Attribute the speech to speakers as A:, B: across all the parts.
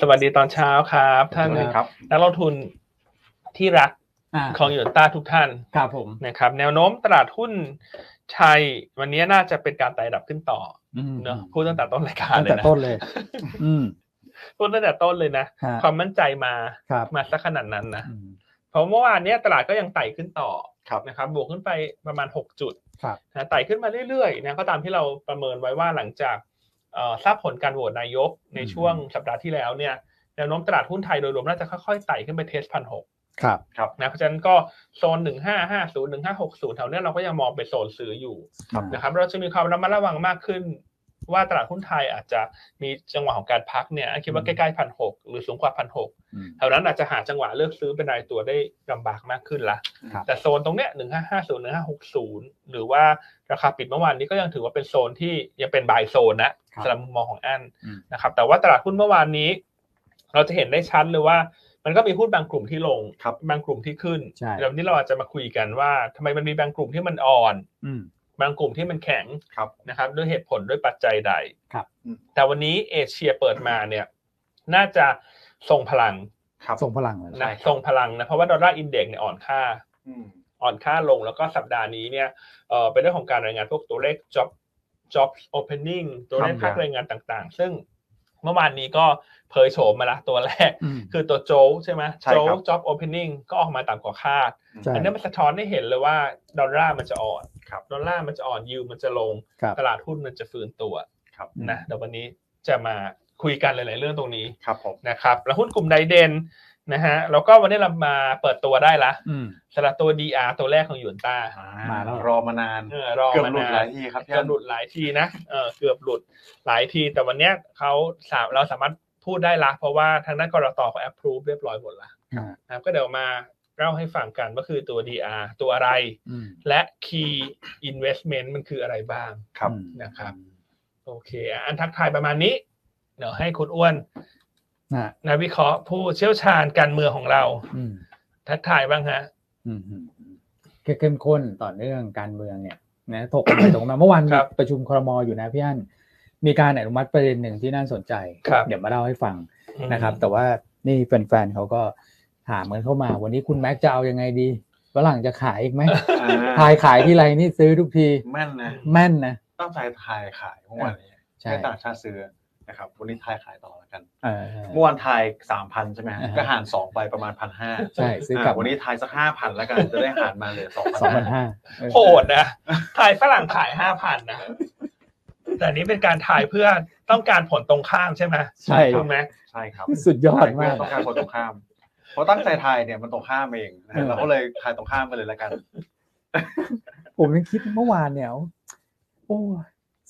A: สวัสดีตอนเช้าครับ ท่าน
B: สวัสดีครับ
A: นักลงทุนที่รัก
C: อ่า
A: ของยูต้าทุกท่าน
C: ครับผม
A: นะครับ แนวโน้มตลาดหุ้นไทยวันนี้น่าจะเป็นการไต่ระดับขึ้นต่อ
C: อืม
A: เนอะพูดตั้งแต่ต้นรายการ
C: ตั้ง
A: เล
C: แต่
A: ยนะ
C: ต้นเลย อืม
A: พูดตั้งแต่ต้นเลยนะ
C: ฮะ
A: ความมั่นใจมา
C: ครับ
A: มาสักขนาดนั้นนะ
C: อืม
A: เพราะเมื่อวานเนี้ยตลาดก็ยังไต่ขึ้นต่อ
B: ครับ
A: นะครับ บวกขึ้นไปประมาณ 6 จุด
C: ครับ
A: นะไต่ขึ้นมาเรื่อยๆนะก็ตามที่เราประเมินไว้ว่าหลังจากเอ่อทราบผลการโหวตนายกในช่วงสัปดาห์ที่แล้วเนี่ยแนวโน้มตลาดหุ้นไทยโดยรวมน่าจะค่อยๆไต่ขึ้นไปเทสพันห
C: ครับ
A: นะเพราะฉะนั้นก็โซน 1550 1560แถวเนี้ยเราก็ยังมองเป็นโซนซื้ออยู่
C: ครับ
A: นะครับเราจะมีความระมัดระวังมากขึ้น ว่าตลาดหุ้นไทยอาจจะมีจังหวะของการพักเนี่ยอันคิดว่าใกล้ๆพันหกหรือสูงกว่าพันหก
B: อืม
A: แถวนั้นอาจจะหาจังหวะเลือกซื้อเป็นรายตัวได้ลำบากมากขึ้นละ
B: ครับ
A: แต่โซนตรงเนี้ย1550 1560 หรือว่าราคาปิดเมื่อวานนี้ก็ยังถือว่าเป็นโซนที่ยังเป็นบายโซนนะครับ สำหรับมุมมองของอัน
B: อืม
A: นะครับแต่ว่าตลาดหุ้นเมื่อวานนี้ เราจะเห็นได้ชัดเลยว่า มันก็มีหุ้นบางกลุ่มที่ลง
B: ครับ
A: บางกลุ่มที่ขึ้น
C: ใช่
A: แล้ววันนี้เราอาจจะมาคุยกันว่าทำไมมันมีบางกลุ่มที่มันอ่อน
C: อืม
A: บางกลุ่มที่มันแข็ง
B: ครับ
A: นะครับ ด้วยเหตุผลด้วยปัจจัยใด
C: ครับ
B: อืม
A: แต่วันนี้เอเชียเปิดมาเนี่ย น่าจะส่งพลัง
B: ครับ
C: ส่งพลังเลย
A: นะ
C: นะ
A: ส่งพลังนะเพราะว่าดอลลาร์อินเด็กซ์เนี่ยอ่อนค่า
B: อืม
A: อ่อนค่าลงแล้วก็สัปดาห์นี้เนี่ยเอ่อเป็นเรื่องของการรายงานพวกตัวเลข job job opening ตัวเลข
B: ครับ
A: ภาคแรงงานต่างๆ ซึ่งเมื่อวานนี้ก็เผยโฉมมาละตัวแรก
C: อืม
A: คือตัวโจ๊กใช่ไหม
B: ใช่ครับ
A: โจ๊ก job opening ก็ออกมาต่ำกว่าคาด
C: ใช่
A: อันนี้มันสะท้อนให้เห็นเลยว่าดอลลาร์มันจะอ่อน
B: ครับ
A: ดอลลาร์มันจะอ่อนยิวมันจะลง
C: ครับ
A: ตลาดหุ้นมันจะฟื้นตัว
B: ครับ
A: นะเดี๋ยววันนี้จะมาคุยกันหลาย ๆ เรื่องตรงนี้
B: ครับผม
A: นะครับ แล้วหุ้นกลุ่มใดเด่นนะฮะแล้วก็วันนี้เรามาเปิดตัวได้ละ
C: อืม
A: สำหรับตัว DR ตัวแรกของหยวนต้า
C: มาแล้ว
B: รอมานาน
A: เออรอ
B: เกือบ
A: มา
B: หลุด
A: นา
B: หลาน ยทีครับพี่
A: เกือบหลุดหลายทีนะเออเกือบหลุดหลายที แต่วันเนี้ยเขาสามเราสามารถพูดได้ละ เพราะว่าทางด้านกรตเขา approve เรียบร้อยหมดละ
C: อ่า
A: นะครับก็เดี๋ยวมาเล่าให้ฟังกันว่าคือตัว DR ตัวอะไร
C: อืม
A: และ Key Investment มันคืออะไรบ้าง
B: ครับ
C: อืม
A: นะครับ โอเคอ่ะอันทักทายประมาณนี้ เดี๋ยวให้คุณอ้วน
C: นะ
A: นักวิเคราะห์ผู้เชี่ยวชาญการเมืองของเรา
C: อืม
A: ทักทายบ้างฮะ
C: อืมอืมอืมคือเข้มข้นต่อเนื่องการเมืองเนี่ยนะถกกันไปตรงมาเมื่อวานมี
A: ครับ
C: ประชุมครมอยู่นะพี่อันมีการอนุมัติประเด็นหนึ่งที่น่าสนใจ
A: ครับ
C: เดี๋ยวมาเล่าให้ฟังนะครับ แต่ว่านี่แฟนๆเขาก็ถามกันเข้ามา วันนี้คุณแม็กจะเอายังไงดีฝรั่งจะขายอีกไหม
B: อ่
C: ทายขายที่ไรนี่ซื้อทุกที
B: แม่นนะ
C: แม่นนะ
B: ตั้งใจทายขายเมื่อวานนี้
C: ใช่
B: ให้ต่างชาติซื้อนะครับ วันนี้ทายขายต่อแล้วกัน
C: เออ
B: เมื่อวานทายสามพันใช่ไหมฮะ
C: อ่าฮะ
B: ก็หารสองไปประมาณพันห้า
C: ใช่ซื้อกลับ
B: วันนี้ทายสักห้าพันแล้วกัน จะได้หารมาเหลือสอง
C: สอง
B: พั
C: พั
B: น
C: นห้า
A: โหดนะขายฝรั่งขายห้าพันนะ แต่อันนี้เป็นการถ่ายเพื่อต้องการผลตรงข้ามใช่ไหม
C: ใช่
A: ถูกไหม
B: ใช่ครับ
C: สุดยอดมาก
B: ทายเพื่อต้องการคนตรงข้าม เพราะตั้งใจทายเนี่ยมันตรงข้ามเองนะฮะเราก็เลยทายตรงข้ามไปเลยแล้วกัน
C: ผมยังคิดเมื่อวานเนี่ยโอ้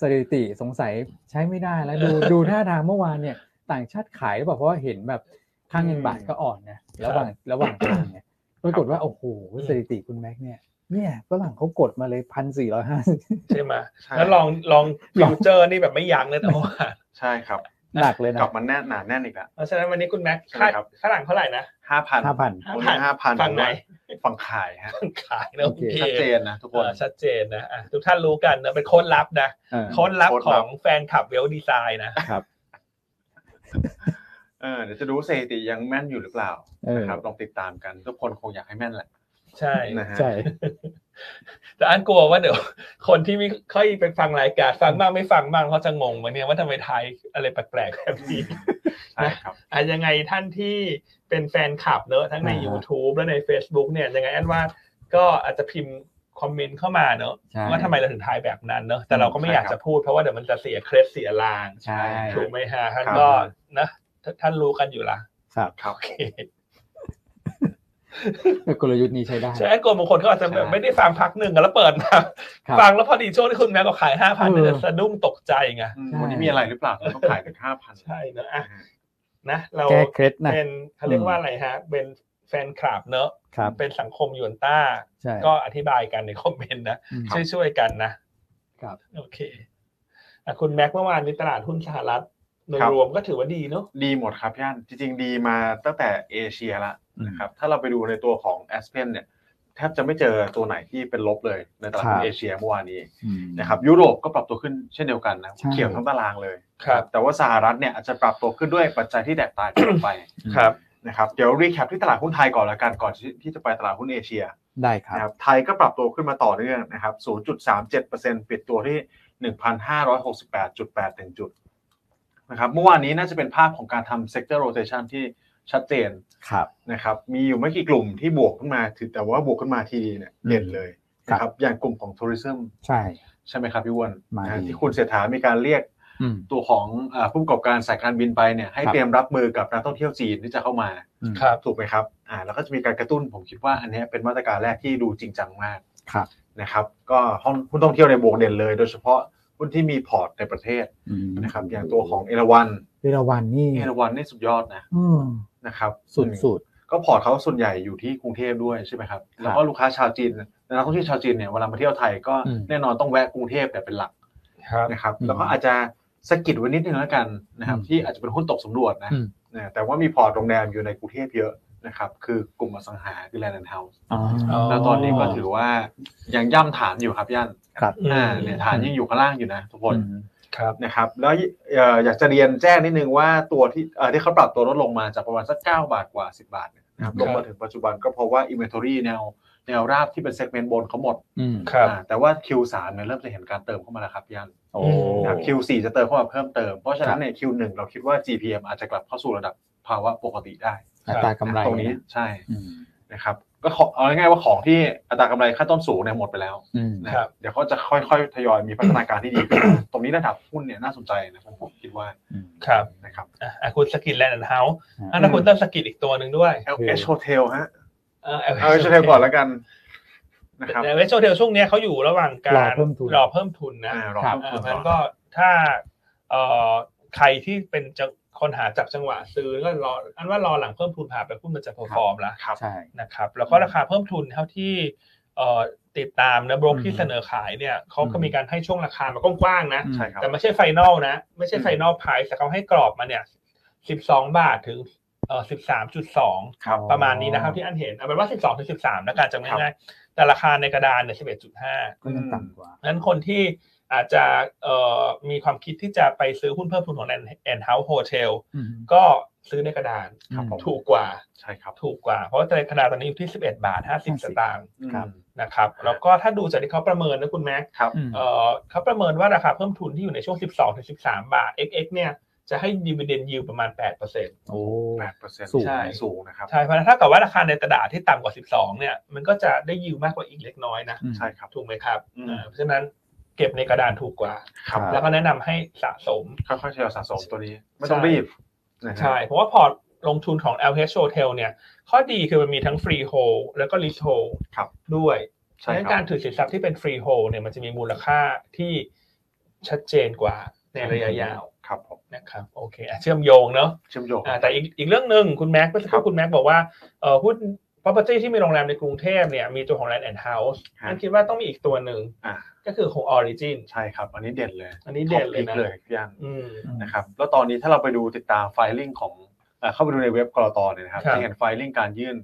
C: สถิติสงสัยใช้ไม่ได้แล้วดูดูท่าทางเมื่อวานเนี่ย ต่างชาติขายหรือเปล่าเพราะว่าเห็นแบบค่างเงินบาทก็อ่อนนะระหว่างระหว่างทางเนี่ยปรากฏว่าโอ้โหสถิติคุณแม็กซ์เนี่ย เนี่ยฝรั่งเขากดมาเลยพันสี่ร้อยห้าสิบ
A: ใช่ไหม
B: ใช่
A: แล้วลองลองฟิวเจอร์นี่แบบไม่ยั้งเลยนะ ว่า
B: ใช่ครับ
C: หนักเลยนะ
B: กลับมาแน่นหนาแน่นอีกแล้ว
A: เพราะฉะนั้นวันนี้คุณแม็กซ์
B: ใช่ครับ
A: ฝรั่งเท่าไหร่นะ
B: ห้าพัน
C: 5,000
B: วันนี้ห้าพัน
A: ฝั่งไหน
B: ฝั่งขายฮะ
A: ขายนะโอเค
B: ชัดเจนนะทุกคน
A: เออชัดเจนนะอ่ะทุกท่านรู้กันนะเป็นโค้ดลับนะ
C: เออ
A: โค้ดลับ
B: โค้ด
A: ข
B: ลั
A: อบ งแฟนคลับเวลดีไซน์นะ
B: เออเดี๋ยวจะดูสถิติยังแม่นอยู่หรือเปล่า
C: เออ
B: นะครับลองติดตามกันทุกคนคงอยากให้แม่นแหละ
A: ใช่
B: นะฮะ
C: ใช่
A: แต่อันกลัวว่าเดี๋ยว คนที่ไม่ค่อยไปฟังรายการฟังบ้างไม่ฟังบ้างเขาจะงงวันนี้ว่าทำไมไทยอะไรแปลกๆแบบนี้
B: ใช่ครับ
A: อ่ะยังไงท่านที่เป็นแฟนคลับเนอะทั้งใน
C: อ่าฮะ
A: YouTube และใน Facebook เนี่ยยังไงอันว่าก็อาจจะพิมพ์คอมเมนต์เข้ามาเนอะ
C: ใช่
A: ว่าทำไมเราถึงทายแบบนั้นเนอะแต่เราก็ไม่อยาก
B: ใช่ครั
A: จะ
B: บ
A: พูดเพราะว่าเดี๋ยวมันจะเสียเครดเสียลาง
C: ใช่
A: ถูกไหมฮะท่าน
B: ครับ
A: ก็นะท่านรู้กันอยู่ละ
C: ครับ
B: ครับ
A: โอเค
C: กลยุทธ์นี้ใช้ได้
A: ใช่ไอ้กลุ่มบางคนเขาอาจจะแบบ
B: ใช่
A: ไม่ได้ฟังพักหนึ่งอะแล้วเปิดมา
C: ครับ
A: ฟังแล้วพอดีช่วงที่คุณแม่ก็ขายห้าพัน
C: เออ
A: จะสะดุ้งตกใจไง
B: อืมวันนี้มีอะไรหรือเปล่าต้องขายถึงห้าพัน
A: ใช่เนอะอ่ะนะเรา
C: แก้เคล็ดนะ
A: เป็นเขาเรียกว่าอะไรฮะ เป็นแฟนคลับเนอะ
C: ครับ
A: เป็นสังคมยวนต้า
C: ใช่
A: ก็อธิบายกันในคอมเมนต์นะ
C: อืม
A: ช่วยช่วยๆกันนะครับ โอเคอ่ะคุณแม็กเมื่อวานนี้ตลาดหุ้นสหรัฐโดยรวมก็ถือว่าดีเนอะ
B: ดีหมดครับพี่อันจริงๆดีมาตั้งแต่เอเชียละ
C: อืม
B: นะครับถ้าเราไปดูในตัวของ a s p e n เนี่ยแทบจะไม่เจอตัวไหนที่เป็นลบเลยในตลาด
C: ครับ
B: เอเชียเมื่อวานนี้
C: อืม
B: นะครับยุโรปก็ปรับตัวขึ้นเช่นเดียวกันนะ
C: ใช่
B: เขียวทั้งตารางเลย
A: ครับ
B: แต่ว่าสหรัฐเนี่ยอาจจะปรับตัวขึ้นด้วยปัจจัยที่แตกต่างกันออกไป
A: ครับ
B: นะครับเดี๋ยวรีแคปที่ตลาดหุ้นไทยก่อนละกันก่อนที่ที่จะไปตลาดหุ้นเอเชีย
C: ได้ครับ
B: นะครับไทยก็ปรับตัวขึ้นมาต่อเนื่องนะครับ 0.37%ปิดตัวที่ 1,568.81 จุดนะครับเมื่อวานนี้น่าจะเป็นภาพของการทำ sector rotation ที่ชัดเจน
C: ครับ
B: นะครับมีอยู่ไม่กี่กลุ่มที่บวกขึ้นมาถือแต่ว่าบวกขึ้นมาทีเดียวเนี่ยเด่นเลยนะค
C: ครั
B: รับบ อย่างกลุ่มของทัวริซึม
C: ใช่
B: ใช่ไหมครับพี่อ้วน
C: มา
B: นะ
C: ดี
B: ที่คุณเศรษฐามีการเรียก
C: อืม
B: ตัวของเอ่อผู้ประกอบการสายการบินไปเนี่ยให้
C: ครับ
B: เตรียมรับมือกับนักท่องเที่ยวจีนที่จะเข้ามา
C: อืม
A: ครับ
B: ถูกไหมครับ อ่า แล้วก็จะมีการกระตุ้น ผมคิดว่าอันเนี้ยเป็นมาตรการแรกที่ดูจริงจังมาก
C: ครับ
B: นะครับ ก็ห้องหุ้นท่องเที่ยวในยบวกเด่นเลย โดยเฉพาะหุ้นที่มีพอร์ตในประเทศ
C: อืม
B: นะครับ อย่างตัวของเอราวัน
C: เยอรวันนี่
B: เอราวันนี่สุดยอดนะ
C: อืม
B: นะครับ
C: สุดสุด
B: ก็พอร์ตเขาส่วนใหญ่อยู่ที่กรุงเทพด้วยใช่ไหมครับ แล้วก็ลูกค้าชาวจีนนักท่องเที่ยวชาวจีนเนี่ยเวลามาเที่ยวไทยก็
C: อืม
B: แน่นอนต้องแวะกรุงเทพเนี่ยเป็นหลัก
A: ครับ
B: นะครับ
C: อืม
B: แล้วก็อาจจะสะกิดไว้นิดนึงแล้วกันนะครับ
C: อืม
B: ที่อาจจะเป็นหุ้นตกสำรวจนะ
C: อืม
B: นะแต่ว่ามีพอร์ตโรงแรมอยู่ในกรุงเทพเยอะนะครับ คือกลุ่มอสังหาคือแลนด์เฮา
C: อ๋อ
A: อ๋อ
B: แล้วตอนนี้ก็ถือว่ายังย่ำฐานอยู่ครับย่าน
C: ครับ
A: อืม
B: อ่าเนี่ยฐานยังอยู่ข้างล่างอยู่นะทุกคน
C: อืม
A: ครับ
B: นะครับ แล้วเอ่ออยากจะเรียนแจ้งนิดนึงว่าตัวที่เอ่อที่เขาปรับตัวลดลงมาจากประมาณสัก 9 บาทกว่า 10 บาทเนี่ยนะครับ
A: ครับ
B: ลงมาถึงปัจจุบันก็เพราะว่า inventory แนวแนวราบที่เป็น segment บนเขาหมด
C: อืม
A: ครับ
B: อ่าแต่ว่า Q3 เนี่ยเริ่มจะเห็นการเติมเข้ามาแล้วครับย่าน
C: โอ้
B: นะครับ Q4 จะเติมเข้ามาเพิ่มเติม เพราะฉะนั้นใน Q1 เราคิดว่า GPM อาจจะกลับเข้าสู่ระดับภาวะปกติได้
C: อัตรากำไร
B: ตรงนี้
C: เย
B: ใช่
C: อืม
B: นะครับก็ขอเอาง่ายๆว่าของที่อัตรากำไรขั้นต้นสูงเนี่ยหมดไปแล้ว
C: อืม
B: นะครับ เดี๋ยวเขาจะค่อยๆ ทยอยมีพัฒนาการที่ดีขึ้น ตรงนี้ระดับหุ้นเนี่ยน่าสนใจนะผมผมคิดว่า
A: ครับ
B: นะครับ
A: อ่ะอ่ะคุณสกิดแลนด์เฮาส์
C: อ่ะ
A: อ่ะแล้วคุณต้องสกิดอีกตัวหนึ่งด้วย
B: LH Hotel ฮะ
A: เอ่อ
B: LH Hotel ก่อนแล้วกันนะครับ
A: แต่เวชโชเทลช่วงเนี้ยเขาอยู่ระหว่างการ
C: รอเพิ่มทุน
A: รอเพิ่มทุนนะ
B: อ่ารอ
C: ครับ
B: เพิ่
A: อ่าม งั้น
B: ทุนก่
A: ก็
B: อน
A: ถ้าเอ่อใครที่เป็นจะคนหาจับจังหวะซื้อก็รออันว่ารอหลังเพิ่มทุนผ่านไปหุ้นมันจะเพอร์ฟอร์มละ
B: ครับ
C: ใช่
A: นะครับแล้วก็ราคาเพิ่มทุนเท่าที่เอ่อติดตามนะบรกที่
C: อืม
A: เสนอขายเนี่ยเขาก็
C: อืม
A: มีการให้ช่วงราคามากว้างๆนะ
B: ใช่ครับ
A: แต่ไม่ใช่ไฟนอลนะ ไม่ใช่ไฟนอลไพรซ์แต่เขาให้กรอบมาเนี่ย 12 บาทถึงเอ่อ13.2
B: ครับ
A: ประมาณนี้นะครับที่อันเห็นเอาเป็นว่า 12 ถึง 13นะการจำ
B: ครั
A: ง่าย
B: บ
A: ๆแต่ราคาในกระดานเนี่ย 11.5
C: ก็ยังต่ำกว่า
A: นั้นคนที่อาจจะเอ่อมีความคิดที่จะไปซื้อหุ้นเพิ่มทุนของแอนด์เฮาส์โฮเทล
C: อืม
A: ก็ซื้อในกระดาน
B: ครับผม
A: ถูกกว่า
B: ใช่ครับ
A: ถูกกว่า เพราะว่าในกระดานตอนนี้อยู่ที่ 11 บาท 50 สตางค์
C: ครับ
B: อืม
A: นะครับแล้วก็ถ้าดูจากที่เขาประเมินนะคุณแม็ก
B: ครับ
C: อืม
A: เอ่อเขาประเมินว่าราคาเพิ่มทุนที่อยู่ในช่วง 12ถึง13 บาท XX เนี่ยจะให้ดีเวเดนยิวประมาณ 8%
C: โอ้
B: 8%
C: สูง
B: ใช่สูงนะครับ
A: ใช่ เพราะฉะนั้นถ้าเกิดว่าราคาในกระดาษที่ต่ำกว่า 12 เนี่ย มันก็จะได้ยิวมากกว่าอีกเล็กน้อยนะ
C: อืม
B: ใช่ครับ
A: ถูกไหมครับ
B: อืม
A: อ่าเพราะฉะนั้นเก็บในกระดานถูกกว่า
B: ครับ
C: ครับ
A: แล้วก็แนะนำให้สะสม
B: ค่อยๆทยอยสะสมตัวนี้ ไม่ต้องรีบนะฮะ
A: ใช่ เพราะว่าพอร์ตลงทุนของ LH Hotel เนี่ย ข้อดีคือมันมีทั้ง free hold แล้วก็ lease hold ด้วย
B: ใช่
A: ฉะนั้น
B: ค
A: กา
B: รั
A: ร
B: บ
A: ถือสินทรัพย์ที่เป็น free hold เนี่ยมันจะมีมูลค่าที่ชัดเจนกว่าในระยะยาว
B: ครับผม
A: นะครับโอเคอ่ะเชื่อมโยงเนาะ
B: เชื่อมโยง
A: อ่ะแต่อีกอีกเรื่องหนึ่งคุณแม็กซ์เมื่อสักค
B: ครั
A: รู่
B: บ
A: คุณแม็กซ์บอกว่าเออหุ้น property ที่มีโรงแรมในกรุงเทพเนี่ยมีตัวของ Land and House
B: ฮะ
A: นั่นคิดว่าต้องมีอีกตัวหนึ่ง
B: อ่า
A: ก็คือของ Origin
B: ใช่ครับ อันนี้เด่นเลย
A: อันนี้เด่นเลย
B: ท็อป
A: นะ
B: พิกเลยพี่อัน
A: อืม
B: นะครับแล้วตอนนี้ถ้าเราไปดูติดตามไฟลิ่งของเอ่อเข้าไปดูในเว็บกรตเนี่ยนะครับ
A: ครับ
B: จะเห็นไฟลิ่งการยื่น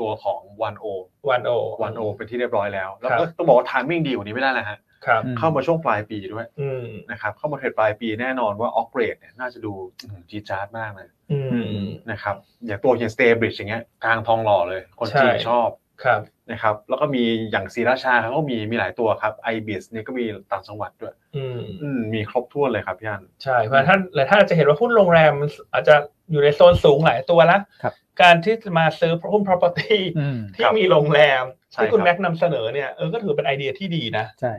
B: ตัวของวันโอ
A: วันโอ
B: วันโอเป็นที่เรียบร้อยแล้ว แล้ว
A: ครับ
B: ก็ต้องบอกว่าทามมิ่งดีกว่านี้ไม่ได้นะฮะ
A: ครับ
C: อืม
B: เข้ามาช่วงปลายปีด้วย
A: อืม
B: นะครับเข้ามาเทรดปลายปีแน่นอนว่าออกเกรดเนี่ยน่าจะดูอื้อหือจีดจาร์ดมากเลย
A: อืม
B: นะครับอย่างตัวเห็นสเตบริดจ์อย่างเงี้ยกลางทองหล่อเลย คนจีน
A: ใช่
B: ชอบ
A: ครับ
B: นะครับแล้วก็มีอย่างศรีราชาเขาก็มีมีหลายตัวครับไอบีสเนี่ยก็มีต่างจังหวัดด้วย
A: อืม
B: อืมมีครบถ้วนเลยครับพี่อัน
A: ใช่เพราะท่านหลายท่านอาจจะเห็นว่าหุ้นโรงแรมมันอาจจะอยู่ในโซนสูงหลายตัวละ
C: ครับ
A: การที่จะมาซื้อหุ้น property
C: อืม
A: ที่
B: ครับ
A: มีโรงแรม
B: ใช่
A: ที่คุณ
B: ครับ
A: แม็กซ์นำเสนอเนี่ยเออก็ถือเป็นไอเดียที่ดีนะ
C: ใช่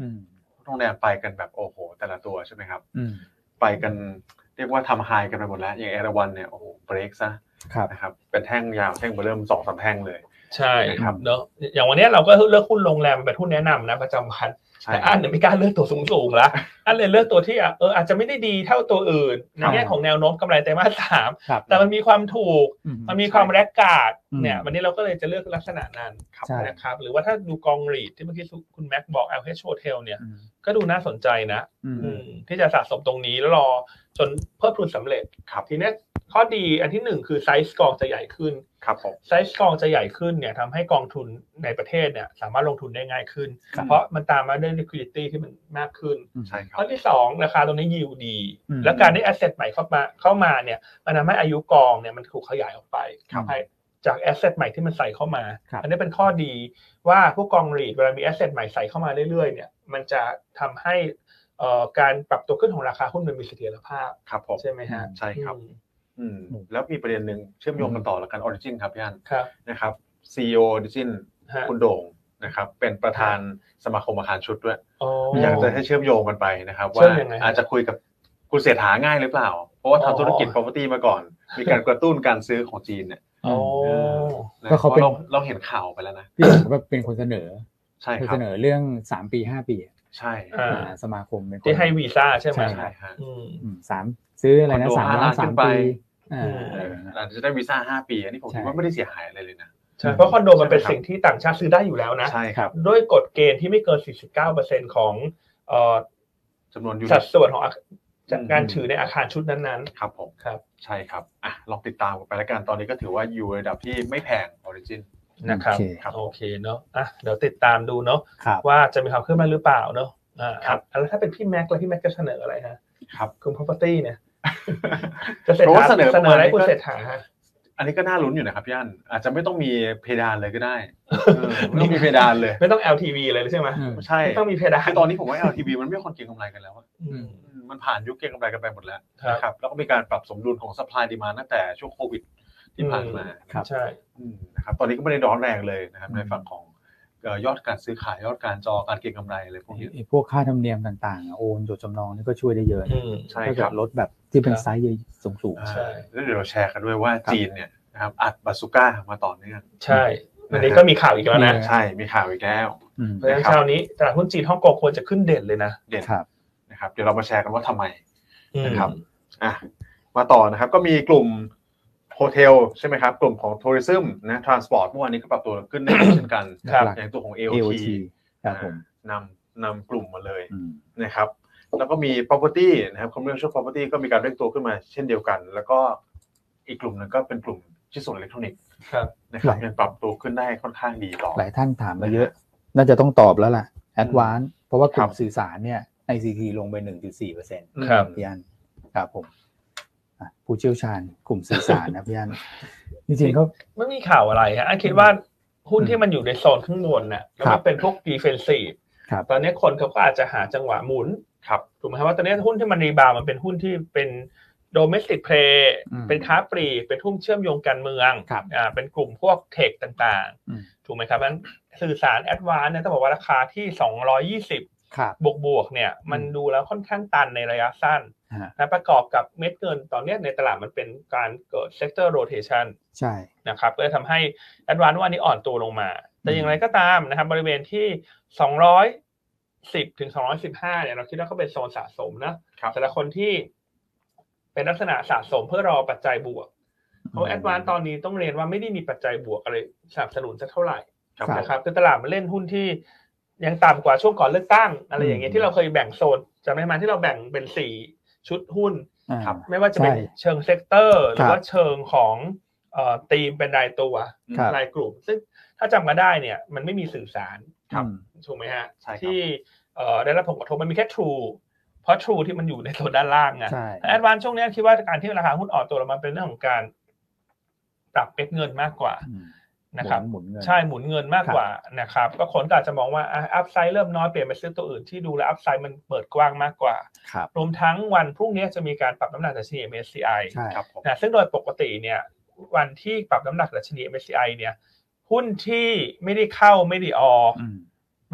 C: อืม
B: โรงแรมไปกันแบบโอ้โห แต่ละตัวใช่ไหมครับ
C: อืม
B: ไปกันเรียกว่าทำไฮกันไปหมดแล้ว อย่างเอราวันเนี่ยโอ้โหเบรกซะ
C: ครับ
B: นะครับเป็นแท่งยาวแท่งเบอร์เริ่มสองสามแท่งเลย
A: ใช่
B: นะครับ
A: เนอะอย่างวันเนี้ยเราก็เลือกหุ้นโรงแรมเป็นหุ้นแนะนำนะประจำวัน
B: ใช่
A: แต่อันเนี่ยไม่กล้าเลือกตัวสูงสูงๆละอันเลยเลือกตัวที่อ่ะเอออาจจะไม่ได้ดีเท่าตัวอื่นใน
B: ครับ
A: แง่ของแนวโน้มกำไรไตรมาสสาม
C: ครับ
A: แต่มันมีความถูก
C: อืม
A: มันมีความแรกการ์ด
C: อืม
A: เนี่ย วันนี้เราก็เลยจะเลือกลักษณะนั้น
B: ครับ
C: ใช่
A: นะครับหรือว่าถ้าดูกองรีดที่เมื่อกี้คุณแม็กบอก LH Hotel เนี่ย
C: อืม
A: ก็ดูน่าสนใจนะ
C: อืม
A: อืมที่จะสะสมตรงนี้แล้วรอจนเพิ่มทุนสำเร็จ
B: ครับ
A: ทีเนี้ย ข้อดีอันที่หนึ่งคือไซส์กองจะใหญ่ขึ้น
B: ครับผม
A: ไซส์กองจะใหญ่ขึ้นเนี่ยทำให้กองทุนในประเทศเนี่ยสามารถลงทุนได้ง่ายขึ้น
C: ครับ
A: เพราะมันตามมาด้วย liquidity ที่มันมากขึ้น
B: ใช่ครั
A: ข้อ
B: บ
A: ที่สองราคาตรงนี้ยิวดี
C: อืม
A: และการได้ asset ใหม่เข้ามาเข้ามาเนี่ยมันทำให้อายุกองเนี่ยมันถูกขยายออกไป
C: ครับ
A: ให้จาก asset ใหม่ที่มันใส่เข้ามา
C: ครับ
A: อันนี้เป็นข้อดีว่าผู้กองรีดเวลามี asset ใหม่ใส่เข้ามาเรื่อยๆเนี่ยมันจะทำให้เอ่อการปรับตัวขึ้นของราคาหุ้นมันมีเสถียรภาพ
B: ครับผม
A: ใช่ไหมฮะ
B: ใช่ครับ
A: อืม
B: อืมแล้วมีประเด็นหนึ่งเชื่อมโยงกันต่อแล้วกันออริจินครับพี่อัน
A: ครับ
B: นะครับซีอีโอออริจิน
A: ฮะ
B: คุณโด่งนะครับเป็นประธานสมาคมอาคารชุดด้วย
A: โอ้
B: อยากจะให้เชื่อมโยงกันไปนะครับ
A: เชื่
B: ว่า
A: อมยังไงครับ
B: อาจจะคุยกับคุณเศรษฐาง่ายหรือเปล่า เพราะว่า
A: อ๋อ
B: ทำธุรกิจ property มาก่อน มีการกระตุ้นการซื้อของจีนเนี่ย
A: โอ้
B: นะ
C: ก็เขาเป็น
B: เราเราเห็นข่าวไปแล้วนะ
C: พี่เอกแบบเป็นคนเสนอ
B: ใช่
C: คน
B: ครับ
C: เสนอเรื่องสามปีห้าปีอะ
B: ใช่
A: อ่า
C: อ่าสมาคมเป็นคน
A: ที่ให้วีซ่าใช่ไหม
C: ใช่
B: ใช่ฮะ
A: อืม
C: อืมสามซื้ออะไรนะ
B: คอนโด
C: สาม
B: ห้า
C: ล้า
B: ล้าน น
C: สา
B: ขึ้
C: ม
B: นไป
C: ปีอ่า
A: อืม
C: อะไรอย่างเงี้ย
B: อาจจะได้วีซ่าห้าปี อันนี้ผม
C: ใช่
B: คิดว่าไม่ได้เสียหายอะไรเลยนะ
A: ใช่เพราะคอนโดมันเป็น
B: ใช่ไหมครับ
A: สิ่งที่ต่างชาติซื้อได้อยู่แล้วนะ
B: ใช่ครับ
A: ด้วยกฎเกณฑ์ที่ไม่เกิน 49%ของเอ่อ
B: จำนวนยูนิ
A: สัด
B: ต
A: ส่วนของอาคจาก
B: อืม
A: การถือในอาคารชุดนั้น
B: ครับผม
A: ครับ
B: ใช่ครับอ่ะลองติดตามกันไปแล้วกันตอนนี้ก็ถือว่าอยู่ในระดับที่ไม่แพงออริจิน
A: ๆนะครับ
C: โอเค
B: ครับ
A: โอเคเนาะอ่ะเดี๋ยวติดตามดูเนาะ
C: ครับ
A: ว่าจะมีความขึ้นมาหรือเปล่าเนาะอ่า
B: ครับ
A: แล้วถ้าเป็นพี่แม็กซ์แล้วพี่แม็กซ์จะเสนออะไรฮะ
B: ครับ
A: คุณ property เนี่ยจะเสนอ
B: เพราะว่าเสนอ
A: เสนออะไร
B: ป
A: คุ
B: ระมาณนี้ก็
A: ณเศรษฐาฮะ
B: อันนี้ก็น่าลุ้นอยู่นะครับพี่อันอาจจะไม่ต้องมีเพดานเลยก็ได้เออไม่ต้องมีเพดานเลย
A: ไม่ต้อง LTV เลยใช่ไหม
B: ใช่
A: ไม่ต้องมีเพดาน
B: คือตอนนี้ผมว่า LTV มันไม่คนเก็งกำไรกันแล้วอะ
A: อืม
B: อืมมันผ่านยุคเก็งกำไรกันไปหมดแล้ว
A: ครับ
B: นะครับแล้วก็มีการปรับสมดุลของ supply demand ตั้งแต่ช่วงโควิดที่ผ่านมา
C: ครับ
A: ใช่
B: อืมนะครับตอนนี้ก็ไม่ได้ร้อนแรงเลยนะครับ
C: อืม
B: ในฝั่งของเอ่อยอดการซื้อขายยอดการจองการเก็งกำไรอะไรพวกนี้
C: ไอ้พวกค่าธรรมเนียมต่างๆอะโอนจดจำนองนี่ก็ช่วยได้เยอะนะ
A: อืม
B: ใช่
C: ถ้า
B: ค
C: เกิ
B: รับ
C: ดรถแบบที่เป็น
A: ครับ
C: ไซส์ใหญ่สูง
B: อ่า
A: ใช่
B: แล้วเดี๋ยวเราแชร์กันด้วยว่า
C: ครับ
B: จีนเนี่ยนะครับอัดบาซูก้ามาต่อเนื่อง
A: ใช่
B: นะฮะ
A: วันนี้ก็มีข่าวอีกแล้วนะ
C: มี
B: ใช่มีข่าวอีกแล้ว
C: ๆอืม
A: เพราะฉะนั้นเช้านี้ตลาดหุ้นจีนฮ่องกงควรจะขึ้นเด่นเลยนะ
B: เด่น
C: ครับ
B: นะครับเดี๋ยวเรามาแชร์กันว่าทำไม
A: อืม
B: นะครับ อ่ะมาต่อนะครับก็มีกลุ่มโฮเทลใช่ไหมครับ กลุ่มของทัวริซึมนะทรานสปอร์ตเมื่อวานนี้ก็ปรับตัวขึ้นได้เช่นกัน
A: ครับ
B: อย่างตัวของ
C: AOT
B: AOT
C: ครับผม
B: นำนำกลุ่มมาเลย
C: อืม
B: นะครับ แล้วก็มี property นะครับ commercial property ก็มีการเรียกตัวขึ้นมาเช่นเดียวกัน แล้วก็อีกกลุ่มหนึงก็เป็นกลุ่มชิ้นส่วนอิเล็กทรอนิกส์
A: ครับ
B: นะครับ
C: หลาย
B: ยังปรับตัวขึ้นได้ค่อนข้างดีต่อ
C: หลายท่านถามมาเยอะ น่าจะต้องตอบแล้วล่ะแอดวานเพราะว่ากลุ่
B: ค
C: ม
B: รับ
C: สื่อสารเนี่ย ICT ลงไป 1.4เปอร์เซ็นต์
A: ครับ
C: พี่อันครับผมอ่ะผู้เชี่ยวชาญกลุ่มสื่อสารนะ พี่อันจริงๆเขา
A: ไม่มีข่าวอะไรฮะอันคิดว่าหุ้นที่มันอยู่ในโซนข้างบนน่ะแล้ว
C: ครั
A: มัน
C: บ
A: เป็นพวกดีเฟนซีฟ
C: ครับ
A: ตอนนี้คนเขาก็อาจจะหาจังหวะหมุน
B: ครับ
A: ถูกไหมครับว่าตอนนี้หุ้นที่มันรีบาวด์มันเป็นหุ้นที่เป็นโดเมสติกเพลย์
C: อืม
A: เป็นค้าปลีกเป็นหุ้นเชื่อมโยงการเมือง
C: ครับ
A: อ่าเป็นกลุ่มพวกเทคต่าง
C: อืม
A: ๆ ถูกไหมครับนั้นสื่อสารแอดวานเนี่ยต้องบอกว่าราคาที่ 220 บ
C: ครับ
A: วกบวกๆเนี่ยมัน
C: อืม
A: ดูแล้วค่อนข้างตันในระยะสั้น
C: ฮะ
A: นะประกอบกับเม็ดเงินตอนเนี้ยในตลาดมันเป็นการเกิดเซกเตอร์โรเทชัน
C: ใช่
A: นะครับก็จะทำให้อัดวานวันนี้อ่อนตัวลงมา แต่อย่างไรก็ตามนะครับบริเวณที่ 210ถึง215เนี่ยเราคิดว่าเขาเป็นโซนสะสมนะครับ สำหรับคนที่เป็นลักษณะสะสมเพื่อรอปัจจัยบวกเพราะแอดวานตอนนี้ต้องเรียนว่าไม่ได้มีปัจจัยบวกอะไรสนับสนุนสักเท่าไหร่
B: ครับ
C: ครับ
A: นะครับคือตลาดมันเล่นหุ้นที่ยังต่ำกว่าช่วงก่อนเลือกตั้ง อะไรอย่างเงี้ยที่เราเคยแบ่งโซนจำได้ไหมที่เราแบ่งเป็นสี่ชุดหุ้น
C: อ่า
B: ครับ
A: ไม่ว่าจะเป็น
C: ใช่
A: เชิงเซกเตอร์หรือ
C: ครับ
A: ว่าเชิงของเอ่อทีมเป็นรายตัว
C: ครับ
A: รายกลุ่ม ซึ่งถ้าจำกันได้เนี่ยมันไม่มีสื่อสาร
B: ครับ
C: อืม
A: ถูกไหมฮะ
B: ใช่ครับ
A: ที่เอ่อได้รับผลกระทบมันมีแค่ True เพราะ True ที่มันอยู่ในโซนด้านล่างไง
C: ใช่
A: แอดวานช่วงเนี้ยคิดว่าการที่ราคาหุ้นอ่อนตัวลงมาเป็นเรื่องของการปรับเป็ดเงินมากกว่า
C: อืม
A: นะครับ
C: หมุนเงิน
A: ใช่หมุนเงินมาก
C: ครับ
A: กว่านะครับก็คนก็อาจจะมองว่าอัพไซด์เริ่มน้อยเปลี่ยนไปซื้อตัวอื่นที่ดูแลอัพไซด์มันเปิดกว้างมากกว่า
C: ครับ
A: รวมทั้งวันพรุ่งนี้จะมีการปรับน้ำหนักดัชนี MSCI
C: ใช่
B: ครับผม
A: นะซึ่งโดยปกติเนี่ยวันที่ปรับน้ำหนักดัชนี MSCI เนี่ยหุ้นที่ไม่ได้เข้าไม่ได้ออก
C: อืม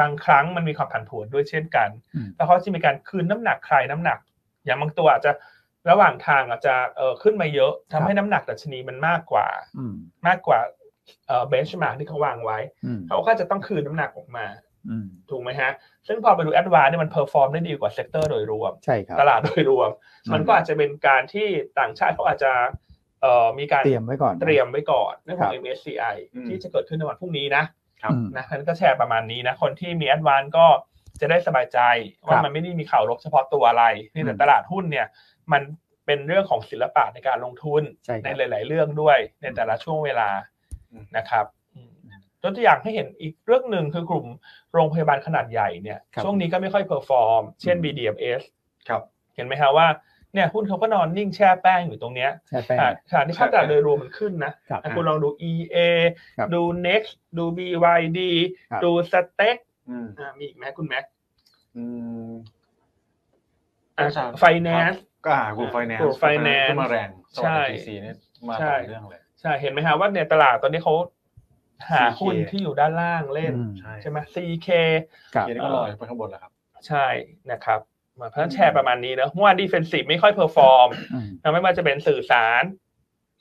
A: บางครั้งมันมีความผันผวนด้วยเช่นกัน
C: อืม
A: แล้วเขาจะมีการคืนน้ำหนักคลายน้ำหนัก อย่างบางตัวอาจจะระหว่างทางอาจจะเออขึ้นมาเยอะทำให้น้ำหนักดัชนีมันมากกว่า
C: อืม
A: มากกว่าเออเบนช์มาร์กที่เขาวางไว้
C: อืม
A: เขาก็จะต้องคืนน้ำหนักออกมา
C: อืม
A: ถูกไหมฮะซึ่งพอไปดูแอดวานเนี่ยมันเพอร์ฟอร์มได้ดีกว่าเซกเตอร์โดยรวม
C: ใช่ครับ
A: ตลาดโดยรวม
C: อืม
A: มันก็อาจจะเป็นการที่ต่างชาติเขาอาจจะเอ่อมีการ
C: เตรียมไว้ก่อน
A: เตรียมไว้ก่อนเรื่องขอ
C: ค
A: ง
C: รับ
A: MSCI
B: อืม
A: ที่จะเกิดขึ้นในวันพรุ่งนี้นะ
B: ครับ
C: อืม
A: นะนั้นก็แชร์ประมาณนี้นะ คนที่มีแอดวานก็จะได้สบายใจ ว่า
C: ครับ
A: มันไม่ได้มีข่าวลบเฉพาะตัวอะไรนี่แต่
C: อืม
A: ตลาดหุ้นเนี่ย มัน เป็นเรื่องของศิลปะในการลงทุน
C: ใช่ครับ
A: หลาย ๆ เรื่องด้วยในแต่ละช่วงเวลา
B: อืม
A: นะครับอืมยกตัวอย่างให้เห็นอีกเรื่องหนึ่งคือกลุ่มโรงพยาบาลขนาดใหญ่เนี่ย
C: ครับ
A: ช่วงนี้ก็ไม่ค่อยเพอร์ฟอร์ม เช่น BDMs
B: ครับ
A: เห็นไหมฮะว่าเนี่ยหุ้นเขาก็นอนนิ่งแช่แป้งอยู่ตรงเนี้ย
C: ใช่แป้ง
A: อ่ะขณะที่ภาพตลาดโดยรวมมันขึ้นนะครับ อ่ะคุณลองดู EA
C: ครับ
A: ดู Next ดู BYD
C: ครับ
A: ดู Stack
B: อืม
A: อ่ะมีอีกไหมคุณแม็ก
B: อืม ใช่
A: ไฟแนนซ์
B: ก็อ่ากลุ่มไฟแนนซ์
A: กลุ่ม finance
B: ก็มาแรง
A: ใช่
B: ทีซีนี่ยมาต่อเรื่องเลย
A: ใช่เห็นไหมฮะว่าในตลาดตอนนี้เขาหา
B: CK
A: หุ้นที่อยู่ด้านล่างเล่น
C: อืม
B: ใช่
A: ใช่ไหม CK
C: ครับ
B: เดี๋ยวนี้ก็ลอยไปข้างบนแล้วครับ
A: ใช่นะครับเพราะฉะนั้นแชร์ประมาณนี้เนอะเมื่อวานดีเฟนซีฟไม่ค่อยเพอร์ฟอร์ม
C: อืม
A: ไม่ว่าจะเป็นสื่อสาร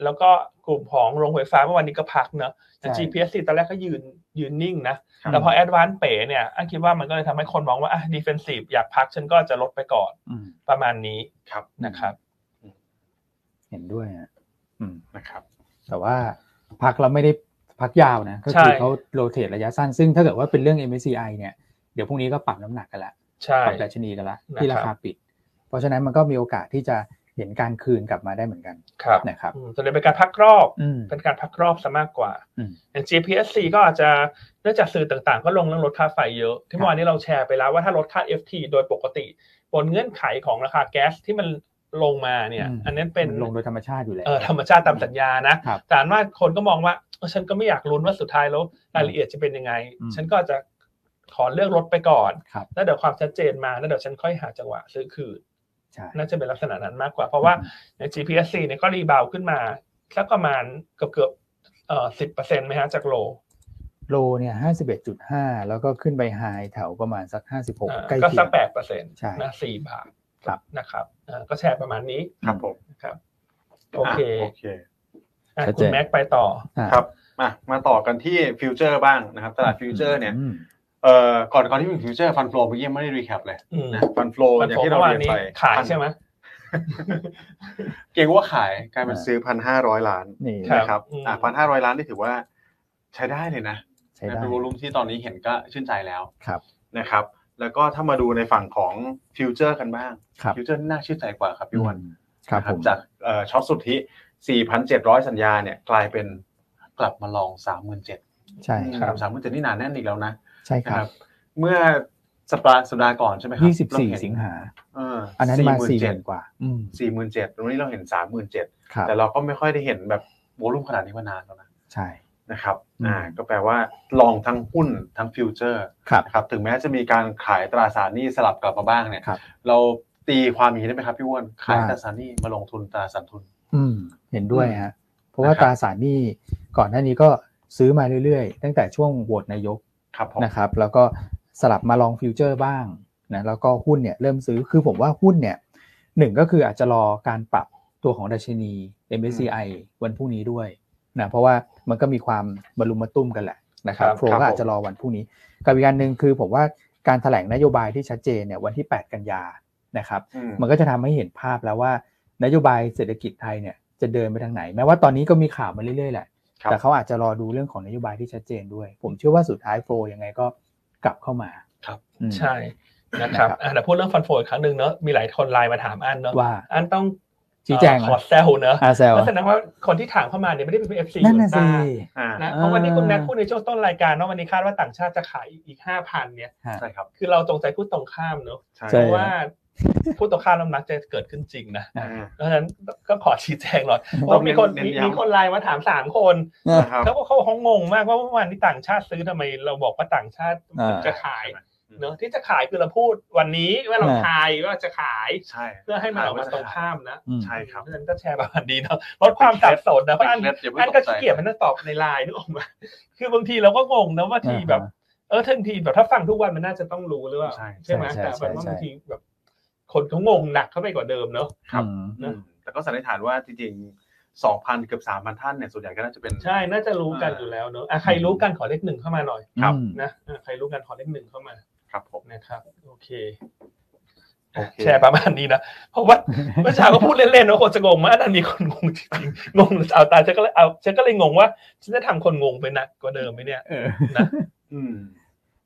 A: แล้วก็กลุ่มของโรงไฟฟ้าเมื่อวันนี้ก็พักเนอะแต่
C: ใช่
A: GPS ตอนแรกก็ยืนยืนนิ่งนะ
B: ครับ
A: แต่พอแอดวานซ์เป๋เนี่ยอันคิดว่ามันก็เลยทำให้คนมองว่าอ่ะดีเฟนซีฟอยากพักฉันก็จะลดไปก่อน
C: อืม
A: ประมาณนี้
B: ครับ
A: นะครับ
C: เห็นด้วยอ่ะอืม
B: นะครับ
C: แต่ว่าพักเราไม่ได้พักยาวนะ ก็คือ
A: ใช่
C: เขาโรเตทระยะสั้น ซึ่งถ้าเกิดว่าเป็นเรื่อง MSCI เนี่ยเดี๋ยวพรุ่งนี้ก็ปรับน้ำหนักกันละ
A: ใช่
C: ปรัดัชนีกันละ ที่
A: นะ
C: รา
A: ครั
C: คา
A: บ
C: ปิด เพราะฉะนั้นมันก็มีโอกาสที่จะเห็นการคืนกลับมาได้เหมือนกัน
A: ครับ
C: นะครับ
A: อืมส่วนใหญ่เป็นการพักรอบ
C: อืม
A: เป็นการพักรอบซะมากกว่า
C: อืม
A: อย่าง GPSC ก็อาจจะเนื่องจากสื่อต่างๆ ก็ลงเรื่องลดค่าไฟเยอะ ที่เมื่อวานนี้เราแชร์ไปแล้วว่าถ้าลดค่า FT โดยปกติ บนเงื่อนไขของราคาแก๊สที่มันลงมาเนี่ย
C: อืม
A: อันนั้นเป็น
C: มัลงโดยธรรมชาติอยู่แล้ว
A: เอ่อธรรมชาติตามสัญญานะครับ แต่อันว่าคนก็มองว่าเออฉันก็ไม่อยากลุ้นว่าสุดท้ายแล้วรายละเอียดจะเป็นยังไง
C: อืม
A: ฉันก็จะขอเลือกลดไปก่อน
C: ครับ
A: แล้วเดี๋ยวความชัดเจนมาแล้วเดี๋ยวฉันค่อยหาจังหวะซื้อคืน
C: ใช่
A: น่าจะเป็นลักษณะนั้นมากกว่า เพราะว่า ใน GPSC เนี่ยก็รีบาวด์ขึ้นมาสักประมาณเกือบเกือบๆเอ่อสิบเปอร์เซ็นต์ไหมฮะจากโล
C: โลเนี่ยห้าสิบเอ็ดจุดห้าแล้วก็ขึ้นไปไฮแถวประมาณสักห้าสิบหก
A: อ่า
C: ใกล้
A: ก็
C: เคี
A: สั
C: ย
A: ก
C: ง
A: แปดเปอร์เซ็นต์
C: ใช่
A: นะสี่บาท
C: ครับ
A: นะครับอ่าก็แชร์ประมาณนี้
B: ครับผม
A: นะครับ โอเค
B: อ่ะโอเค
A: อ่ะ
C: ชัดเจน
A: คุณแม็กไปต่อ
C: อ่า
B: ครับ มามาต่อกันที่ฟิวเจอร์บ้างนะครับ ตลาดฟิวเจอร์เนี่ย
C: อืม
B: เอ่อ ก่อนก่อนที่เป็นฟิวเจอร์ฟันโฟลเมื่อกี้ไม่ได้รีแคปเลย
A: อืม
B: นะ ฟันโฟล
A: มัน
B: อย่าง
A: ผม
B: ที่เรา
A: เมื่อวา
B: เรี
A: น
B: ยน
A: นี้
B: ไป
A: ขายใช่ไหม
B: เกรงว่าขายกลายเป็น
C: อ่า
B: ซื้อพันห้าร้อยล้าน
C: นี่
A: ครับ
B: นะครับ
A: อืม
B: อ่ะพันห้าร้อยล้านนี่ถือว่าใช้ได้เลยนะ
C: ใช้ได้
B: เป็นวอลุ่มที่ตอนนี้เห็นก็ชื่นใจแล้ว
C: ครับ
B: นะครับ แล้วก็ถ้ามาดูในฝั่งของฟิวเจอร์กันบ้าง
C: ครับ
B: ฟิวเจอร์น่าชื่นใจกว่าครับพี่อ้วัน
C: ครับ
B: นะ
C: ผม
B: จากเอ่อช็อตสุทธิ 4,700 สัญญาเนี่ยกลายเป็นกลับมาลอง 37,000
C: ใช่
A: ครับ
B: สามหมื่นเจ็ดนี่หนาแน่นอีกแล้วนะ
C: ใช่ค
B: นะ
C: รับ
B: เมื่อสัปดาห์สัปดาห์ก่อนใช่ไหมครั
C: ยี่สิบสี่
B: เรเน
C: สิงหา
B: เออ
C: อั
B: อั
C: นนั้นมาสี่หมื่นกว่า อืม
B: สี่หมื่นเจ็ดวันนี้เราเห็นสามหมื่นเจ็ด
C: ครับ
B: แต่เราก็ไม่ค่อยได้เห็นแบบโวลุ่มขนาดนี้มานานแล้วนะ
C: ใช่
B: นะครับ
C: อืม
B: อ่าก็แปลว่าลองทั้งหุ้นทั้งฟิวเจอร์
C: ครับ
B: นะครับถึงแม้จะมีการขายตราสารหนี้สลับกลับมาบ้างเนี่ย
C: ครับ
B: เราตีความอย่างนี้ได้ไหมครับพี่อ้วนขาย
C: ว่า
B: ตราสารหนี้มาลงทุนตราสารทุน
C: อืม เห็นด้วยฮะ เพราะว่า
B: นะครับ
C: ตราสารหนี้ก่อนหน้านี้ก็ซื้อมาเรื่อยๆ ตั้งแต่ช่วงโหวตนายก
B: ครับผม
C: นะครับ แล้วก็สลับมาลองฟิวเจอร์บ้างนะแล้วก็หุ้นเนี่ยเริ่มซื้อคือผมว่าหุ้นเนี่ยหนึ่งก็คืออาจจะรอการปรับตัวของดัชนี MSCI วันพรุ่งนี้ด้วยนะเพราะว่ามันก็มีความบรรลุมมาตุ้มกันแหละนะครับ
A: ครับ
C: โฟลก็อาจจะรอวันพรุ่งนี้กับอีกการหนึ่งคือผมว่าการแถลงนโยบายที่ชัดเจนเนี่ยวันที่ 8 กันยานะครับ
B: อืม
C: มันก็จะทำให้เห็นภาพแล้วว่า นโยบายเศรษฐกิจไทยเนี่ยจะเดินไปทางไหน แม้ว่าตอนนี้ก็มีข่าวมาเรื่อยๆแหละ
B: ครับ
C: แต่เขาอาจจะรอดูเรื่องของนโยบายที่ชัดเจนด้วย ผมเชื่อว่าสุดท้ายโฟลยังไงก็กลับเข้ามา
B: ครับ
C: อืม
A: ใช่นะครับ
C: นะครับ
A: อ่ะเดี๋ยวพูดเรื่องฟันโฟอีกครั้งหนึ่งเนอะมีหลายคนไลน์มาถามอันเนอะ
C: ว่า
A: อันต้อง
C: ชี้แจง
A: เอ่อขอแซวเนอะ
C: อาเซล
A: ก็แสดงว่าคนที่ถามเข้ามาเนี่ยไม่ได้เป็น FC
C: นั่นน่ะสิ
B: อ่า
A: นะ
C: อ่า
A: เพราะวันนี้คุณแม็กพูดในช่วงต้นรายการว่าวันนี้คาดว่าต่างชาติจะขายอีกห้าพันเนี่ย
C: ฮะ
B: ใช่ครับ
A: คือเราตรงใจพูดตรงข้ามเนอะ
B: ใช่
C: ใช่
A: เพราะว่าพูดตรงข้ามแล้วมักจะเกิดขึ้นจริงนะ
B: อ่า
A: เพราะฉะนั้นก็ขอชี้แจงหน่อยเพ
B: ต้อง
A: ราะ
B: เน้น
A: มีคน
B: เน้น
A: มี
B: ย้ำ
A: มีคนไลน์มาถามสามคน
B: นะครับ
A: แล้วก็เขาเขางงมากว่าเมื่อวานนี้ต่างชาติซื้อทำไม เราบอกว่าต่างชาติ
C: อ่า
A: จะขาย
B: อืม
A: เนอะที่จะขายคือเราพูดวันนี้ว่าเราทายว่าจะขาย
B: ใช่
A: เพื่อให้มันออกมาตรงข้ามนะ
C: อืม
B: ใช่ครับ
A: เพราะฉะนั้นก็แชร์ประมาณนี้เนาะลดความสับสนนะเพราะอัน อันก็ขี้เกียจมันต้องตอบในไลน์นึกออกไหมคือบางทีเราก็งงนะว่าทีแบบ เออทังทีแบบถ้าฟังทุกวันมันน่าจะต้องรู้หรือเปล่า
B: ใช่
A: ไหม
C: ใช่
A: แต่
C: ใช่
A: แบบว่า
C: ใช่
A: บางทีแบบ คนเขางงหนักเข้าไปกว่าเดิมเนอะ
B: ครับ
C: อืม
A: นะ
B: แต่ก็สันนิษฐานว่าจริงๆสองพันเกือบสามพันท่านเนี่ยส่วนใหญ่ก็น่าจะเป็น
A: ใช่น่าจะรู้กัน
B: อ่า
A: อยู่แล้วเนอะอ่ะใครรู้กันขอเลขหนึ่งเข้ามาหน่อย
C: ครับ
A: นะอ่ะใครรู้กันขอเลขหนึ่งเข้ามา
B: ครับผม
A: นะครับ โอเค
B: โอเค
A: แชร์ประมาณนี้นะเพราะว่า เมื่อเช้าก็พูดเล่นๆว่าคนจะงงมากแต่มีคนงงจริงๆง งเอาตายฉันก็เลยเอาฉันก็เลยงงว่าฉันจะทำคนงงไปหนักกว่าเดิมไหมเนี่ย
C: เออ
A: นะ
B: อืม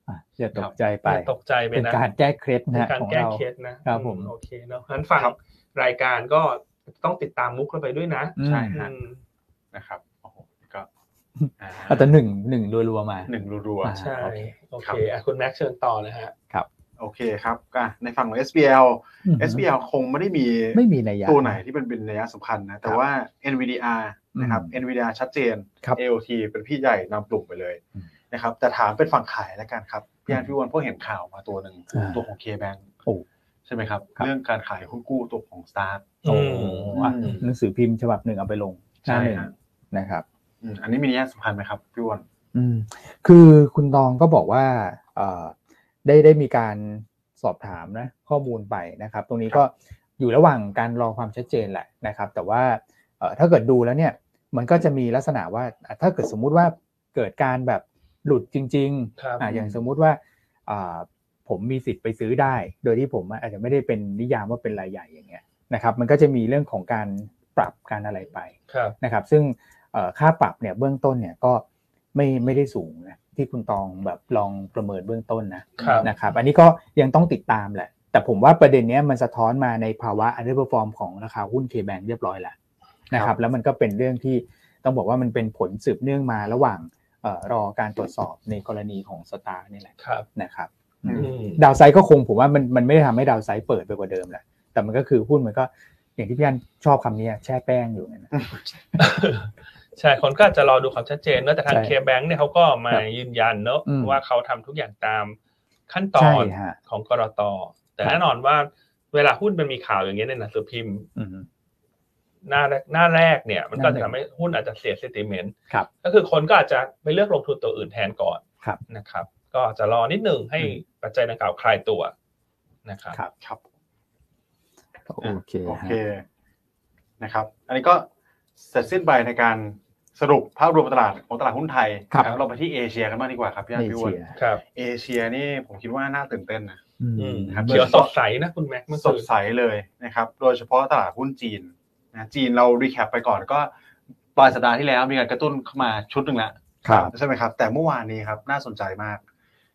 C: อ่ะอย่าตกใจไป
A: อย่าตกใจไป
C: เป็น
A: นะ
C: การแก้เคล็ด
A: เป็
C: นะ
A: น
C: ฮะ
A: การ
C: ของ
A: แก้
C: เรา
A: เคล็ดนะครับ
C: ผม
A: อืโอเคเนาะงั้นฟัง
B: ครับ
A: รายการก็ ต้องติดตามมุกเราไปด้วยนะ
B: ใช่
C: อืม
A: อื
B: ฮะ
A: ม
B: นะครับโอ้โหก็อ่า
C: อาจจะหนึ่งหนึ่งรัวๆมา
B: หนึ่งรัว
C: อ่า
A: ใช่
C: โอ
A: โอ
C: เคครั
A: เค
C: บ
A: อ่ะคุณแม็กซ์เชิญต่อนะฮะ
B: ๆโอเคครับอ่ะในฝั่งของ SBL
C: อืม
B: SBL คงไม่ได้มี
C: ไม่มีนัยยะ
B: ตัวไหนที่เป็นเป็นนัยสำคัญนะ แต่ว่า NVDR นะครับ
C: อืม
B: NVDR ชัดเจน
C: ครับ
B: AOT เป็นพี่ใหญ่นำกลุ่มไปเลย
C: อืม
B: นะครับแต่ถามเป็นฝั่งขายแล้วกันครับพี่อัน
C: อืม
B: พี่อ้วนเพวกเห็นข่าวมาตัวหนึ่ง
C: อ่า
B: ตัวของ KBank
C: โอ้
B: ใช่ไหมครับ
C: ครับ
B: เรื่องการขายหุ้นกู้ตัวของ Star
C: โอ้
A: อืม
C: อ่ะ
B: อืม
C: หนังสือพิมพ์ฉบับหนึ่งเอาไปลงหน้าหนึ่ง
B: ใช่ฮะ
C: นะครับ
B: อืมอันนี้มีนัยสำคัญไหมครับพี่อ้วน
C: อืมคือคุณตองก็บอกว่าเอ่อได้ได้มีการสอบถามนะข้อมูลไปนะครับ ตรงนี้ก็อยู่ระหว่างการรอความชัดเจนแหละนะครับ แต่ว่าเอ่อถ้าเกิดดูแล้วเนี่ยมันก็จะมีลักษณะว่าอ่ะถ้าเกิดสมมุติว่าเกิดการแบบหลุดจริง
A: ครับ
C: ๆอ่ะอย่างสมมุติว่าอ่าผมมีสิทธิ์ไปซื้อได้ โดยที่ผมอาจจะไม่ได้เป็นนิยามว่าเป็นรายใหญ่อย่างเงี้ยนะครับมันก็จะมีเรื่องของการปรับการอะไรไป
A: ครับ
C: นะครับซึ่งเอ่อค่าปรับเนี่ยเบื้องต้นเนี่ยก็ไม่ไม่ได้สูงนะที่คุณตองแบบลองประเมินเบื้องต้นนะครับ นะครับอันนี้ก็ยังต้องติดตามแหละ แต่ผมว่าประเด็นเนี้ยมันสะท้อนมาในภาวะ underperform ของราคาหุ้น KBank เรียบร้อยแล้วนะค
B: ครั
C: รับบ แล้วมันก็เป็นเรื่องที่ต้องบอกว่ามันเป็นผลสืบเนื่องมาระหว่างเอ่อรอการตรวจสอบในกรณีของสตาร์นี่แหละ
A: ครับ
C: นะครับ
A: อืม
C: ดาวไซด์ก็คงผมว่ามันมันไม่ได้ทำให้ดาวไซด์เปิดไปกว่าเดิมแหละแต่มันก็คือหุ้นมันก็อย่างที่พี่อันชอบคำนี้อะแช่แป้งอยู่นั่นนะ
A: ใช่คนก็อาจจะรอดูความชัดเจนเนอะแต่ทาง
C: ใช่
A: เคแบงค์เนี่ยเขาก็มา
C: ครับ
A: ยืนยันเนอะ
C: อืม
A: ว่าเขาทำทุกอย่างตามขั้นตอ
C: ใช่
A: น
C: ฮะ
A: ของกรตแต่
C: ครับ
A: แน่นอนว่าเวลาหุ้นมันมีข่าวอย่างเงี้ยในหนังสือพิมพ์
C: อืม
A: หน้าแรกหน้าแรกเนี่ย มันก็
C: หน้าแรก
A: ทำให้หุ้นอาจจะเสียเซติเมนต์
C: ครับ
A: ก็คือคนก็อาจจะไปเลือกลงทุนตัวอื่นแทนก่อน
C: ครับ
A: นะครับ ก็จะรอนิดหนึ่งให้
C: อืม
A: ปัจจัยดังกล่าวคลายตัวนะครับ
B: ครับ
C: โอเค
B: โอเค
C: ฮะ
B: นะครับ อันนี้ก็เสร็จสิ้นไปในการสรุปภาพรวมตลาดของตลาดหุ้นไทย
C: ครับ
B: นะเราไปที่เอเชียกันบ้างดีกว่าครับพี่อัน
C: เอ
B: พี่อ้วน
C: เชีย
A: ครับ
B: เอเชียนี่ผมคิดว่าน่าตื่นเต้นนะ
C: อืม
A: อืม
B: ครับ
A: เขียวสดใสนะคุณแม็กซ์เมื่อ
B: ส
A: คื
B: ด
A: น
B: ใสเลยนะครับ โดยเฉพาะตลาดหุ้นจีนนะจีนเรารีแคปไปก่อนก็ปลายสัปดาห์ที่แล้วมีการกระตุ้นเข้ามาชุดหนึ่งแล้ว
C: ครับ
B: ใช่ไหมครับ แต่เมื่อวานนี้ครับน่าสนใจมาก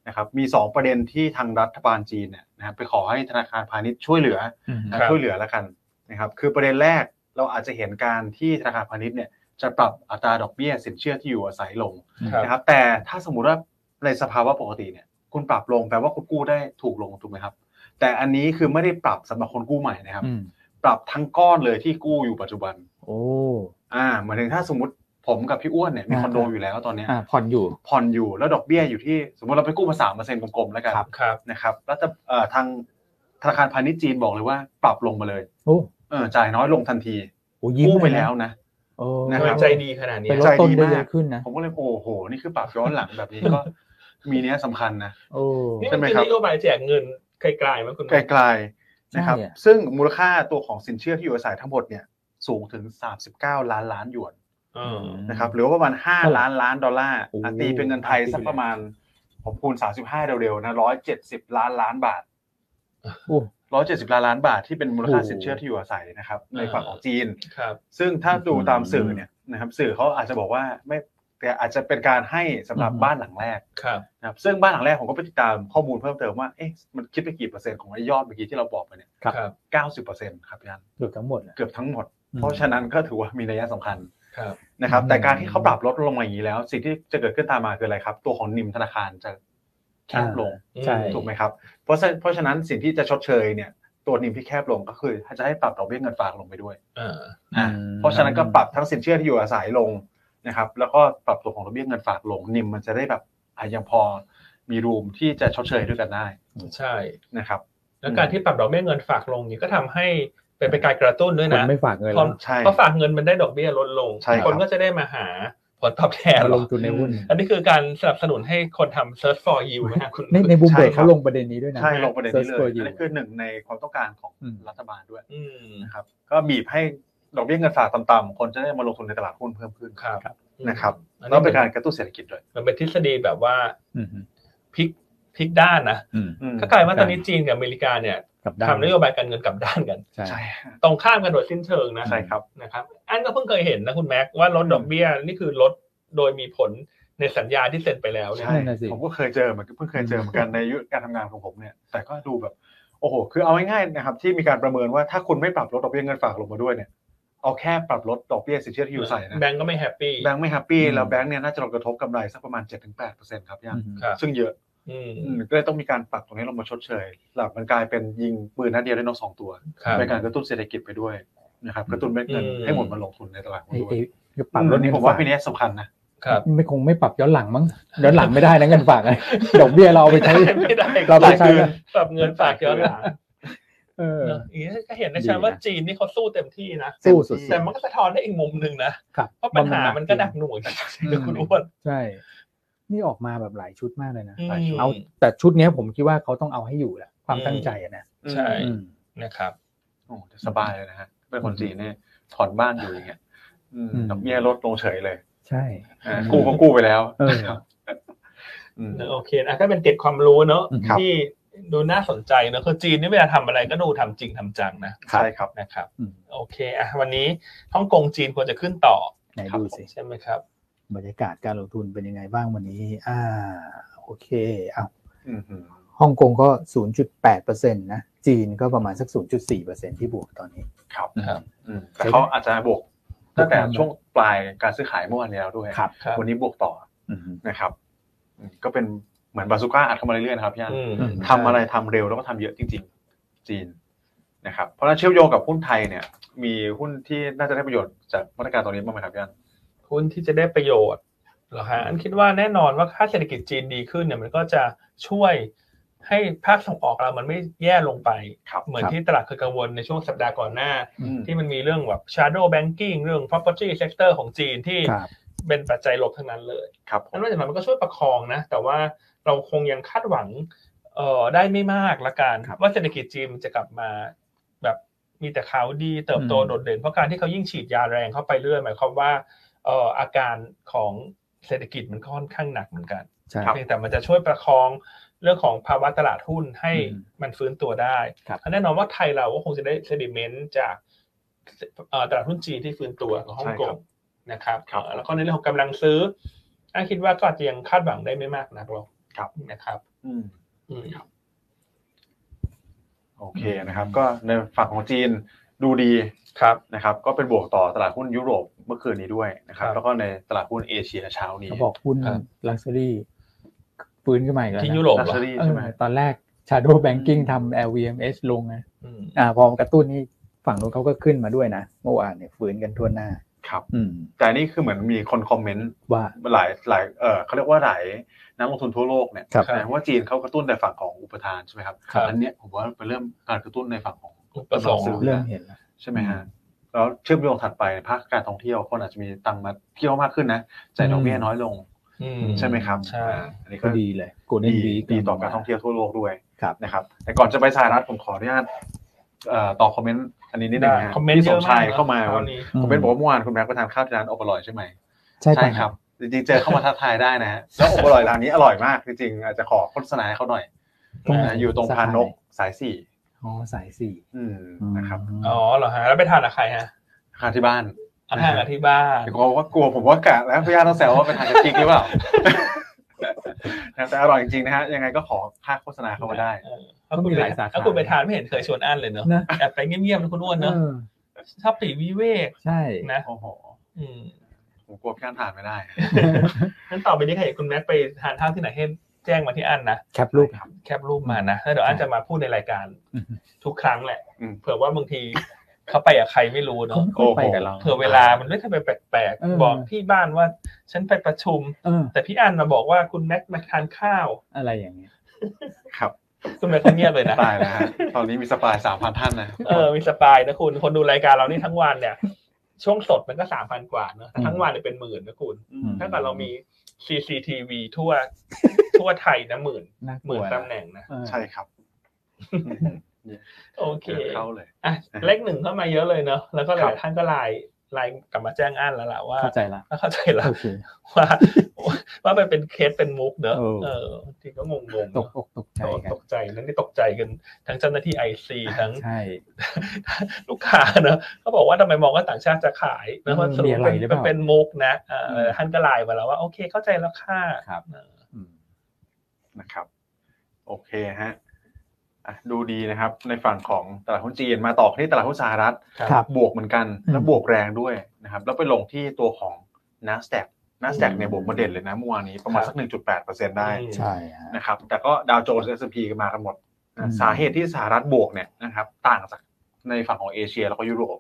B: นะครับมี 2 ประเด็นที่ทางรัฐบาลจีนเนี่ยนะครับไปขอให้ธนาคารพาณิชย์ช่วยเหลือ
C: อืม
A: ครับ
B: ช่วยเหลือแล้วกันนะครับคือประเด็นแรกเราอาจจะเห็นการที่ธนาคารพาณิชย์เนี่ยจะปรับอัตราดอกเบี้ยสินเชื่อที่อยู่อาศัยลง
A: ครับ
B: นะครับแต่ถ้าสมมุติว่าในสภาวะปกติเนี่ยคุณปรับลงแปลว่าคุณกู้ได้ถูกลงถูกไหมครับ แต่อันนี้คือไม่ได้ปรับสำหรับคนกู้ใหม่นะครับ
C: อืม
B: ปรับทั้งก้อนเลยที่กู้อยู่ปัจจุบัน
C: โอ้
B: อ่าหมายถึงถ้าสมมติผมกับพี่อ้วนเนี่ยมี
C: อ่า
B: คอนโดอยู่แล้วตอนเนี้ย
C: อ่าผ่อนอยู่
B: ผ่อนอยู่แล้วดอกเบี้ยอยู่ที่สมมติเราไปกู้มาสามเปอร์เซ็นต์กลมๆแล้วกัน
C: ครับ
A: ครับ
B: นะครับแล้วจะเอ่อทางธนาคารพาณิชย์จีนบอกเลยว่าปรับลงมาเลย
C: โอ้
B: เออจ่ายน้อยลงทันที
C: โหยิ้ม
B: กู้ไป
C: เยนะ
B: แล้วนะ
C: โอ้
B: นะ
A: ทำ
B: ค
A: ไม
B: รับ
A: ใจดีขนาดนี้
C: เป็นลดต้นได้เยอะขึ้นนะ
B: ผมก็เลยโอ้โห นี่คือปรับย้อนหลังแบบนี้ก็ มีเนี้ยสำคัญนะ
C: โอ้
A: นี่มั
B: ใช่
A: น
B: ไหม
A: เป็น
B: ครับ
A: นโยบายแจกเงินไกลๆมั้ยคุณ
B: ไกลๆนะครับ
C: ใช่อะ
B: ซึ่งมูลค่าตัวของสินเชื่อที่อยู่อาศัยทั้งหมดเนี่ยสูงถึง 39 ล้านล้านหยวน
A: เออ
B: นะครับหรือว่าประมาณ
C: เท่าไหร่
B: 5 ล้านล้านดอลลาร์
C: โอ้โห
B: อ่ะตีเป็นเงินไทยสักประมาณ ผมคูณ 35 เร็วๆนะ170 ล้านล้านบาท
C: โอ้
B: 170 ล้านล้านบาทที่เป็นมูลค่า
C: โอ้โห
B: สินเชื่อที่อยู่อาศัยนะครับในฝั่งของจีน
A: ครับ
B: ซึ่งถ้าดูตามสื่อเนี่ยนะครับสื่อเขาอาจจะบอกว่าไม่แต่อาจจะเป็นการให้สำหรับ
C: อืม
B: บ้านหลังแรก
A: ครับ
B: นะครับซึ่งบ้านหลังแรกผมก็ไปติดตามข้อมูลเพิ่มเติมว่าเอ๊ะมันคิดไปกี่เปอร์เซ็นต์ของไอ้ยอดเมื่อกี้ที่เราบอกไปเนี่ย
C: ครับ
A: ครับ
B: เก้าสิบเปอร์เซ็นต์ครับพี่อัน
C: เกือบทั้งหมดนะ
B: เกือบทั้งหมด
C: อืม
B: เพราะฉะนั้นก็ถือว่ามีนัยสำคัญ
A: ครับ
B: นะครับ
C: อืม
B: แต่การที่เขาปรับลดลงมาอย่างนี้แล้ว สิ่งที่จะเกิดขึ้นตามมาคืออะไรครับ ตัวของนิมธนาคารจะแคบลง
C: ใช่
B: ถูกไหมครับเพราะฉะเพราะฉะนั้นสิ่งที่จะชดเชยเนี่ยตัวนิมที่แคบลงก็คือถ้าจะให้ปรับดอกเบี้ยเงินฝากลงไปด้วย
A: เออ
B: อ่ะ
C: อืม
B: เพราะฉะนั้นก็ปรับทั้งสินเชื่อที่อยู่อาศัยลงนะครับแล้วก็ปรับตัวของดอกเบี้ยเงินฝากลง นิมมันจะได้แบบอ่ะยังพอมีรูมที่จะชดเชยด้วยกันได้
A: ใช่
B: นะครับ
A: แล้วการที่ปรับดอกเบี้ยเงินฝากลงนี่ก็ทำให้เป็นเป็นการกระตุ้นด้วย
C: คน
A: นะ
C: ไม่ฝากเงิน
A: เพ
C: แล้
A: ราะ
C: ว
B: ใช่
A: เพราะฝากเงินมันได้ดอกเบี้ยลดลง
B: ใช่ครับ
A: คนก็จะได้มาหาผลตอบแทน
C: มา
A: หร
C: ล
A: อง
C: ทุนในหุ้น
A: อันนี้คือการสนับสนุนให้คนทำ search for you นะคุณ
C: ในในบูมเบิร์ก
B: ใช่ครับ
C: เขาลงประเด็นนี้ด้วยนะ
B: ใช่ลงประเด็นนี้เลย
C: Search for you
B: อันนี้คือหนึ่งในความต้องการของ
C: อืม
B: รัฐบาลด้วย
A: อืม
B: นะครับ ก็บีบให้ดอกเบี้ยเงินฝากต่ำๆคนจะได้มาลงทุนในตลาดหุ้นเพิ่มขึ้น
A: ครับ
B: นะครับ
A: อัน
B: แล้ว
A: นี้
B: เป็
A: เป็น น
B: การกระตุ้นเศรษฐกิจด้วย
A: มันเป็นทฤษฎีแบบว่า
C: อืม
A: พลิกพลิกด้านนะ
C: อืม
B: อืม
A: ก็กลายว่าตอนนี้จีนกับอเมริกาเนี่ย
C: กลับด้า
A: ทำนโยบายการเงินกลับด้านกัน
C: ใช่
B: ใช่
A: ตรงข้ามกันโดยสิ้นเชิงนะ
B: ใช่ครับ
A: นะครับอันก็เพิ่งเคยเห็นนะคุณแม็กว่าลดดอกเบี้ยนี่คือลดโดยมีผลในสัญญาที่เซ็นไปแล้วเนี่ย
B: ใช่
C: นั่นน่ะสิ
B: ผมก็เคยเจอเหมือนกันเพิ่งเคยเจอเหมือนกันในยุคการทำงานของผมเนี่ย แต่ก็ดูแบบ โอ้โห คือเอาง่ายๆนะครับ ที่มีการประเมินว่าถ้าคุณไม่ปรับลดดอกเบี้ยเงินฝากลงมาด้วยเนี่ย เอาแค่ปรับลดดอกเบี้ยสินเชื่อที่อยู่ใส่นะ
A: แบงก์ก็ไม่แฮปปี้
B: แบงค์ไม่แฮปปี้
C: อืม
B: แล้วแบงค์เนี่ยน่าจะลดกระทบกำไรสักประมาณ7-8%ครับย่าง
A: ครับ
B: ซึ่งเยอะ
A: อืม
B: อืมก็เลยต้องมีการปรับตรงนี้ลงมาชดเชยหลักมันกลายเป็นยิงปืนนัดเดียวได้นกสองตัว
A: ครับ
B: เป็นการกระตุ้นเศรษฐกิจไปด้วยนะครับกระตุ้นเม็ดเงิน
A: อืม
B: ให้หมุนมาลงทุนในตลาดหุ้น
C: ไอ้
B: ด้วย
C: ไอ้กระปรับ
B: อืม
C: ลด
B: นี่
C: เงิน
B: ผมว่า
C: ฝาก
B: ปีนี้สำคัญนะ
A: ครับ
C: ไม่คงไม่ปรับย้อนหลังมั้งย้อนหลังไม่ได้นะเงินฝากอะ ดอกเบี้ยเราเอาไป ใช้
A: ไม่ได้
C: เราไปใช้
A: ปรับเงินฝากย้อนหลัง
C: เออ
A: เนอะอย่างนี้ก็เห็นได้ชัดว่าจีนนี่เขาสู้เต็มที่นะ
C: สู้สุดๆ
A: แต่มันก็สะท้อนได้อีกมุมหนึ่งนะ
C: ครับ
A: เพราะปัญหามันก็หนักหน่วงจากที่ คุณอ้วน
C: ใช่ นี่ออกมาแบบหลายชุดมากเลยนะ
A: ม
C: เอาแต่ชุดเนี้ยผมคิดว่าเขาต้องเอาให้อยู่แหละความตั้งใจอะนะ
A: ใช่ อืม
C: อืม
A: นะครับ
B: โอ้จะสบายเลยนะฮะเป็นคนจีนเนี่ยถอนบ้านอยู่อย่างเงี้ยอืมดอกเบี้ยลดลงเฉยเลย
C: ใช่
B: อ่ากู้ก็กู้ไปแล้ว
C: เออ
B: ครับอืม
A: โอเคนะก็เป็นเกร็ดความรู้เนอะ
B: ครับ
A: ที่ดูน่าสนใจเนอะคือจีนนี่เวลาทำอะไรก็ดูทำจริงทำจังนะ
B: ใช่ครับ
A: นะครับ
C: อืม
A: โอเคอ่ะวันนี้ฮ่องกงจีนควรจะขึ้นต่อ
C: ไหน
A: ครับ
C: ดู
A: ผม
C: สิ
A: ใช่ไหมครับ
C: บรรยากาศการลงทุนเป็นยังไงบ้างวันนี้ อ่า โอเค เอา
B: อืมฮึ
C: ฮ่องกงก็ 0.8%นะ จีนก็ประมาณสัก 0.4%ที่บวกตอนนี้
B: ครับ
A: ครับ
B: อืมแต่เขาอาจจะบวกตั้งแต่ช่วงปลายการซื้อขายเมื่อวานนี้แล้วด้วย
C: ครับ
A: ครับ
B: วันนี้บวกต่อ
C: อืม
B: นะครับอืมก็เป็นเหมือนบาซูก้าอัดเข้ามาเรื่อยๆนะครับพี่อัน
A: อืม
C: ม
B: ทำอะไรทำเร็วแล้วก็ทำเยอะจริง ๆ จีนนะครับเพราะฉะนั้นเชื่อมโยงกับหุ้นไทยเนี่ย มีหุ้นที่น่าจะได้ประโยชน์จากมาตรการตรงนี้บ้างไหมครับพี่อัน
A: หุ้นที่จะได้ประโยชน์เหรอฮะอันคิดว่าแน่นอนว่าถ้าเศรษฐกิจจีนดีขึ้นเนี่ยมันก็จะช่วยให้ภาคส่งออกเรามันไม่แย่ลงไป
B: ครับ
A: เหมือน
C: ครับ
A: ที่ตลาดเคยกังวลในช่วงสัปดาห์ก่อนหน้า
B: อืม
A: ที่มันมีเรื่องแบบ shadow banking เรื่อง property sector ของจีนที่
C: ครับ
A: เป็นปัจจัยลบทั้งนั้นเลย
B: ครับผม
A: นั่นว่าจากนั้นมันก็ช่วยประคองนะ แต่ว่าเราคงยังคาดหวังเอ่อได้ไม่มากละกัน
C: ครับ
A: ว่าเศรษฐกิจจีนมันจะกลับมาแบบมีแต่ข่าวดีเติบโต
C: อืม
A: โดดเด่นเพราะการที่เขายิ่งฉีดยาแรงเข้าไปเรื่อยหมายความว่าเอ่ออาการของเศรษฐกิจมันค่อนข้างหนักเหมือนกัน
C: ใช่
A: เพียงแต่มันจะช่วยประคองเรื่องของภาวะตลาดหุ้นให้
C: อืม
A: มันฟื้นตัวได้
C: ครับ
A: และแน่นอนว่าไทยเราก็คงจะได้เซดิเมนต์จากเอ่อตลาดหุ้นจีนที่ฟื้นตัวของฮ่องก
B: ใช่ครั
A: ง
B: บ
A: นะครับ
B: ครับ
A: เอ่อแล้วก็ในเรื่องของกำลังซื้ออาคิดว่าก็อาจจะยังคาดหวังได้ไม่มากนักหรอก
B: ครับ
A: นะครับ
B: อืม
A: อืม
B: โอเคนะครับ ก็ในฝั่งของจีนดูดี
A: ครับ
B: นะครับ ก็เป็นบวกต่อตลาดหุ้นยุโรปเมื่อคืนนี้ด้วยนะครับ
A: ครับ
B: แล้วก็ในตลาดหุ้นเอเชียเช้านี้
C: เขาบอกหุ้น
A: ครับ
C: ลักชัวรี่ฟื้นขึ้นมาอีกแล้ว
A: ที่
C: นะ
A: ยุโรป
B: ลัก
A: เหรอ
B: ชัวรี่
C: เออ
B: ใช่ไหม
C: ตอนแรก Shadow Banking ทำ LVMH ลงนะ
A: อืม
C: อ่า พอกระตุ้นนี่ฝั่งนู้นเขาก็ขึ้นมาด้วยนะ เมื่อวานเนี่ยฟื้นกันทั่วหน้า
B: ครับ
C: อืม
B: แต่อันนี่คือเหมือนมีคนคอมเมนต์
C: ว่า
B: หลายหลายเออเขาเรียกว่าหลายนักลงทุนทั่วโลกเนี่ย
C: ครับ
B: นะว่าจีนเขากระตุ้นแต่ฝั่งของอุปทานใช่ไหมครับ
A: ครับ
B: อันเนี้ยผมว่าเป็นเริ่มการกระตุ้นในฝั่งของ
A: อุปสงค์
B: ซื้อ
C: เริ่มเห็นแล้ว
B: ใช่ไหมฮะ
C: อืม
B: แล้วเชื่อมโยงถัดไปภาคการท่องเที่ยวคนอาจจะมีตังค์มาเที่ยวมากขึ้นนะจ่ายดอกเบี้ยน้อยลง
A: อืม
B: ใช่ไหมครับ
A: ใช่
B: อ่าอันนี้
C: ก็
B: ก็
C: ดีเลย Golden
B: ดี
C: Week
B: ดีต่อการท่องเที่ยวทั่วโลกด้วย
C: ครับ
B: นะครับ แต่ก่อนจะไปสหรัฐผมขออนุญาตเอ่อต่อบคอมเมนต์อันนี้นิดหนึงนะฮะ
A: คอมเมนต์
B: พี่
A: เย
B: สม
A: อะมาก
B: ชาย
A: นะ
B: เข้ามา
A: คราวนี้
B: คอมเมนต์บอกว่าเมื่อวานคุณแม็กไปทานข้าวที่ร้านอบอร่อยใช่ไหม
C: ใช่
B: ใช่
C: ค
B: ค
C: รั
B: รับ บ จริงๆ เจอเข้ามาทักทายได้นะฮะแล้วอบอร่อยร้านนี้อร่อยมากจริงๆอาจจะขอโฆษณาให้เขาหน่อย
A: ตรงไหน
B: นะอยู่ตรง
C: สาขา
B: พานนก
C: ไหน
B: สายสี่
C: อ๋อสายสี่
B: อืมนะครับ
A: อ๋อเหรอฮะแล้วไปทานกับใครฮะ
B: ทานที่บ้าน
A: อาหารกับที่บ้าน
B: เดี๋ยวเขาว่ากลัวผมว่ากะแล้วพี่ยาต้องแซวว่าไปทานกับกิ๊กหรือเปล่า นะแต่อร่อยจริงๆนะฮะยังไงก็ขอค่าโฆษณาเข้ามาได้
A: เออถ้คุณไป
C: ก็มีหลายสาขา
A: ถ้คุณไปทานไม่เห็นเคยชวนอันเลยเนอะ
C: นะ
A: แอบไปเงียบๆนะคุณอ้วนเนอะ
C: เออ
A: ชอบปลีกวิเวก
C: ใช่
A: นะ
B: โอ้โห
A: อืม
B: ผมกลัวพี่อันทานไม่ได้
A: งั้นต่อไปนี้ใครเห็นคุณแม็กไปทานข้าวที่ไหนให้แจ้งมาที่อันนะ
C: แคปรูป
B: ครับ
A: แคปรูปมานะแล้วเดี๋ยวอันจะมาพูดในรายการ
C: อือฮึ
A: ทุกครั้งแหละ
B: อืม
A: เผื่อว่าบางทีเขาไปกับใครไม่รู้
C: เขา
A: เนาะ
C: ไม่ค่อยไปกับเรา
A: เผื่อเวลามันไม่ทำไปแปลก
C: เออ
A: ๆบอกที่บ้านว่า ฉันไปประชุม
C: เออ
A: แต่พี่อันมาบอกว่าคุณแม็กมาทานข้าว
C: อะไรอย่างเงี้ย
B: ครับ
A: คุณแม็กก็เงียบเลยนะ
B: ตายแล้วฮะตอนนี้มีสปายสามพันท่านนะ
A: เออมีสปายนะคุณคนดูรายการเรานี่ทั้งวันเนี่ย ช่วงสดมันก็สามพันกว่าเนอะแต่ทั้งวันเนี่ยเป็นหมื่นนะคุณ
C: ม
A: ถ้าเกิดเรามี CCTV ทั่ว ทั่วไทยนะหมื่น
C: น่าก
A: ห
C: ลั
A: มื่
C: วน นะ
A: ตำแหน่งนะ
C: เออ
B: ใช่ครับ
A: โอเค
B: เดี๋ยวเข้าเลย
A: อ่ะเลขหนึ่งเข้ามาเยอะเลยเนอะแล้วก็ห
B: ครั
A: ลา
B: บ
A: ยท่านก็ไลน์ไลน์กลับมาแจ้งอ่านแล้วล่ะว่า
C: เข้าใจละ
A: ว่าเข้าใจแล้ว
C: โอเค
A: ว่าว่ามันเป็นเคสเป็นมุกเนอะ
C: เออ
A: เออบางทีก็งงๆ
C: ต
A: เน
C: ก
A: อะ
C: อกตกใจ
A: ตก
C: กัน
A: ใจนั่นนี่ตกใจกันทั้งเจ้าหน้าที่ไอซีทั้ง
C: ใช่
A: ลูกค้าเนอะเขาบอกว่าทำไมมองว่าต่างชาติจะขายนะมันสรุ
C: มี
A: ป
C: อะไรหรือเป
A: มั
C: ล่าน
A: เป็นมุกนะเอออ
C: ม
A: ท่านก็ไลน์มาแล้วว่าโอเคเข้าใจแล้วค่ะ
C: ครับ
A: เออ
C: อืม
B: นะครับ โอเคฮะ อ่ะดูดีนะครับ ในฝั่งของตลาดหุ้นจีนมาต่อกันที่ตลาดหุ้นสหรัฐ
C: ครับ
B: บวกเหมือนกัน
C: อืม
B: แล้วบวกแรงด้วยนะครับ แล้วไปลงที่ตัวของ n a s d a q n a s d a q
C: อืม
B: เนี่ยบวกมาเด่นเลยนะเมื่อวานนี้ประมาณสัก 1.8%ได้
A: อืม
C: ใช่ฮะ
B: นะครับ แต่ก็ดาวโจนส์ S&P กันมากันหมด
C: อืม
B: นะสาเหตุที่สหรัฐบวกเนี่ยนะครับต่างจากในฝั่งของเอเชียแล้วก็ยุโรป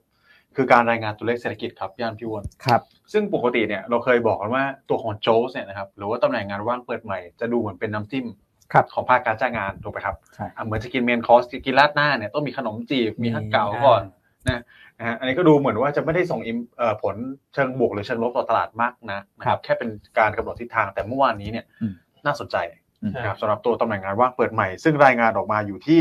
B: คือการรายงานตัวเลขเศรษฐกิจครับย่านพิวร
C: ครับ
B: ซึ่งปกติเนี่ยเราเคยบอกกันว่าตัวของโจสเนี่ยนะครับหรือว่าตำแหน่งงานว่างเปิดใหม่จะดูเหมือนเป็นน้ำจิ้ม
C: ครับ
B: ของภาคการจ้างงานถูกไหมครับ
C: ใช่
B: อ่ะเหมือนจะกินเมนคอร์สกินราดหน้าเนี่ยต้องมีขนมจีบมีฮักเก่าก่อนนะฮะอันนี้ก็ดูเหมือนว่าจะไม่ได้ส่งอิมเอ่อผลเชิงบวกหรือเชิงลบต่อตลาดมากนะนะแค่เป็นการกำหนดทิศทางแต่เมื่อวานนี้เนี่ย
C: อืม
B: น่าสนใจ
C: อืม
B: นะครับสำหรับตัวตำแหน่งงานว่างเปิดใหม่ ซึ่งรายงานออกมาอยู่ที่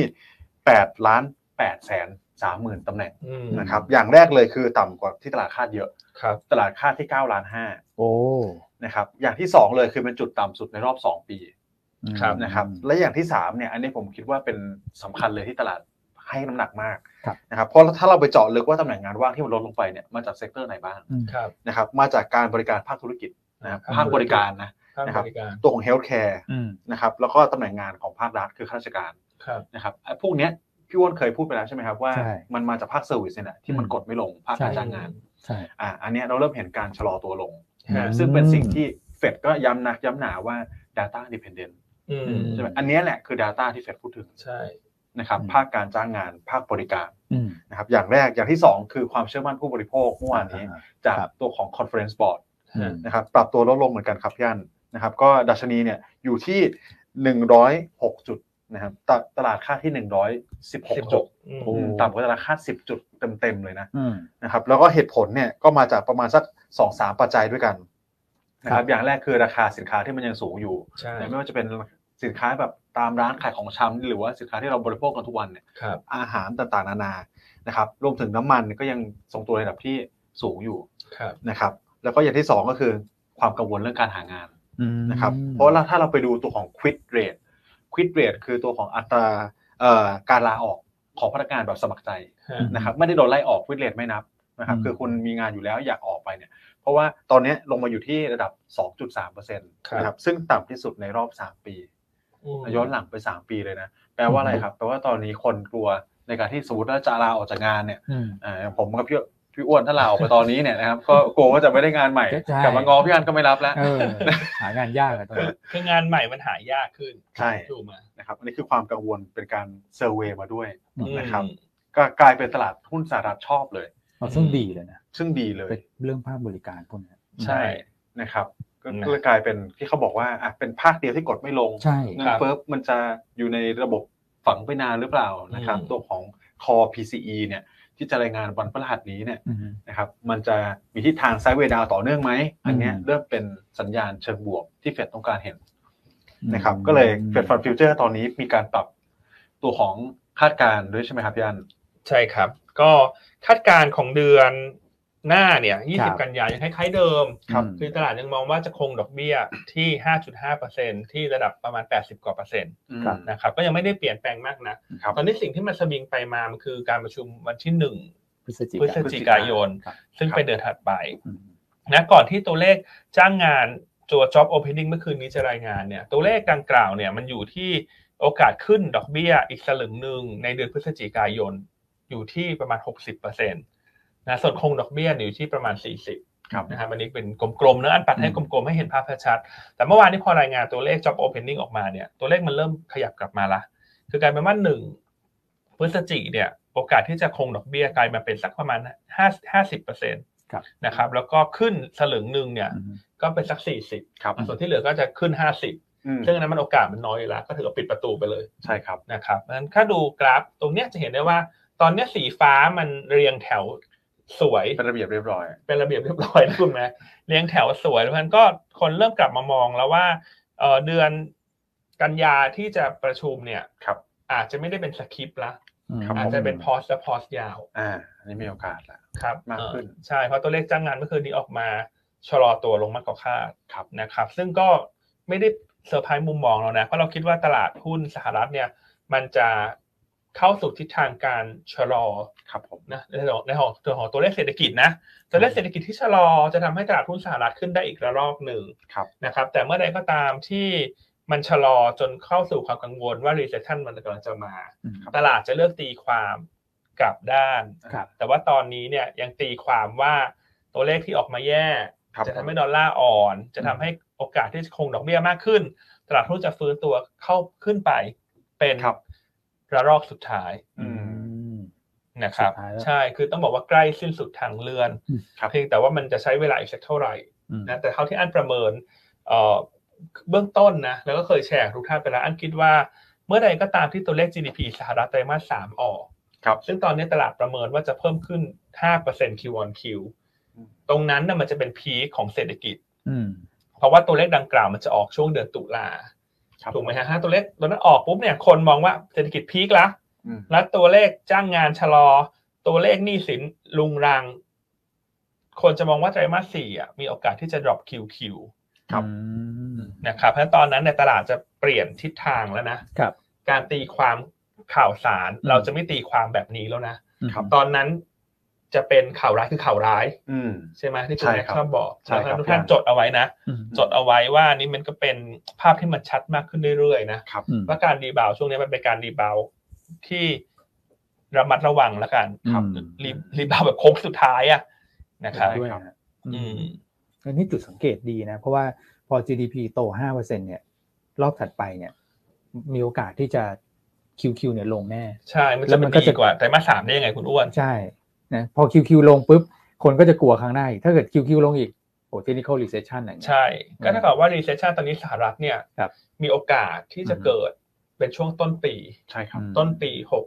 B: 8ล้าน8แสน3หมื่นตำแหน่ง
A: อืม
B: นะครับอย่างแรกเลยคือต่ำกว่าที่ตลาดคาดเยอะ
A: ครับ
B: ตลาดคาดที่9ล้าน5
C: โอ้
B: นะครับอย่างที่สองเลยคือเป็นจุดต่ำสุดในรอบ 2 ปี
C: อืม
A: ครับ
B: นะครับและอย่างที่สามเนี่ยอันนี้ผมคิดว่าเป็นสำคัญเลยที่ตลาดให้น้ำหนักมาก
C: ครับ
B: นะครับเพราะถ้าเราไปเจาะลึกว่าตำแหน่งงานว่างที่มันลดลงไปเนี่ยมาจากเซกเตอร์ไหนบ้าง
C: อืม
A: ครับ
B: นะครับมาจากการบริการภาคธุรกิจนะครับภาคบริการนะ
A: ภาคบริการ
B: ตัวของเฮลท์แคร์
C: อืม
B: นะครับแล้วก็ตำแหน่งงานของภาครัฐคือข้าราชการ
A: ครับ
B: นะครับไอ้พวกเนี้ยพี่อ้วนเคยพูดไปแล้วใช่ไหมครับว่า
C: ใช่
B: มันมาจากภาคเซอร์วิสเนี่ยแหละที่มัน
C: อืม
B: กดไม่ลงภาค
C: ใช่
B: การจ้างงาน
C: ใช่
B: อ่ะอันเนี้ยเราเริ่มเห็นการชะลอตัวลง
A: ฮะ
B: นะซึ่งเป็นสิ่ง
C: อืม
B: ที่เฟดก็ย้ำนักย้ำหนาว่า Data Dependent
A: อืม
B: ใช่ไหมอันเนี้ยแหละคือ Data ที่เฟดพูดถึง
A: ใช่
B: นะครับ
C: อืม
B: ภาคการจ้างงานภาคบริการ
C: อืม
B: นะครับอย่างแรกอย่างที่ 2 คือความเชื่อมั่นผู้บริโภคเมื่อวานนี้
C: อ่
B: จาก
C: ครับ
B: ตัวของ Conference Board
C: อืม
B: นะครับปรับตัวลดลงเหมือนกันครับย่านนะครับก็ดัชนีเนี่ยอยู่ที่ 106 จุดนะครับตะตลาดค่าดที่
A: สิบ
B: 116
A: ห
B: จุด
A: กอืม
B: อืมต่ำกว่าตลาดค่าด10 จุดเต็มๆเลยนะ
C: อืม
B: นะครับแล้วก็เหตุผลเนี่ยก็มาจากประมาณสักสองสามปัจจัยด้วยกันนะค
C: ครั
B: รับบ อย่างแรกคือราคาสินค้าที่มันยังสูงอยู่
A: ใช่
B: ไม่ว่าจะเป็นสินค้าแบบตามร้านขายของชำหรือว่าสินค้าที่เราบริโภคกันทุกวันเนี่ย
A: ครับ
B: อาหารต่างๆนานานะครับรวมถึงน้ำมันก็ยังทรงตัวในระดับที่สูงอยู่
A: ครับ
B: นะครับแล้วก็อย่างที่สองก็คือความกังวลเรื่องการหางาน
C: อืม
B: นะครับเพราะว่าถ้าเราไปดูตัวของ quit rate quit rate คือตัวของอัตราเอ่อการลาออกของพนักงานแบบสมัครใจ
A: ฮะ
B: นะครับไม่ได้โดนไล่ออกวิดเลทไม่นับนะครับคือคุณมีงานอยู่แล้วอยากออกไปเนี่ยเพราะว่าตอนเนี้ยลงมาอยู่ที่ระดับ 2.3%
A: ครับ
B: นะครับซึ่งต่ำที่สุดในรอบ 3 ปี
A: ม
B: ย้อนหลังไป 3 ปีเลยนะ แปลว่าอะไรครับ แปลว่าตอนนี้คนกลัวในการที่สมมติว่าจะลาออกจากงานเนี่ย
C: อืม
B: อ่าอย่างผมกับพี่พี่อ้วนถ้าลาออกไปตอนนี้เนี่ยนะครับ ก็กลัวว่าจะไม่ได้งานใหม่
C: ใช่
B: กลับมางอพี่อันก็ไม่รับแล้ว
C: เออหางานยากอะตรงนี้
A: คืองานใหม่มันหายากขึ้น
B: ใช่
A: ถูกไหม
B: นะครับอันนี้คือความกังวลเป็นการเซอร์เวย์มาด้วย
C: อืม
B: นะครับ ก็กลายเป็นตลาดหุ้นสหรัฐชอบเลย
C: เอาซึ่งดีเลยนะ
B: ซึ่งดีเลย
C: เป็นเรื่องภาคบริการพวกเนี้ย
B: ใช่นะครับก็
A: นะ
B: ก็เลยกลายเป็นที่เขาบอกว่าอ่ะเป็นภาคเดียวที่กดไม่ลง
C: ใช่
B: เงินเฟ้อมันจะอยู่ในระบบฝังไปนานหรือเปล่านะครับ
A: อืม
B: ตัวของคอ PCE เนี่ยที่จะรายงานวันพฤหัสนี้เนี่ย
C: อืม
B: นะครับมันจะมีทิศทางไซด์เวย์ดาวต่อเนื่องไหมอันเนี้ย
C: อืม
B: เริ่มเป็นสัญญาณเชิงบวกที่เฟดต้องการเห็นนะครับก็เลยเฟดฟันฟิวเจอร์ตอนนี้มีการปรับตัวของคาดการณ์ด้วยใช่ไหมครับพี่อัน
A: ใช่ครับ ก็คาดการณ์ของเดือนหน้าเนี่ย 20 กันยายนยังคล้ายๆเดิม
B: ครับ
C: อืม
A: คือตลาดยังมองว่าจะคงดอกเบี้ยที่ 5.5%ที่ระดับประมาณ 80 กว่าเปอร์เซ็นต์
B: อืม
C: ครับ
A: นะครับ ก็ยังไม่ได้เปลี่ยนแปลงมากนะ
B: ครับ
A: ตอนนี้สิ่งที่มันสวิงไปมา มันคือการประชุมวันที่
C: พฤศจิ
A: 1 พ
C: กา
A: ฤศ
C: ยน
A: จิกายน
C: ครับ
A: ซึ่งเป็นเดือนถัดไป
C: อืม
A: นะก่อนที่ตัวเลขจ้างงานตัว job opening เมื่อคืนนี้จะรายงานเนี่ยตัวเลขดังกล่าวเนี่ยมันอยู่ที่โอกาสขึ้นดอกเบี้ยอีกสลึงหนึ่งในเดือนพฤศจิกายนอยู่ที่ประมาณ 60%นะส่วนคงดอกเบี้ยเนี่ยอยู่ที่ประมาณ 40
B: ครับ
A: นะครับอันนี้เป็นกลมๆเนื้อะอันปัดให้
C: อื
A: ก
C: ม
A: ลมๆให้เห็นภาพชัดๆแต่เมื่อวานนี้พอรายงานตัวเลข job opening ออกมาเนี่ยตัวเลขมันเริ่มขยับกลับมาละ คือกลายเป็นว่าหนึ่งพฤศจิเนี่ยโอกาสที่จะคงดอกเบี้ยกลายมาเป็นสักประมาณห้าห้าสิบเปอร์เซ็นต์
C: ครับ
A: นะครับแล้วก็ขึ้นสลึงหนึ่งเนี่ย
C: อืม
A: ก็เป็นสักสี่สิบ
B: ครับ
A: ส่วนที่เหลือก็จะขึ้นห้าสิบ
B: อืม
A: ซึ่งอันนั้นมันโอกาสมันน้อยอยู่แล้วก็ถือว่าปิดประตูไปเลย
B: ใช่ครับ
A: นะครับเพราะฉะนั้นถ้าดูกราฟตรงเนี้ยจะเห็นได้ว่า ตอนเนี้ยสีฟ้ามันเรียงแถวสวย
B: เป็นระเบียบเรียบร้อย
A: เป็นระเบียบเรียบร้อยนะคุณแม่เรียงแถวสวยเพราะฉะนั้นก็คนเริ่มกลับมามองแล้วว่าเอ่อเดือนกันยาที่จะประชุมเนี่ย
B: ครับ
A: อาจจะไม่ได้เป็นสคริปต์ละ
B: ครับ
A: อาจจะเป็นพอสและพอสยาว
B: อ่าอันนี้มีโอกาสละ
A: ครับ
B: มากขึ้น
A: เออใช่เพราะตัวเลขจ้างงานเมื่อคืนนี้ออกมาชะลอตัวลงมากกว่าคาด
B: ครับ
A: นะครับ ซึ่งก็ไม่ได้เซอร์ไพรส์มุมมองเรานะ เพราะเราคิดว่าตลาดหุ้นสหรัฐเนี่ยมันจะเข้าสู่ทิศทางการชะลอ
B: ครับผม
A: นะในของในของตัวของตัวเลขเศรษฐกิจนะตัวเลขเศรษฐกิจที่ชะลอจะทำให้ตลาดหุ้นสหรัฐขึ้นได้อีกระลอกหนึ่ง
B: ครับ
A: นะครับ แต่เมื่อใดก็ตามที่ มันชะลอจนเข้าสู่ความกังวลว่า recession มันกำลังจะมา
C: อืม
A: ตลาดจะเลือกตีความกลับด้าน
C: ครับ
A: แต่ว่าตอนนี้เนี่ยยังตีความว่าตัวเลขที่ออกมาแย่
B: ครับ
A: จะทำให้ดอลลาร์อ่อน จะทำให้โอกาสที่จะคงดอกเบี้ยมากขึ้น ตลาดหุ้นจะฟื้นตัวเข้าขึ้นไปเป็น
B: ครับ
A: ระลอกสุดท้าย
B: อื
C: ม
B: ม
A: นะครับ
C: สุดท้ายแล้ว
A: ใช่คือต้องบอกว่าใกล้สิ้นสุดทางเลื่อน
C: อืม
B: ครับ
A: เพียงแต่ว่ามันจะใช้เวลาอีกสักเท่าไหร่
C: อืม
A: นะแต่เท่าที่อันประเมินเอ่อเบื้องต้นนะแล้วก็เคยแชร์กับทุกท่านไปแล้วอันคิดว่าเมื่อใดก็ตามที่ตัวเลข GDP สหรัฐไตรมาสสามออก
B: ครับ
A: ซึ่งตอนนี้ตลาดประเมินว่าจะเพิ่มขึ้น 5% Q on Q
B: อืม
A: ตรงนั้นนะมันจะเป็นพีคของเศรษฐกิจ
C: อืม
A: เพราะว่าตัวเลขดังกล่าวมันจะออกช่วงเดือนตุลา
B: ครับ
A: ถูกไหมฮะถ้าตัวเลขตัวนั้นออกปุ๊บเนี่ยคนมองว่าเศรษฐกิจพีคละ
B: อืม
A: แล้วตัวเลขจ้างงานชะลอ ตัวเลขหนี้สินลุงรัง คนจะมองว่าไตรมาสสี่อ่ะมีโอกาสที่จะ drop QQ
B: ครับ
A: นะครับเพราะฉะนั้นตอนนั้นในยตลาดจะเปลี่ยนทิศทางแล้วนะครับ การตีความข่าวสารเราจะไม่ตีความแบบนี้แล้วนะ
B: ครับ
A: ตอนนั้นจะเป็นข่าวร้ายคือข่าวร้าย
B: อืม
A: ใช่ไหมที่คุณ
B: ใช่
A: แม็ก
B: ครับ
A: ชอบบอก
B: ใช่ครับ
A: ทุกท่านจดเอาไว้นะ
C: อืม
A: จดเอาไว้ว่านี่มันก็เป็นภาพที่มันชัดมากขึ้นเรื่อยๆนะครับ
C: อืม
A: ว่าการรีบาวด์ช่วงนี้มันเป็นการรีบาวด์ที่ระมัดระวังแล้วกัน
C: ครับ
A: รีรีบาวด์แบบโค้งสุดท้ายอะนะครับ
C: ด้วย
B: ครับ
C: นะ
A: อืม
C: อันนี้จุดสังเกตดีนะ เพราะว่าพอ GDP โต 5%เนี่ย รอบถัดไปเนี่ย มีโอกาสที่จะ QQ เนี่ยลงแน่
A: ใช่มัน
C: แล้
A: จะ
C: วมันก็
A: ดี
C: จะ
A: กว่าไตรมาสสามได้ยังไงคุณอ้วน
C: ใช่นะพอ QQ ลงปุ๊บ คนก็จะกลัวครั้งหน้าอีกถ้าเกิด QQ ลงอีกโอ้ technical recession อะไรเงี้ย
A: ใช่ ก็ถ้ากับว่า recession ตอนนี้สหรัฐเนี่ย
C: ครับ
A: มีโอกาสที่จะ
C: อืม
A: เกิดเป็นช่วงต้นปี
B: ใช่ครับ
C: อืม
A: ต้นปีหก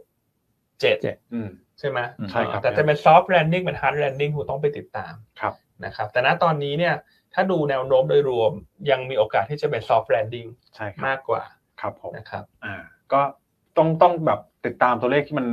A: เจ็ด
B: อืม
A: ใช่ไหม
C: อืม
B: ใช่ครับ
A: แต่จะเป็นซอฟต์แลนดิ้งเป็นฮาร์ดแลนดิ้งคุณต้องไปติดตาม
B: ครับ
A: นะครับ แต่ณตอนนี้เนี่ย ถ้าดูแนวโน้มโดยรวมยังมีโอกาสที่จะเป็นซอฟต์แลนดิ้ง
B: ใช่ครับ
A: มากกว่า
B: ครับผม
A: นะครับ
B: อ่าก็ต้องต้องแบบติดตามตัวเลขที่มัน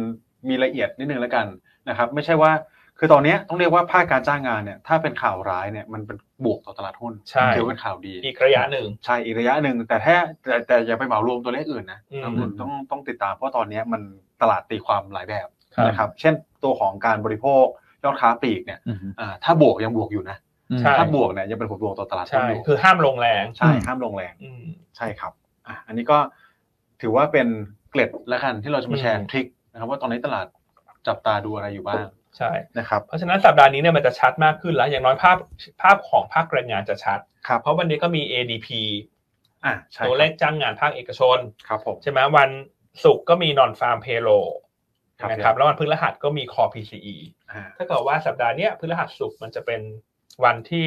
B: มีละเอียดนิดนึงแล้วกันนะครับ ไม่ใช่ว่าคือตอนเนี้ยต้องเรียกว่าภาคการจ้างงานเนี่ยถ้าเป็นข่าวร้ายเนี่ยมันเป็นบวกต่อตลาดหุ้น
A: ใช่
B: ถือว่าเป็นข่าวดี
A: อีกระยะหนึ่ง
B: ใช่อีกระยะหนึ่งแต่ถ้าแต่แต่อย่าไปเหมารวมตัวเลขอื่นนะ
A: อืม
B: นักลงทุนต้องต้องติดตามเพราะตอนเนี้ยมันตลาดตีความหลายแบบ
C: ครับ
B: นะครับ เช่นตัวของการบริโภคยอดค้าปลีกเนี่ย
C: อืม
B: อ่าถ้าบวกยังบวกอยู่นะ
A: ใช่
B: ถ้าบวกเนี่ยยังเป็นผลบวกต่อตลาดหุ้
A: ใช่
B: นอยู่
A: คือห้ามลงแรง
B: ใช่ห้ามลงแรง
A: อืม
B: ใช่ครับอ่ะอันนี้ก็ถือว่าเป็นเกล็ดละกันที่เราจะมาแชร์
A: อืม
B: ทริคนะครับว่าตอนนี้ตลาดจับตาดูอะไรอยู่บ้าง
A: ใช่
B: นะครับ
A: เพราะฉะนั้นสัปดาห์นี้เนี่ยมันจะชัดมากขึ้นแล้ว อย่างน้อยภาพภาพของภาคแรงงานจะชัด
B: ครับ
A: เพราะวันนี้ก็มี ADP
B: อ่ะใช่ครับ
A: ตัวเลขจ้างงานภาคเอกชน
B: ครับผม
A: ใช่ไหมวันศุกร์ก็มี non farm payroll
B: ครับ
A: นะครับแล้ววันพฤหัสก็มี core PCE
B: อ่า
A: ถ้าเกิดว่าสัปดาห์เนี้ยพฤหัสศุกร์มันจะเป็นวันที่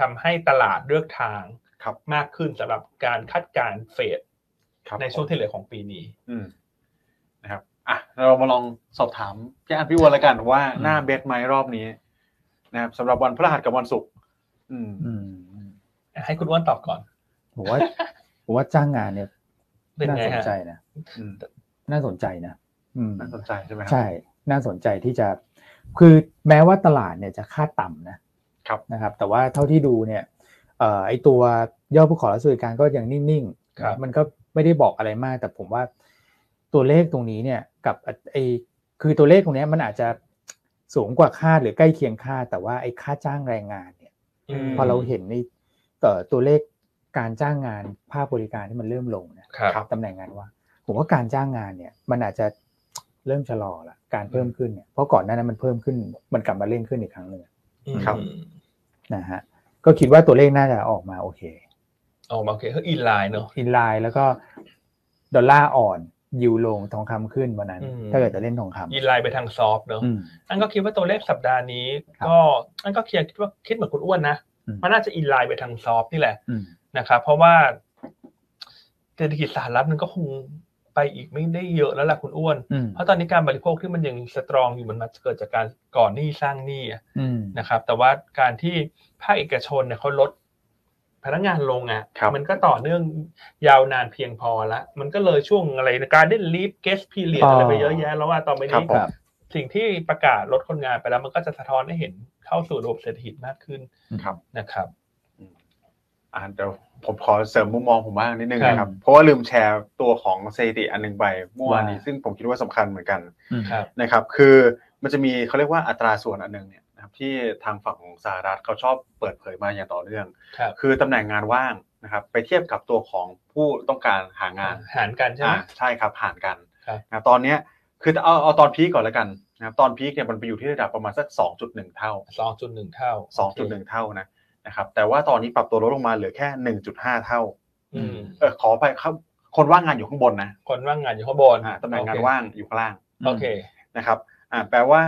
A: ทำให้ตลาดเลือกทาง
B: ครับ
A: มากขึ้นสำหรับการคาดการณ์เฟด
B: ครับ
A: ในช่วงที่เหลือของปีนี้
B: อืมนะครับอ่ะเรามาลองสอบถามพี่อันพี่วัวละกันว่าหน้าเบสไหมรอบนี้นะครับสำหรับวันพฤหัสกับวันศุกร์อืม
C: อืม
A: ให้คุณอ้วนตอบก่อน
C: ผมว่าผมว่าจ้างงานเนี่ย
A: เป็น
C: น่า
A: ไง
C: สน
A: ฮะ
C: ใจนะ
B: อืม
C: น่าสนใจนะอืม
B: น่าสนใจใช่ไหมครั
C: ใช่ น่าสนใจที่จะ คือแม้ว่าตลาดเนี่ยจะคาดต่ำนะครับ นะครับ แต่ว่าเท่าที่ดูเนี่ยเอ่อไอตัวยอดผู้ขอรับสวัสดิการก็ยังนิ่งๆ
A: ครับ
C: มันก็ไม่ได้บอกอะไรมาก แต่ผมว่าตัวเลขตรงนี้เนี่ยกับไอคือตัวเลขตรงเนี้ยมันอาจจะสูงกว่าคาดหรือใกล้เคียงคาด แต่ว่าไอค่าจ้างแรงงานเนี่ย
A: ม
C: พอเราเห็นในเอ่อตัวเลขการจ้างงานภาคบริการที่มันเริ่มลงนะ
A: ครับ
C: ตำแหน่งงานว่างผมว่าการจ้างงานเนี่ย มันอาจจะเริ่มชะลอละการเพิ่มขึ้นเนี่ยเพราะก่อนหน้านั้นมันเพิ่มขึ้น มันกลับมาเร่งขึ้นอีกครั้งหนึ่ง
B: ครับ
C: นะฮะก็คิดว่าตัวเลขน่าจะออกมาโอเค
A: ออกมาโอเคคืออินไลน์เนอะ
C: อินไลน์แล้วก็ดอลลาร์อ่อนยูโลงทองคำขึ้นวันนั้น
A: อืม
C: ถ้าเกิดจะเล่นทองคำ
A: อินไลน์ไปทางซอฟต์เนอะ
C: อืม
A: อันก็คิดว่าตัวเลขสัปดาห์นี้
C: ครับ
A: ก็อันก็เคียงคิดว่าคิดเหมือนคุณอ้วนนะ
C: อืม
A: มันน่าจะอินไลน์ไปทางซอฟต์นี่แหละ
C: อืม
A: นะครับเพราะว่าเศรษฐกิจสหรัฐมันก็คงไปอีกไม่ได้เยอะแล้วล่ะคุณอ้วน
C: อืม
A: เพราะตอนนี้การบริโภคที่มันยังสตรองอยู่มันมาเกิดจากการก่อนหนี้สร้างหนี้อะ
C: อืม
A: นะครับ แต่ว่าการที่ภาคเอกชนเนี่ยเขาลดพนักงานลงอ่ะ
B: ครับ
A: มันก็ต่อเนื่องยาวนานเพียงพอละมันก็เลยช่วงอะไรการเล่นลีฟเกสพีเรีย
C: อ๋ออ
A: อะไรไปเยอะแยะแล้วว่าต่อไป
B: ครับ
A: นี้
B: ผม
C: ครับ
A: สิ่งที่ประกาศลดคนงานไปแล้ว มันก็จะสะท้อนให้เห็นเข้าสู่ระบบเศรษฐกิจมากขึ้น
B: ครับ
A: นะครับ
B: อ่าเดี๋ยวผมขอเสริมมุมมองผมบ้างนิดนึง
A: ครับ
B: นะครับ เพราะว่าลืมแชร์ตัวของสถิติอันหนึ่งไปเมื่อวานนี้
C: ว่า
B: ซึ่งผมคิดว่าสำคัญเหมือนกัน
C: อืม
A: ครับ
B: นะครับ คือมันจะมีเขาเรียกว่าอัตราส่วนอันหนึงเนี่ยนะครับที่ทางฝั่งของสหรัฐเขาชอบเปิดเผยมาอย่างต่อเนื่อง
A: ครับ
B: คือตำแหน่งงานว่าง นะครับไปเทียบกับตัวของผู้ต้องการหางาน
A: หารกันใช่ไหม
B: อ่าใช่ครับห่างกัน
A: ครับ
B: นะตอนเนี้ยคือเอาเอาตอนพีคก่อนแล้วกันนะครับตอนพีคเนี่ยมันไปอยู่ที่ระดับประมาณสัก 2.1 เท่า
A: สองจุดหนึ่งเท่า
B: 2.1 เท่านะนะครับแต่ว่าตอนนี้ปรับตัวลดลงมาเหลือแค่ 1.5 เท่า
A: อืม
B: เออขอไปครับคนว่างงานอยู่ข้างบนนะ
A: คนว่างงานอยู่ข้างบน
B: อ่าตำแหน่งงานว่างอยู่ข้างล่าง
A: โอเค
B: นะครับอ่าแปลว่า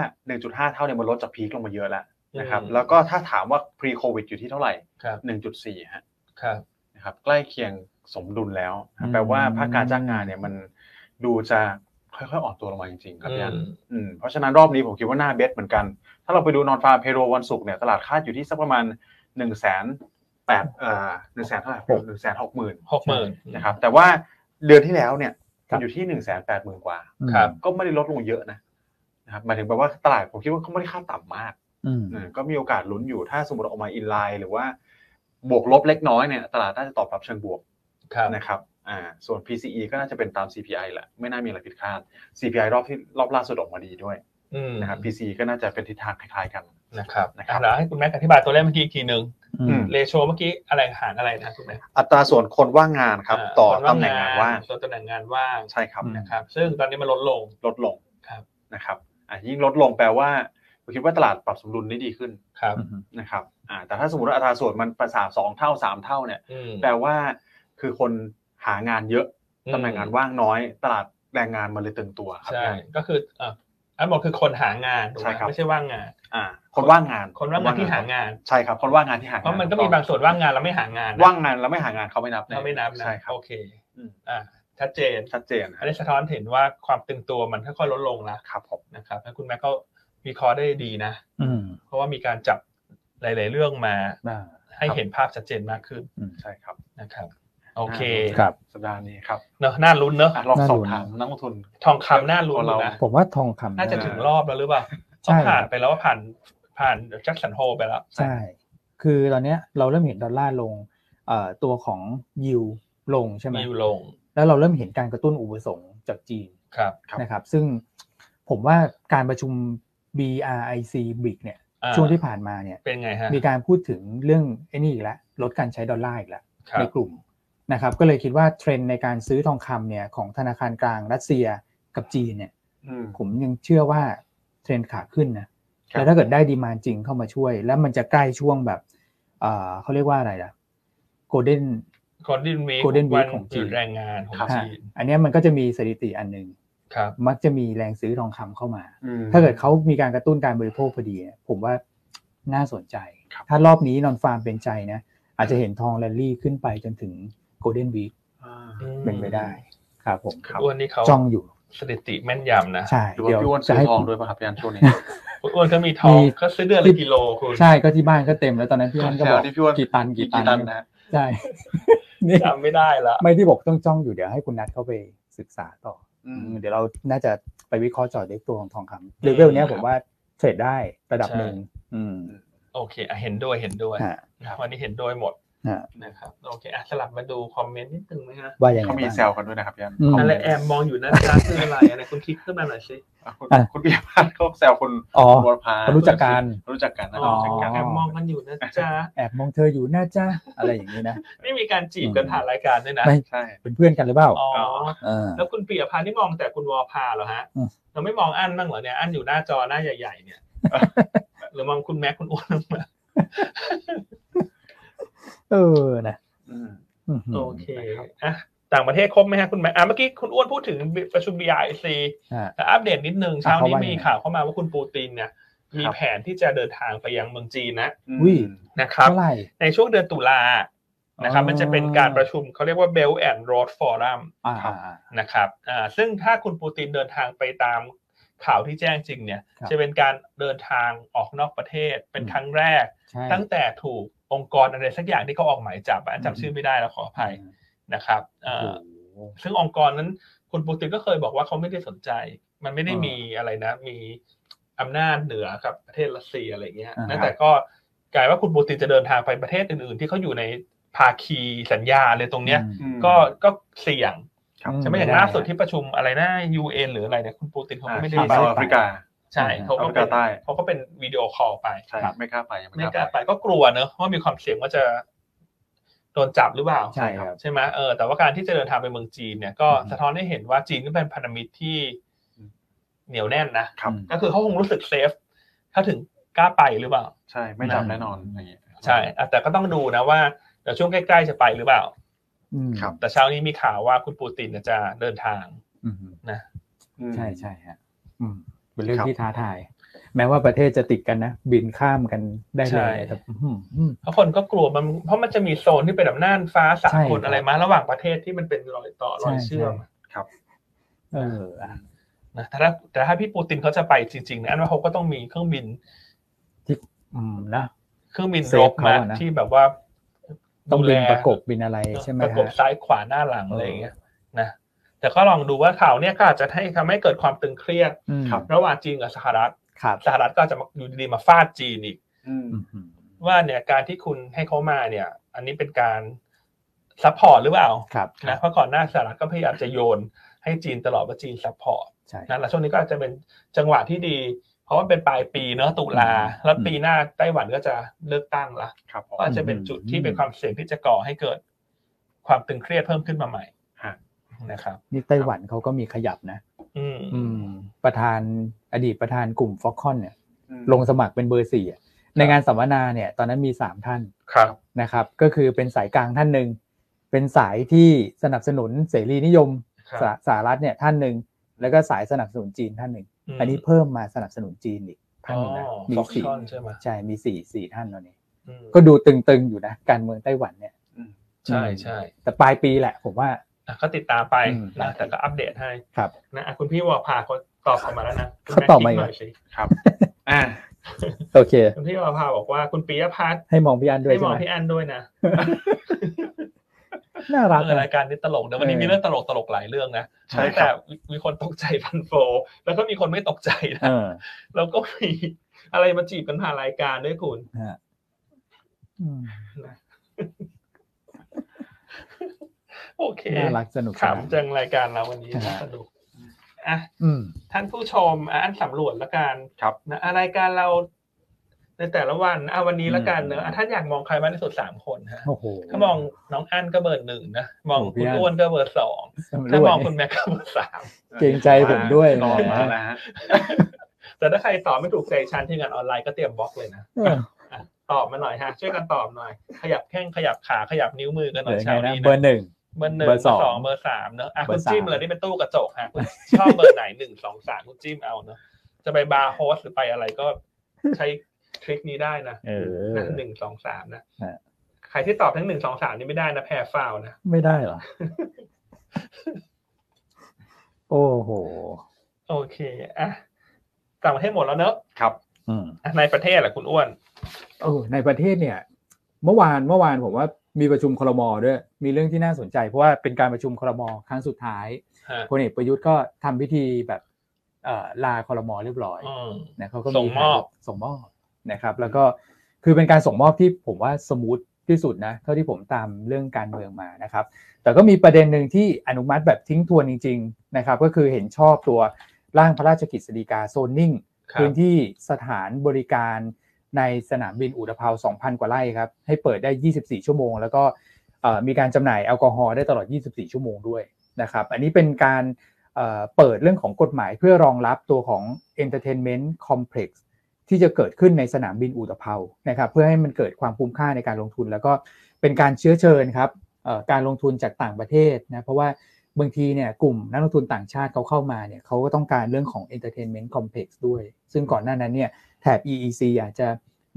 B: 1.5 เท่าเนี่ยมันลดจากพีคลงมาเยอะแล้วนะครับแล้วก็ถ้าถามว่า pre covid อยู่ที่เท่าไหร่
A: ครับ
B: 1.4ฮะ
A: ครับ
B: นะครับใกล้เคียงสมดุลแล้วนะ
C: อืม
B: แปลว่าภาคการจ้างงานเนี่ยมันดูจะค่อยๆอ่อนตัวลงมาจริงๆครับพี่อัน อืมเพราะฉะนั้นรอบนี้ผมคิดว่าหน้าเบสเหมือนกัน ถ้าเราไปดูนอนฟาร์มเพโรวันศุกร์เนี่ยตลาดคาดอยู่ที่สักประมาณ1นึ่งแสนแปดเอ่อหนึ่งแสนเท่าไหร่หนึ่งแสนหกหมื่น
A: หกหมื่น
B: นะครับแต่ว่าเดือนที่แล้วเนี่ย
C: ครับ
B: อยู่ที่หนึ่งแสนแปดหมื่นกว่า
C: อืม
A: ครับ
B: ก็ไม่ได้ลดลงเยอะนะนะครับหมายถึงแปลว่าตลาดผมคิดว่าเขาไม่ได้คาดต่ำมาก
C: อืม
B: อืมก็มีโอกาสลุ้นอยู่ถ้าสมมติออกมาอินไลน์หรือว่าบวกลบเล็กน้อยเนี่ยตลาดน่าจะตอบรับเชิงบวก
A: ครับ
B: นะครับอ่าส่วน PCE ก็น่าจะเป็นตาม CPI แหละไม่น่ามีอะไรผิดคาด CPI รอบที่รอบล่าสุดออกมาดีด้วย
A: อืม
B: นะครับ PC ก็น่าจะเป็นทิศทางคล้ายๆกัน
A: นะครับ
B: นะครับ
A: อ่ะเดี๋ยวให้คุณแม็กอธิบายตัวเลขเมื่อกี้อีกทีหนึ่ง
B: อืม
A: เรโชเมื่อกี้อะไรหารอะไรนะคุณแม็ก
B: อัตราส่วนคนว่างงานครับ
A: า
B: ต่อ
A: ค
B: ตำแหน่งงานว่าง
A: ส่วนตำแหน่งงานว่าง
B: ใช่ครับ
C: อืม
A: นะครับ ซึ่งตอนนี้มันลดลง
B: ลดลง
A: ครับ
B: นะครับอ่ะยิ่งลดลงแปลว่าผมคิดว่าตลาดปรับสมดุลได้ดีขึ้น
A: ครับ
C: อืม
B: นะครับอ่าแต่ถ้าสมมติว่าอัตราส่วนมันประสาสองเท่าสามเท่าเนี่ย
A: อืม
B: แปลว่าคือคนหางานเยอะตำแหน่งงานว่างน้อย ตลาดแรงงานมันเลยตึงตัวครับ
A: ใช่ก็คืออ่ะอันบอกคือคนหางานถูกไห
B: ใช่
A: ม
B: ครับ
A: ไม่ใช่ว่างงาน
B: อ่าคนว่างงาน
A: คนว่างงานที่หางาน
B: ใช่ครับคนว่างงานที่หางาน
A: เพราะมันก็มีบางส่วนว่างงานแล้วไม่หางานนะ
B: ว่างงานแล้วไม่หางานเขาไม่นับ
A: เราไม่นับนะ
B: ใช่ครับ
A: โอเค
B: อืม
A: อ่าชัดเจน
B: ชัดเจน
A: อันนี้สะท้อนเห็นว่าความตึงตัวมันค่อยๆลดลงแล้ว
B: ครับผม
A: นะครับแล้วคุณแม็กก็วิเคราะห์ได้ดีนะ
C: อืม
A: เพราะว่ามีการจับหลาย ๆ เรื่องมา
C: อ่า
A: ให้
B: ครับ
A: เห็นภาพชัดเจนมากขึ้น
B: ใช่ครับ
A: นะครับ โอเค
C: ครับ
B: สัปดาห์นี้ครับ
A: เนอะน่าลุ้นเนอะ
B: อ่ะลอง
C: น่า
B: สอบ
C: ลุ้น
B: ถามนักลงทุน
A: ทองคำน่าลุ้นอยู่นะ
C: ผมว่าทองคำ
A: น่าจะถึงรอบแล้วหรือเปล่า
C: ใช่
A: ต้องผ่านไปแล้วว่าผ่านผ่านแจ็คสันโฮไปแล้ว
C: ใช่ คือตอนเนี้ยเราเริ่มเห็นดอลลาร์ลงเอ่อตัวของยิวลงใช่ไหม
A: ยิวลง
C: แล้วเราเริ่มเห็นการกระตุ้นอุปสงค์จากจีน
A: ครับ
B: ครับ
C: นะครับ ซึ่งผมว่าการประชุม BRIC BRIC เนี่ย
A: อ่า
C: ช่วงที่ผ่านมาเนี่ย
A: เป็นไงฮะ
C: มีการพูดถึงเรื่องไอ้นี่อีกแล้วลดการใช้ดอลลาร์อีกแล้ว
A: ครั
C: ใน
A: บ
C: กลุ่มนะครับ ก็เลยคิดว่าเทรนด์ในการซื้อทองคำเนี่ยของธนาคารกลางรัสเซียกับจีนเนี่ย
B: อืม
C: ผมยังเชื่อว่าเทรนด์ขาขึ้นนะ
B: ครับ
C: แล้วถ้าเกิดได้ดีมานจริงเข้ามาช่วย แล้วมันจะใกล้ช่วงแบบเอ่อเขาเรียกว่าอะไรล่ะ golden
A: คนดินวี
C: Golden Week
A: วั
C: ของ
A: ห
C: จีน
A: ยุดแรงงานของ
C: อ่ะ
A: จีน
C: อันเนี้ยมันก็จะมีสถิติอันหนึ่ง
A: ครับ
C: มักจะมีแรงซื้อทองคำเข้ามา
B: อืม
C: ถ้าเกิดเขามีการกระตุ้นการบริโภคพอดีเนี่ยผมว่าน่าสนใจ
B: ครับ
C: ถ้ารอบนี้นอนฟาร์มเป็นใจนะ อาจจะเห็นทองแรลลี่ขึ้นไปจนถึง golden week
B: อ่า
C: เป็นไปได้ครับผม
B: ครับ
A: อ้วนนี่เขา
C: จ้องอยู่
A: สถิติแม่นยำนะ
C: ใช่
B: หรือว่าพี่อ้วนซื้อทองด้วยป่ะครับพี่อันช่ วงนี้
A: คุณอ้วนก็มีทองก็ซื้อเดือนละกิโลคุณ
C: ใช่ก็ที่บ้านก็เต็มแล้วตอนนั้นพี่อ้วนก็
B: แถ
C: บอ
B: ว
C: ก
B: ที่พี่อ้วน
C: กี่ตัน
B: กี่
C: กี่
B: ตั
C: ตั
B: น
C: น
B: นะฮะ
C: ใช่ นี่
A: จำไม่ได้ละ
C: ไม่ที่บอกต้องจ้องอยู่เดี๋ยวให้คุณนัทเข้าไปศึกษาต่อ
B: อื
C: อ
B: ม
C: เดี๋ยวเราน่าจะไปวิเคราะห์เจอดเล็กตัวของทองคำ
A: ม
C: เลเวลเนี้ยผมว่าเทรดได้ระดับ
A: ใช่
C: หนึ่งอืม
A: โอเคอ่ะเห็นด้วยเห็นด้วย
C: ฮะ
A: นะวันนี้เห็นด้วยหมด
C: ฮะ
A: นะครับโอเคอ่ะสลับมาดูคอมเมนต์นิดนึงไหมฮะ
C: ว่ายังไง
B: เขามี
C: บ้าง
B: แซวกันด้วยนะครับพี่อัน
C: อืม
A: อะไรแอมมองอยู่นะ จ๊ะคืออะไรอะไรคุณคลิกขึ้นมาหน่อยสิ
B: อ่ะ คุณ
C: อ่ะ
B: คุณปิยพัฒน์เขาแซวคุณ
C: อ๋อ
B: วรพา
C: เขารู้จักกัน
B: รู้จักกันนะ
A: อ๋อ
B: ครับ
C: อ๋อ
A: แอมมองกันอยู่นะจ๊ะ
C: แอบมองเธออยู่น่า จ้าอะไรอย่างนี้นะ
A: นี่มีการจีบกันผ่านรายการด้วยนะ
C: ไม่
B: ใช่
C: เป็นเพื่อนกันหรือเปล่า
A: อ๋อ
C: เออ
A: แล้วคุณปียพันธ์นี่มองแต่คุณวอพาเหรอฮะ
C: อืม
A: เราไม่มองอันบ้างเหรอเนี่ยอันอยู่หน้าจอหน้าใหญ่ ๆ เนี่ย
B: เออ
A: หรือมองคุณแม็กคุณอ้วนบ้างไหม
C: เออนะ
B: อืม
C: ม
A: โอเคอ่ะต่างประเทศครบไหมฮะคุณแม็กอ่ะเมื่อกี้คุณอ้วนพูดถึงประชุม BIC
C: ฮะ
A: แต่อัปเดตนิดนึงเช้านี้
C: เขาว่ายั
A: มี
C: งไง
A: ข่าวเข้ามาว่าคุณปูตินเนี่ยมี
B: ครับ
A: แผนที่จะเดินทางไปยังเมืองจีนนะ
B: อืม
C: อุ้ย
A: นะครับ
C: เท่าไหร่
A: ในช่วงเดือนตุลานะครับ
C: อ๋อ
A: มันจะเป็นการประชุมเขาเรียกว่า Belt and Road Forum
C: อ่า
A: นะครับอ่าซึ่งถ้าคุณปูตินเดินทางไปตามข่าวที่แจ้งจริงเนี่ย
C: ครับ
A: จะเป็นการเดินทางออกนอกประเทศเป็น
C: อืม
A: ครั้งแรก
C: ใช่
A: ตั้งแต่ถูกองค์กรอะไรสักอย่างที่เขาออกหมายจับอ่ะจำชื่อไม่ได้แล้วขออภัยนะครับอ่า
C: โอ้
A: ซึ่งองค์กรนั้นคุณปูตินก็เคยบอกว่าเขาไม่ได้สนใจ มันไม่ได้มีอะไรนะ มีอำนาจเหนือกับประเทศรัสเซียอะไรเงี้ย
C: อ่า
A: นะแต่ก็กลายว่าคุณปูตินจะเดินทางไปประเทศอื่นๆ ที่เขาอยู่ในภาคีสัญญาเลยตรงเนี้ย
B: อืม
A: ก็ก็เสี่ยง
B: ครับ
A: ใช่ไหมอย่างล่าสุดที่ประชุมอะไรนะยูเอหรืออะไรเนี่ยคุณปูตินเขาก็ไม่ได้
B: อ่า
A: ไป
B: ที่แอฟริกา
A: ใช่เขาก็เป็น
B: แอฟริกาใต้
A: เขาก็เป็นวิดีโอคอลไป
B: ใช่
C: ครับ
B: ไม่กล้าไปยัง
A: ไม่
B: ไม่
A: ก
B: ก
A: ล้า
B: ล้า
A: ไป
B: ไป
A: ก็กลัวเนอะว่ามีความเสี่ยงว่าจะ โดนจับหรือเปล่า
C: ใช่ครับ
A: ใช่ไหมเออแต่ว่าการที่จะเดินทางไปเมืองจีนเนี่ยก็
C: อืม
A: สะท้อนให้เห็นว่าจีนก็เป็นพันธมิตรที่เหนียวแน่นนะ
B: ครับ
A: ก็คือเขาคงรู้สึกเซฟเขาถึงกล้าไปหรือเปล่า
B: ใช่ไม่จับแน่นอนอะไรอย่างเงี้ย
A: ใช่อ่ะแต่ก็ต้องดูนะว่าเดี๋ยวช่วงใกล้ๆจะไปหรือเปล่า
C: อืม
B: ครับ
A: แต่เช้านี้มีข่าวว่าคุณปูตินเนี่ยจะเดินทาง
C: อืม
B: อืม
C: ใช่ใช่ฮะอืมเป็นเรื่อง
B: ครับ
C: ที่ท้าทาย แม้ว่าประเทศจะติดกันนะบินข้ามกันได้เล
A: ใช่
C: ยแต่อืมอืม
A: เพราะคนก็กลัวมันเพราะมันจะมีโซนที่เป็นแบบน่านฟ้าสา
C: ใช่
A: กล
C: ครับ
A: อะไรมาระหว่างประเทศที่มันเป็นรอยต่อรอยเชื่อม
C: ใช่
B: ครับ
C: เอออ่ะ
A: นะแต่ถ้าแต่ถ้าพี่ปูตินเขาจะไปจริงๆนะอันว่าเขาก็ต้องมีเครื่องบิน
C: อืมนะ
A: เครื่องบิน
C: เซ
A: ร
C: ฟ
A: บ
C: เขา
A: มา
C: อะนะ
A: ที่แบบว่า
C: ต้อง
A: ดู
C: บิ
A: แล
C: นประกบบินอะไรใช่ไหม
A: ประกบ
C: ฮะ
A: ซ้ายขวาหน้าหลัง
C: เอออ
A: อะไรอย่างเงี้ยนะแต่ก็ลองดูว่าข่าวเนี้ยก็อาจจะให้ทำให้เกิดความตึงเครียด
C: อืม
B: ครับ
A: ระหว่างจีนกับสหรัฐ
C: ครับ
A: สหรัฐก็อาจจะมาอยู่ดีๆมาฟาดจีนอีก
B: อืม
C: อืมอืม
A: ว่าเนี่ยการที่คุณให้เขามาเนี่ย อันนี้เป็นการซัพพอร์ตหรือเปล่า
C: ครับ
A: นะเพราะก่อนหน้าสหรัฐก็พยายามจะโยนให้จีนตลอดว่าจีนซัพพอร์ต
C: ใช่
A: นะแล้วช่วงนี้ก็อาจจะเป็นจังหวะที่ดี เพราะว่าเป็นปลายปีเนอะตุลา
C: อืม
A: แล้วปีหน้าไต้หวันก็จะเลือกตั้งละ
B: ครับผม
A: ก็อาจจะเป็นจุดที่
C: อืม
A: เป็นความเสี่ยงที่จะก่อให้เกิดความตึงเครียดเพิ่มขึ้นมาใหม่
B: ฮะ
A: นะครับ
C: นี่ไต้หวันเขาก็มีขยับนะ
A: อืม
C: อืม ประธานอดีตประธานกลุ่มฟ็อกคอนเนี่ย
B: อืม
C: ลงสมัครเป็นเบอร์สี่อะในงานสัมมนาเนี่ย ตอนนั้นมีสามท่าน
A: ครับ
C: นะครับ ก็คือเป็นสายกลางท่านหนึ่งเป็นสายที่สนับสนุนเสรีนิยม
A: ครับ
C: สหสหรัฐเนี่ยท่านหนึ่งแล้วก็สายสนับสนุนจีนท่านหนึ่งอันนี้เพิ่มมาสนับสนุนจีนอีกท่านหนึ่งนะมี
A: ฟ็อก
C: สี่
A: ซอนใช่ไหม
C: ใช่มีสี่สี่ท่านตอนนี้
A: อืม
C: ก็ดูตึงๆอยู่นะการเมืองไต้หวันเนี่ย
B: อืม
A: ใช่ใช่
C: แต่ปลายปีแหละผมว่า
A: อ่ะก็ติดตามไป
C: อืม
A: นะแต่ก็อัปเดตให้
C: ครับ
A: นะอ่ะคุณพี่วอภาเขาตอบกลับมาแล้วนะคุณ
C: เขาตอบมาอี
A: แคิ
C: ก
A: ดหน่อย
C: เหรอ
A: สิ
B: ครับอ่า
C: โอเค
A: คุณพี่วอภาบอกว่าคุณปียพัฒน์
C: ให้มองพี่อันด้วย
A: ให้ม
C: ใช่
A: อง
C: ไหม
A: พี่อันด้วยนะ
C: น่ารัก
A: เออ
C: นะ
A: รายการนี้ตลกเดี๋ยววันนี้
C: เออ
A: มีเรื่องตลกตลกๆหลายเรื่องนะ
B: ใช่
A: ตั้ง
B: ครั
A: แต่
B: บ
A: มีคนตกใจพันโฟแล้วก็มีคนไม่ตกใจนะ
C: เออ
A: แล้วก็มีอะไรมาจีบกันผ่านรายการด้วยคุณ
C: ฮะอืม
A: โอเค
C: น่ารักสนุกสนาน
A: ขำจังรายการเราวันนี้
C: ครับ
A: น่าสนุกอ่ะ
C: อืม
A: ท่านผู้ชมอ่ะอันสำรวจละกัน
B: ครับ
A: นะอ่ะรายการเรา ในแต่ละวันอ่ะวันนี้ละกันเน
C: อื
A: อะ
C: ม
A: อ่ะท่านอยากมองใครมากที่สุดสามคนฮะ
C: โอ้โห
A: ก็มองน้องอันก็เบอร์หนึ่งนะมอง
C: โอ้โห
A: คุณ
C: พี่อั้น
A: อ้วนก็เบอร์สอง
C: สำร
A: ถ้าว
C: จ
A: มองคุณแม็กก็เบอร์สาม
C: เกรงใจผมด้วย
B: ต่อ
C: นะ
B: มาแล้วฮะ
A: แต่ถ้าใครตอบไม่ถูกใจชั้นที่งานออนไลน์ก็เตรียมบล็อกเลยนะ
C: เออ
A: อ่ะตอบมาหน่อยฮะช่วยกันตอบหน่อย ขยับแข้งขยับขาขยับนิ้วมือกันห
C: เห
A: น่
C: ลื
A: อย
C: อไง
A: เช้า
C: นะ
A: นี้นะ
C: เบอร์หนึ่ง
A: เบอร์หนึ่ง
C: เบ
A: เบอ
C: อร์
A: ร์
C: ส
A: ส
C: อง
A: องเบอร์สามเนอะอ่ะ
C: เบอ
A: คุณ
C: ร์สาม
A: จิ้มเลยนี่เป็นตู้กระจกฮะคุณชอบเบอร์ไหนหนึ่งสองสามคุณจิ้มเอาเนอะจะไปบาร์โฮสหรือไปอะไรก็ใช้ทริคนี้ได้นะ
C: เออ
A: นะหนึ่งสองสามนะ
C: ฮะ
A: ใครที่ตอบทั้งหนึ่งสองสามนี่ไม่ได้นะแพ้ฟาวนะ
C: ไม่ได้ เหรอ โอ้โห
A: โอเคอ่ะต่างประเทศหมดแล้วเนอะ
B: ครับ
C: อืม
A: อ่ะในประเทศแหละคุณอ้วน
C: เออในประเทศเนี่ย เมื่อวานเมื่อวานผมว่ามีประชุมครมด้วย มีเรื่องที่น่าสนใจ เพราะว่าเป็นการประชุมครมครั้งสุดท้าย
A: ฮะ
C: พลเอกประยุทธ์ก็ทำพิธีแบบเอ่อลาครมเรียบร้อย
A: อืม
C: นะเขาก็
A: ส่งมอบ
C: ส่งมอบนะครับ แล้วก็คือเป็นการส่งมอบที่ผมว่าสมูทที่สุดนะเท่าที่ผมตามเรื่องการเมืองมานะครับ แต่ก็มีประเด็นหนึ่งที่อนุมัติแบบทิ้งทวนจริง ๆ นะครับ ก็คือเห็นชอบตัวร่างพระราชกฤษฎีกาโซนนิ่ง
A: ครั
C: พื้
A: บ
C: นที่สถานบริการในสนามบินอุตภาว 2,000 กว่าไร่ครับ ให้เปิดได้ 24 ชั่วโมง แล้วก็เอ่อมีการจำหน่ายแอลกอฮอล์ได้ตลอด 24 ชั่วโมงด้วยนะครับ อันนี้เป็นการ เอ่อเปิดเรื่องของกฎหมายเพื่อรองรับตัวของ Entertainment Complex ที่จะเกิดขึ้นในสนามบินอุตภเปานะครับเพื่อให้มันเกิดความคุ้มค่าในการลงทุน แล้วก็เป็นการเชื้อเชิญครับเอ่อการลงทุนจากต่างประเทศนะเพราะว่าบางทีเนี่ยกลุ่มนักลงทุนต่างชาติเขาเข้ามาเนี่ยเขาก็ต้องการเรื่องของ Entertainment Complex ด้วย ซึ่งก่อนหน้านั้นเนี่ยแถบ EEC อาจจะ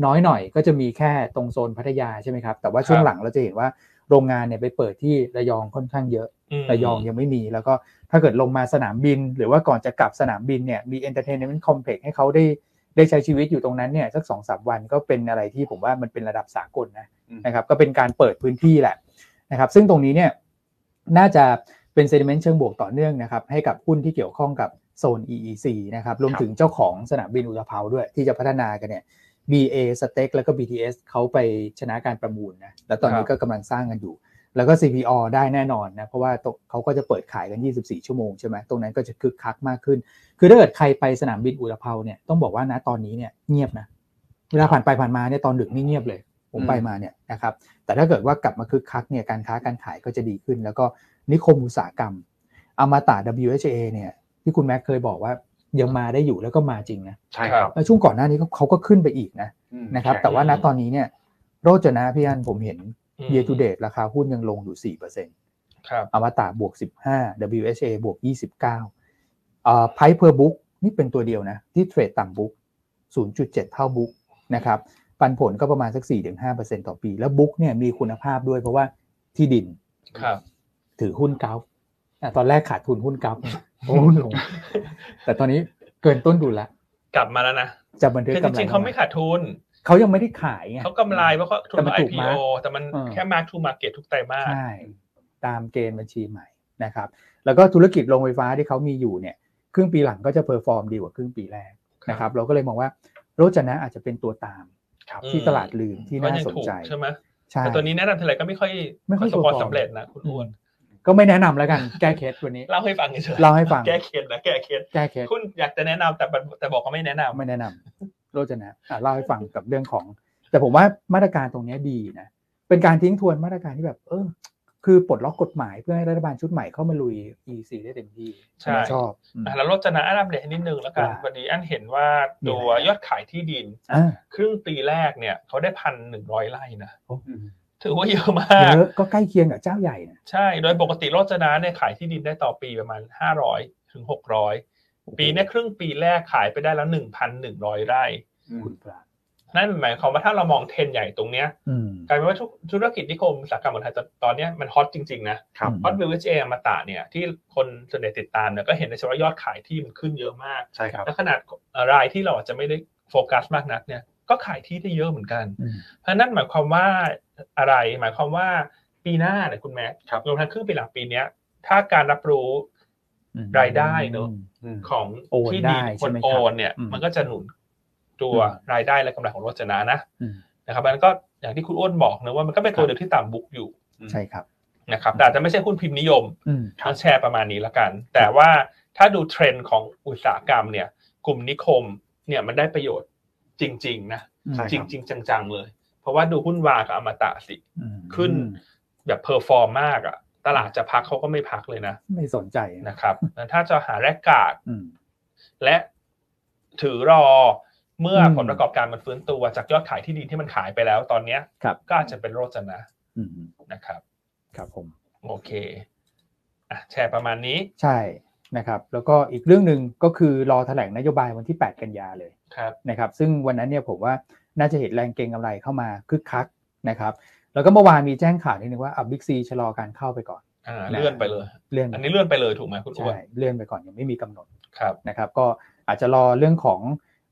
C: น้อยหน่อยก็จะมีแค่ตรงโซนพัทยาใช่ไหมครับแต่ว่าช่วงหลังเราจะเห็นว่าโรงงานเนี่ยไปเปิดที่ระยองค่อนข้างเยอะ
A: ม
C: ระยองยังไม่มีแล้วก็ถ้าเกิดลงมาสนามบิน หรือว่าก่อนจะกลับสนามบินเนี่ยมี entertainment complex ให้เขาได้ได้ใช้ชีวิตอยู่ตรงนั้นเนี่ยสักสองสามวันก็เป็นอะไรที่ผมว่ามันเป็นระดับสากลนะ
B: อืม
C: นะครับก็เป็นการเปิดพื้นที่แหละนะครับ ซึ่งตรงนี้เนี่ยน่าจะเป็น sentiment เชิงบวกต่อเนื่องนะครับให้กับหุ้นที่เกี่ยวข้องกับโซน EEC นะครับรวมถึงเจ้าของสนามบินอุตภเปาด้วยที่จะพัฒนากันเนี่ย BA Stack แล้วก็ BTS เขาไปชนะการประมูลนะแล้วตอนนี้ก็กำลังสร้างกันอยู่ แล้วก็ CPO ได้แน่นอนนะ เพราะว่าตรงเขาก็จะเปิดขายกัน 24 ชั่วโมงใช่ไหมตรงนั้นก็จะคึกคักมากขึ้น คือถ้าเกิดใครไปสนามบินอุตภเปาเนี่ยต้องบอกว่านะตอนนี้เนี่ยเงียบนะ เวลาผ่านไปผ่านมาเนี่ยตอนดึกนี่เงียบเลย ผม
B: อืม
C: ไปมาเนี่ยนะครับแต่ถ้าเกิดว่ากลับมาคึกคักเนี่ยการค้าการขายก็จะดีขึ้น แล้วก็นิคมอุตสาหกรรมอมตะ WHA เนี่ยที่คุณแม็กเคยบอกว่ายังมาได้อยู่แล้วก็มาจริงนะ
B: ใช่ครับ
C: แล้วช่วงก่อนหน้านี้ก็เขาก็ขึ้นไปอีกนะ
B: อืม
C: นะครับ
B: ใช่
C: แต่ว่าณตอนนี้เนี่ยโรจนะพี่อันผมเห็น
A: อืม
C: year to date ราคาหุ้นยังลงอยู่ 4%อ
A: ครับ
C: มตะบวก 15 WHA บวก 29อ่า price per book นี่เป็นตัวเดียวนะ ที่เทรดต่ำ book 0.7 เท่า book นะครับ ปันผลก็ประมาณสัก 4-5%ต่อปี แล้ว book เนี่ยมีคุณภาพด้วยเพราะว่าที่ดิน
A: ครับ
C: ถือหุ้นเกาฟอ่ะตอนแรกขาดทุนหุ้นเกาฟโอ้ลง แต่ตอนนี้เกินต้นดุลละ
A: กลับมาแล้วนะ
C: จะบันทึ
A: คือก
C: กำ
A: จ
C: ไร
A: ริงๆเขาไม่ขาดทุน
C: เขายังไม่ได้ขายไง
A: เขากำไรเพราะเขาทุน
C: แต่มัน
A: เขา
C: ถูก
A: IPO แต่มัน
C: เออ
A: แค่ mark to market ทุกไตรมาส
C: ใช่ ตามเกณฑ์บัญชีใหม่นะครับ แล้วก็ธุรกิจโรงไฟฟ้าที่เขามีอยู่เนี่ย ครึ่งปีหลังก็จะเพอร์ฟอร์มดีกว่าครึ่งปีแรกนะครับ เราก็เลยมองว่าโรจนะอาจจะเป็นตัวตาม
B: ครับ
C: ที่ตลาดลืมที่
A: ก็
C: น่า
A: ยัง
C: สน
A: ถูก
C: ใจ
A: ใช่ไหม
C: ใช่
A: แต่ตัวนี้แนะนำเท่าไหร่ก็ไม่ค่อย
C: ไม่ค่อย
A: ประสบความ
C: ถูก
A: สำเร็จนะคุณอ้วน
C: ก็ไม่แนะนำแล้วกัน แก้เคสวันนี้
A: เล่าให้ฟังเฉยๆ
C: เล่าให้ฟัง
A: แก้เคล็ดนะแก้เคล็ด
C: แก้เคส
A: คุณอยากจะแนะนำแต่บอกแต่บอกว่าไม่แนะนำ
C: ไม่แนะนำโรจนะอ่ะเล่าให้ฟังกับเรื่องของ แต่ผมว่ามาตรการตรงเนี้ยดีนะ เป็นการทิ้งทวนมาตรการที่แบบ เออ คือปลดล็อกกฎหมายเพื่อให้รัฐบาลชุดใหม่เข้ามาลุย EC ได้เต็มที่
A: ใช่
C: ชอบอืม
A: อ่ะแล้วรถจะนะอันดับเดทนิดนึงแล้วกัน
C: ว่า
A: วันนี้อันเห็นว่าตั
C: มี
A: ว
C: อะไร
A: ยอดขายที่ดิน
C: อ่ะ
A: ครึ่งปีแรกเนี่ยเขาได้พันหนึ่งร้อยไร่นะ
B: อืม
A: ถือว่าเยอะมาก
C: เยอะก็ใกล้เคียงกับเจ้าใหญ่นะ
A: ใช่ โดยปกติโรจนะเนี่ยขายที่ดินได้ต่อปีประมาณ 500 ถึง 600 ปีเนี้ครึ่งปีแรกขายไปได้แล้ว 1,100 ไร่
C: คุณปราณ
A: นั่นหมายความว่าถ้าเรามองเทรนด์ใหญ่ตรงเนี้ย
C: อืม
A: กลายเป็นว่าธุธุรกิจนิคมอุตสาหกรรมของไทยตอนตอนเนี้ยมันฮอตจริง ๆ นะ
B: ครับ
A: ฮอตวิวเอชเอมาตะเนี่ยที่คนส่วนใหญ่ติดตามเนี่ยก็เห็นได้ชัดว่ายอดขายที่มันขึ้นเยอะมาก
B: ใช่ครับ
A: และขนาดเอ่อรายที่เราอาจจะไม่ได้โฟกัสมากนักเนี่ยก็ขายที่ได้เยอะเหมือนกัน
C: อืม
A: เพราะฉะนั้นหมายความว่าอะไร หมายความว่าปีหน้าเนี่ยคุณแม็ก
B: ครับ
A: รวมทั้งครึ่งปีหลังปีเนี้ย ถ้าการรับรู้ รายได้เนอะ
B: อืม
A: ของ
C: โอน
A: ที่ดิ
C: ได้
A: นค
C: ใช่
A: น
C: ไหมครับ
A: โอนเนี่ย
C: อืม
A: มันก็จะหนุนตัว
C: อืม
A: รายได้และกำไรของรถจนะนะ
C: อืม
A: นะครับมันก็อย่างที่คุณอ้วนบอกนะว่ามันก็เป็นตัวเดียวที่ต่ำบุกอยู่
C: ใช่ครับ
A: นะครับแต่อาจจะไม่ใช่หุ้นพิมพ์นิยม
C: อืม
A: ทั้งแชร์ประมาณนี้ละกัน แต่ว่าถ้าดูเทรนด์ของอุตสาหกรรมเนี่ย กลุ่มนิคมเนี่ยมันได้ประโยชน์จริง ๆ นะ
C: อืม
B: ใช่
A: จริง ๆ จัง ๆ เลย เพราะว่าดูหุ้นวากับอมตะสิ
C: อืม
A: ขึ้น แบบเพอร์ฟอร์มมากอะตลาดจะพักเขาก็ไม่พักเลยนะ
C: ไม่สนใจนะ
A: นะครับแล้วถ้าจะหาแลกกาด
C: อืม
A: และถือรอเมื่ออ
C: ม
A: ผลประกอบการมันฟื้นตัวจากยอดขายที่ดินที่มันขายไปแล้วตอนเนี้ย
C: ครับ
A: ก็อาจจะเป็นโรจนะ
C: อืม
A: นะครับ
C: ครับผม
A: โอเคอ่ะแชร์ประมาณนี้
C: ใช่นะครับ แล้วก็อีกเรื่องหนึ่งก็คือรอแถลงนโยบายวันที่ 8 กันยาเลย
A: ครับ
C: นะครับ ซึ่งวันนั้นเนี่ยผมว่าน่าจะเห็นแรงเก็งกำไรเข้ามาคึกคักนะครับ แล้วก็เมื่อวานมีแจ้งข่าวนิดนึงว่าอ่ะบิ๊กซีชะลอการเข้าไปก่อน
A: อ่า
C: นะ
A: เลื่อนไปเลย
C: เลื่อน
A: อันนี้เลื่อนไปเลยถูกไหมคุณอ้วน
C: ใช่เลื่อนไปก่อนยังไม่มีกำหนด
A: ครับ
C: นะครับก็อาจจะรอเรื่องของ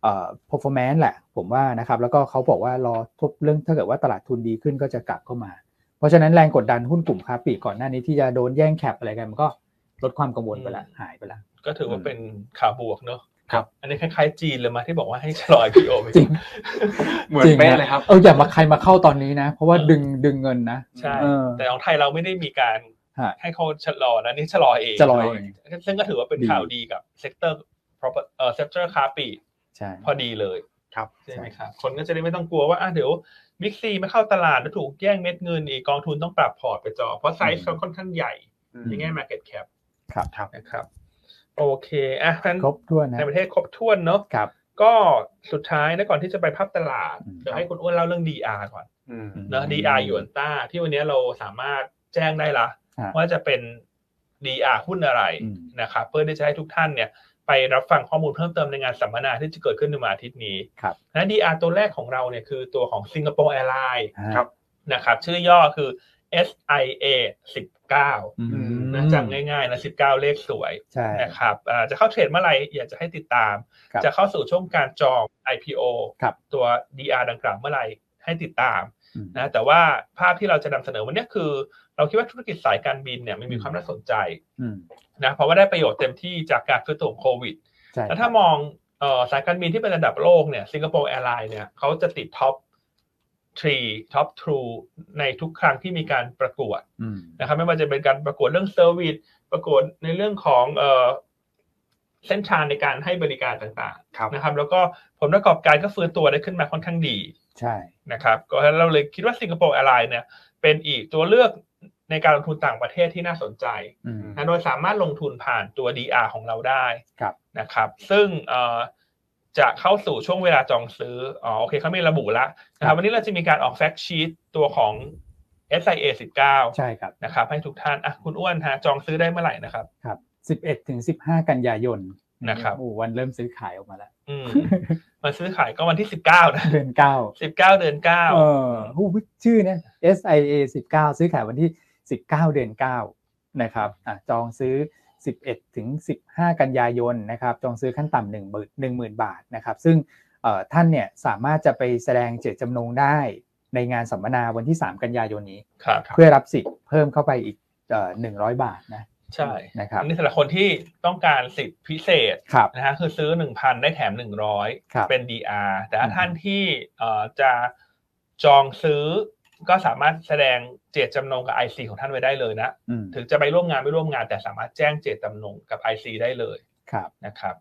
C: เอ่อ performance แหละ ผมว่านะครับแล้วก็เขาบอกว่ารอทบเรื่องถ้าเกิดว่าตลาดทุนดีขึ้นก็จะกลับเข้ามา เพราะฉะนั้นแรงกดดันหุ้นกลุ่มค้าปลีกก่อนหน้านี้ที่จะโดนแย่งแคปอะไรกันมันก็ลดความกังวลไปละหายไปละ
A: ก็ถือว่าเป็นข่าวบวกเนอะ
B: ครับ
A: อันนี้คล้ายๆจีนเลยมาที่บอกว่าให้ชะลอยพีโอไป
C: จริง
B: เหมือนเป๊ะเลยครับ
C: เอออย่ามาใครมาเข้าตอนนี้นะ เพราะว่าดึงดึงเงินนะ
A: ใช่
C: เออ
A: แต่ของไทยเราไม่ได้มีการ
C: ฮะ
A: ให้เขาชะลอนะนี่ชะลอเอง
C: ชะลอเอง
A: ซึ่งก็ถือว่าเป็นข่าวดีกับเซกเตอร์ proper เอ่อเซกเตอร์ค้าปลีก
C: ใช่
A: พอดีเลย
B: ครับ
A: ใช่ไหมครับคนก็จะได้ไม่ต้องกลัวว่าอ่ะเดี๋ยวบิ๊กซีมาเข้าตลาดแล้วถูกแย่งเม็ดเงินอีกกองทุนต้องปรับพอร์ตไปจอ เพราะไซส์เขาค่อนข้างใหญ่ในแง่ market cap
C: ครับ
A: นะครับ โอเคอ่ะงั้น
C: ครบถ้วนนะ
A: ในประเทศครบถ้วนเนอะ
C: ครับ
A: ก็สุดท้ายนะก่อนที่จะไปภาพตลาด
C: อืม
A: เดี๋ยวให้คุณอ้วนเล่าเรื่อง DR ก่อน
B: อืม
A: เนอะ
C: อืม
A: DR หยวนต้า ที่วันนี้เราสามารถแจ้งได้ละ
C: ฮะ
A: ว่าจะเป็น DR หุ้นอะไร
C: อืม
A: นะครับเพื่อที่จะให้ทุกท่านเนี่ย ไปรับฟังข้อมูลเพิ่มเติมในงานสัมมนาที่จะเกิดขึ้นในวันอาทิตย์นี้
C: ครับ
A: นะ DR ตัวแรกของเราเนี่ยคือตัวของ Singapore Airlines
C: ฮะ
B: ครับ
A: นะครับ ชื่อย่อคือ SIA 19
C: อืม
A: นะจำง่ายๆนะ19 เลขสวย
C: ใช่
A: นะครับอ่าจะเข้าเทรดเมื่อไหร่อยากจะให้ติดตาม
C: ครับ
A: จะเข้าสู่ช่วงการจอง IPO
C: ครับ
A: ตัว DR ดังกล่าวเมื่อไหร่ให้ติดตาม
C: อืม
A: นะแต่ว่าภาพที่เราจะนำเสนอวันเนี้ยคือ เราคิดว่าธุรกิจสายการบินเนี่ยมันมีความน่าสนใจ
C: อืม
A: นะเพราะว่าได้ประโยชน์เต็มที่จากการฟื้นตัวของโควิด
C: ใช่
A: แต่ถ้ามองเอ่อสายการบินที่เป็นระดับโลกเนี่ยสิงคโปร์แอร์ไลน์เนี่ยเขาจะติดท็อป3ท็อป2ในทุกครั้งที่มีการประกวด
C: อืม
A: นะครับไม่ว่าจะเป็นการประกวดเรื่องเซอร์วิสประกวดในเรื่องของเอ่อเส้นทางในการให้บริการต่าง
B: ครับ
A: ๆนะครับ แล้วก็ผลประกอบการก็ฟื้นตัวได้ขึ้นมาค่อนข้างดี
C: ใช่
A: นะครับก็เราเลยคิดว่าสิงคโปร์แอร์ไลน์เนี่ยเป็นอีกตัวเลือกในการลงทุนต่างประเทศที่น่าสนใจ
C: อืม
A: นะโดยสามารถลงทุนผ่านตัว DR ของเราได้
C: ครับ
A: นะครับซึ่งเอ่อจะเข้าสู่ช่วงเวลาจองซื้ออ๋อโอเคเขาไม่ระบุละนะครับวันนี้เราจะมีการออกแฟกชีตตัวของ SIA 19
C: ใช่ครับ
A: นะครับให้ทุกท่านอ่ะคุณอ้วนฮะจองซื้อได้เมื่อไหร่นะครับ
C: ครับสิบเอ็ดถึงสิบห้ากันยายน
A: นะครับ
C: โอ้วันเริ่มซื้อขายออกมาแล้ว
A: อืม มันซื้อขายก็วันที่ 19นะ
C: เดือนเก้า
A: 19 เดือน9
C: เออโอ้โหชื่อเนี่ย SIA สิบเก้าซื้อขายวันที่สิบเก้าเดือนเก้านะครับอ่ะจองซื้อสิบเอ็ดถึงสิบห้ากันยายนนะครับ จองซื้อขั้นต่ำหนึ่งหมื่นหนึ่งหมื่นบาทนะครับ ซึ่งเอ่อท่านเนี่ยสามารถจะไปแสดงเจตจำนงได้ในงานสัมมนาวันที่สามกันยายนนี้
A: ครับ
C: เพื่อรับสิทธิ์เพิ่มเข้าไปอีกหนึ่งร้อยบาทนะ
A: ใช่
C: นะครับ
A: อันนี้สำหรับคนที่ต้องการสิทธิพิเศษ
C: ครับ
A: นะฮะคือซื้อ 1,000 ได้แถม 100
C: ครับ
A: เป็น DR แต่ถ้า
C: อืม
A: ท่านที่เอ่อจะจองซื้อก็สามารถแสดงเจตจำนงกับ IC ของท่านไว้ได้เลยนะ
C: อืม
A: ถึงจะไปร่วมงานไม่ร่วมงาน แต่สามารถแจ้งเจตจำนงกับ IC ได้เลย
C: ครับ
A: นะครับ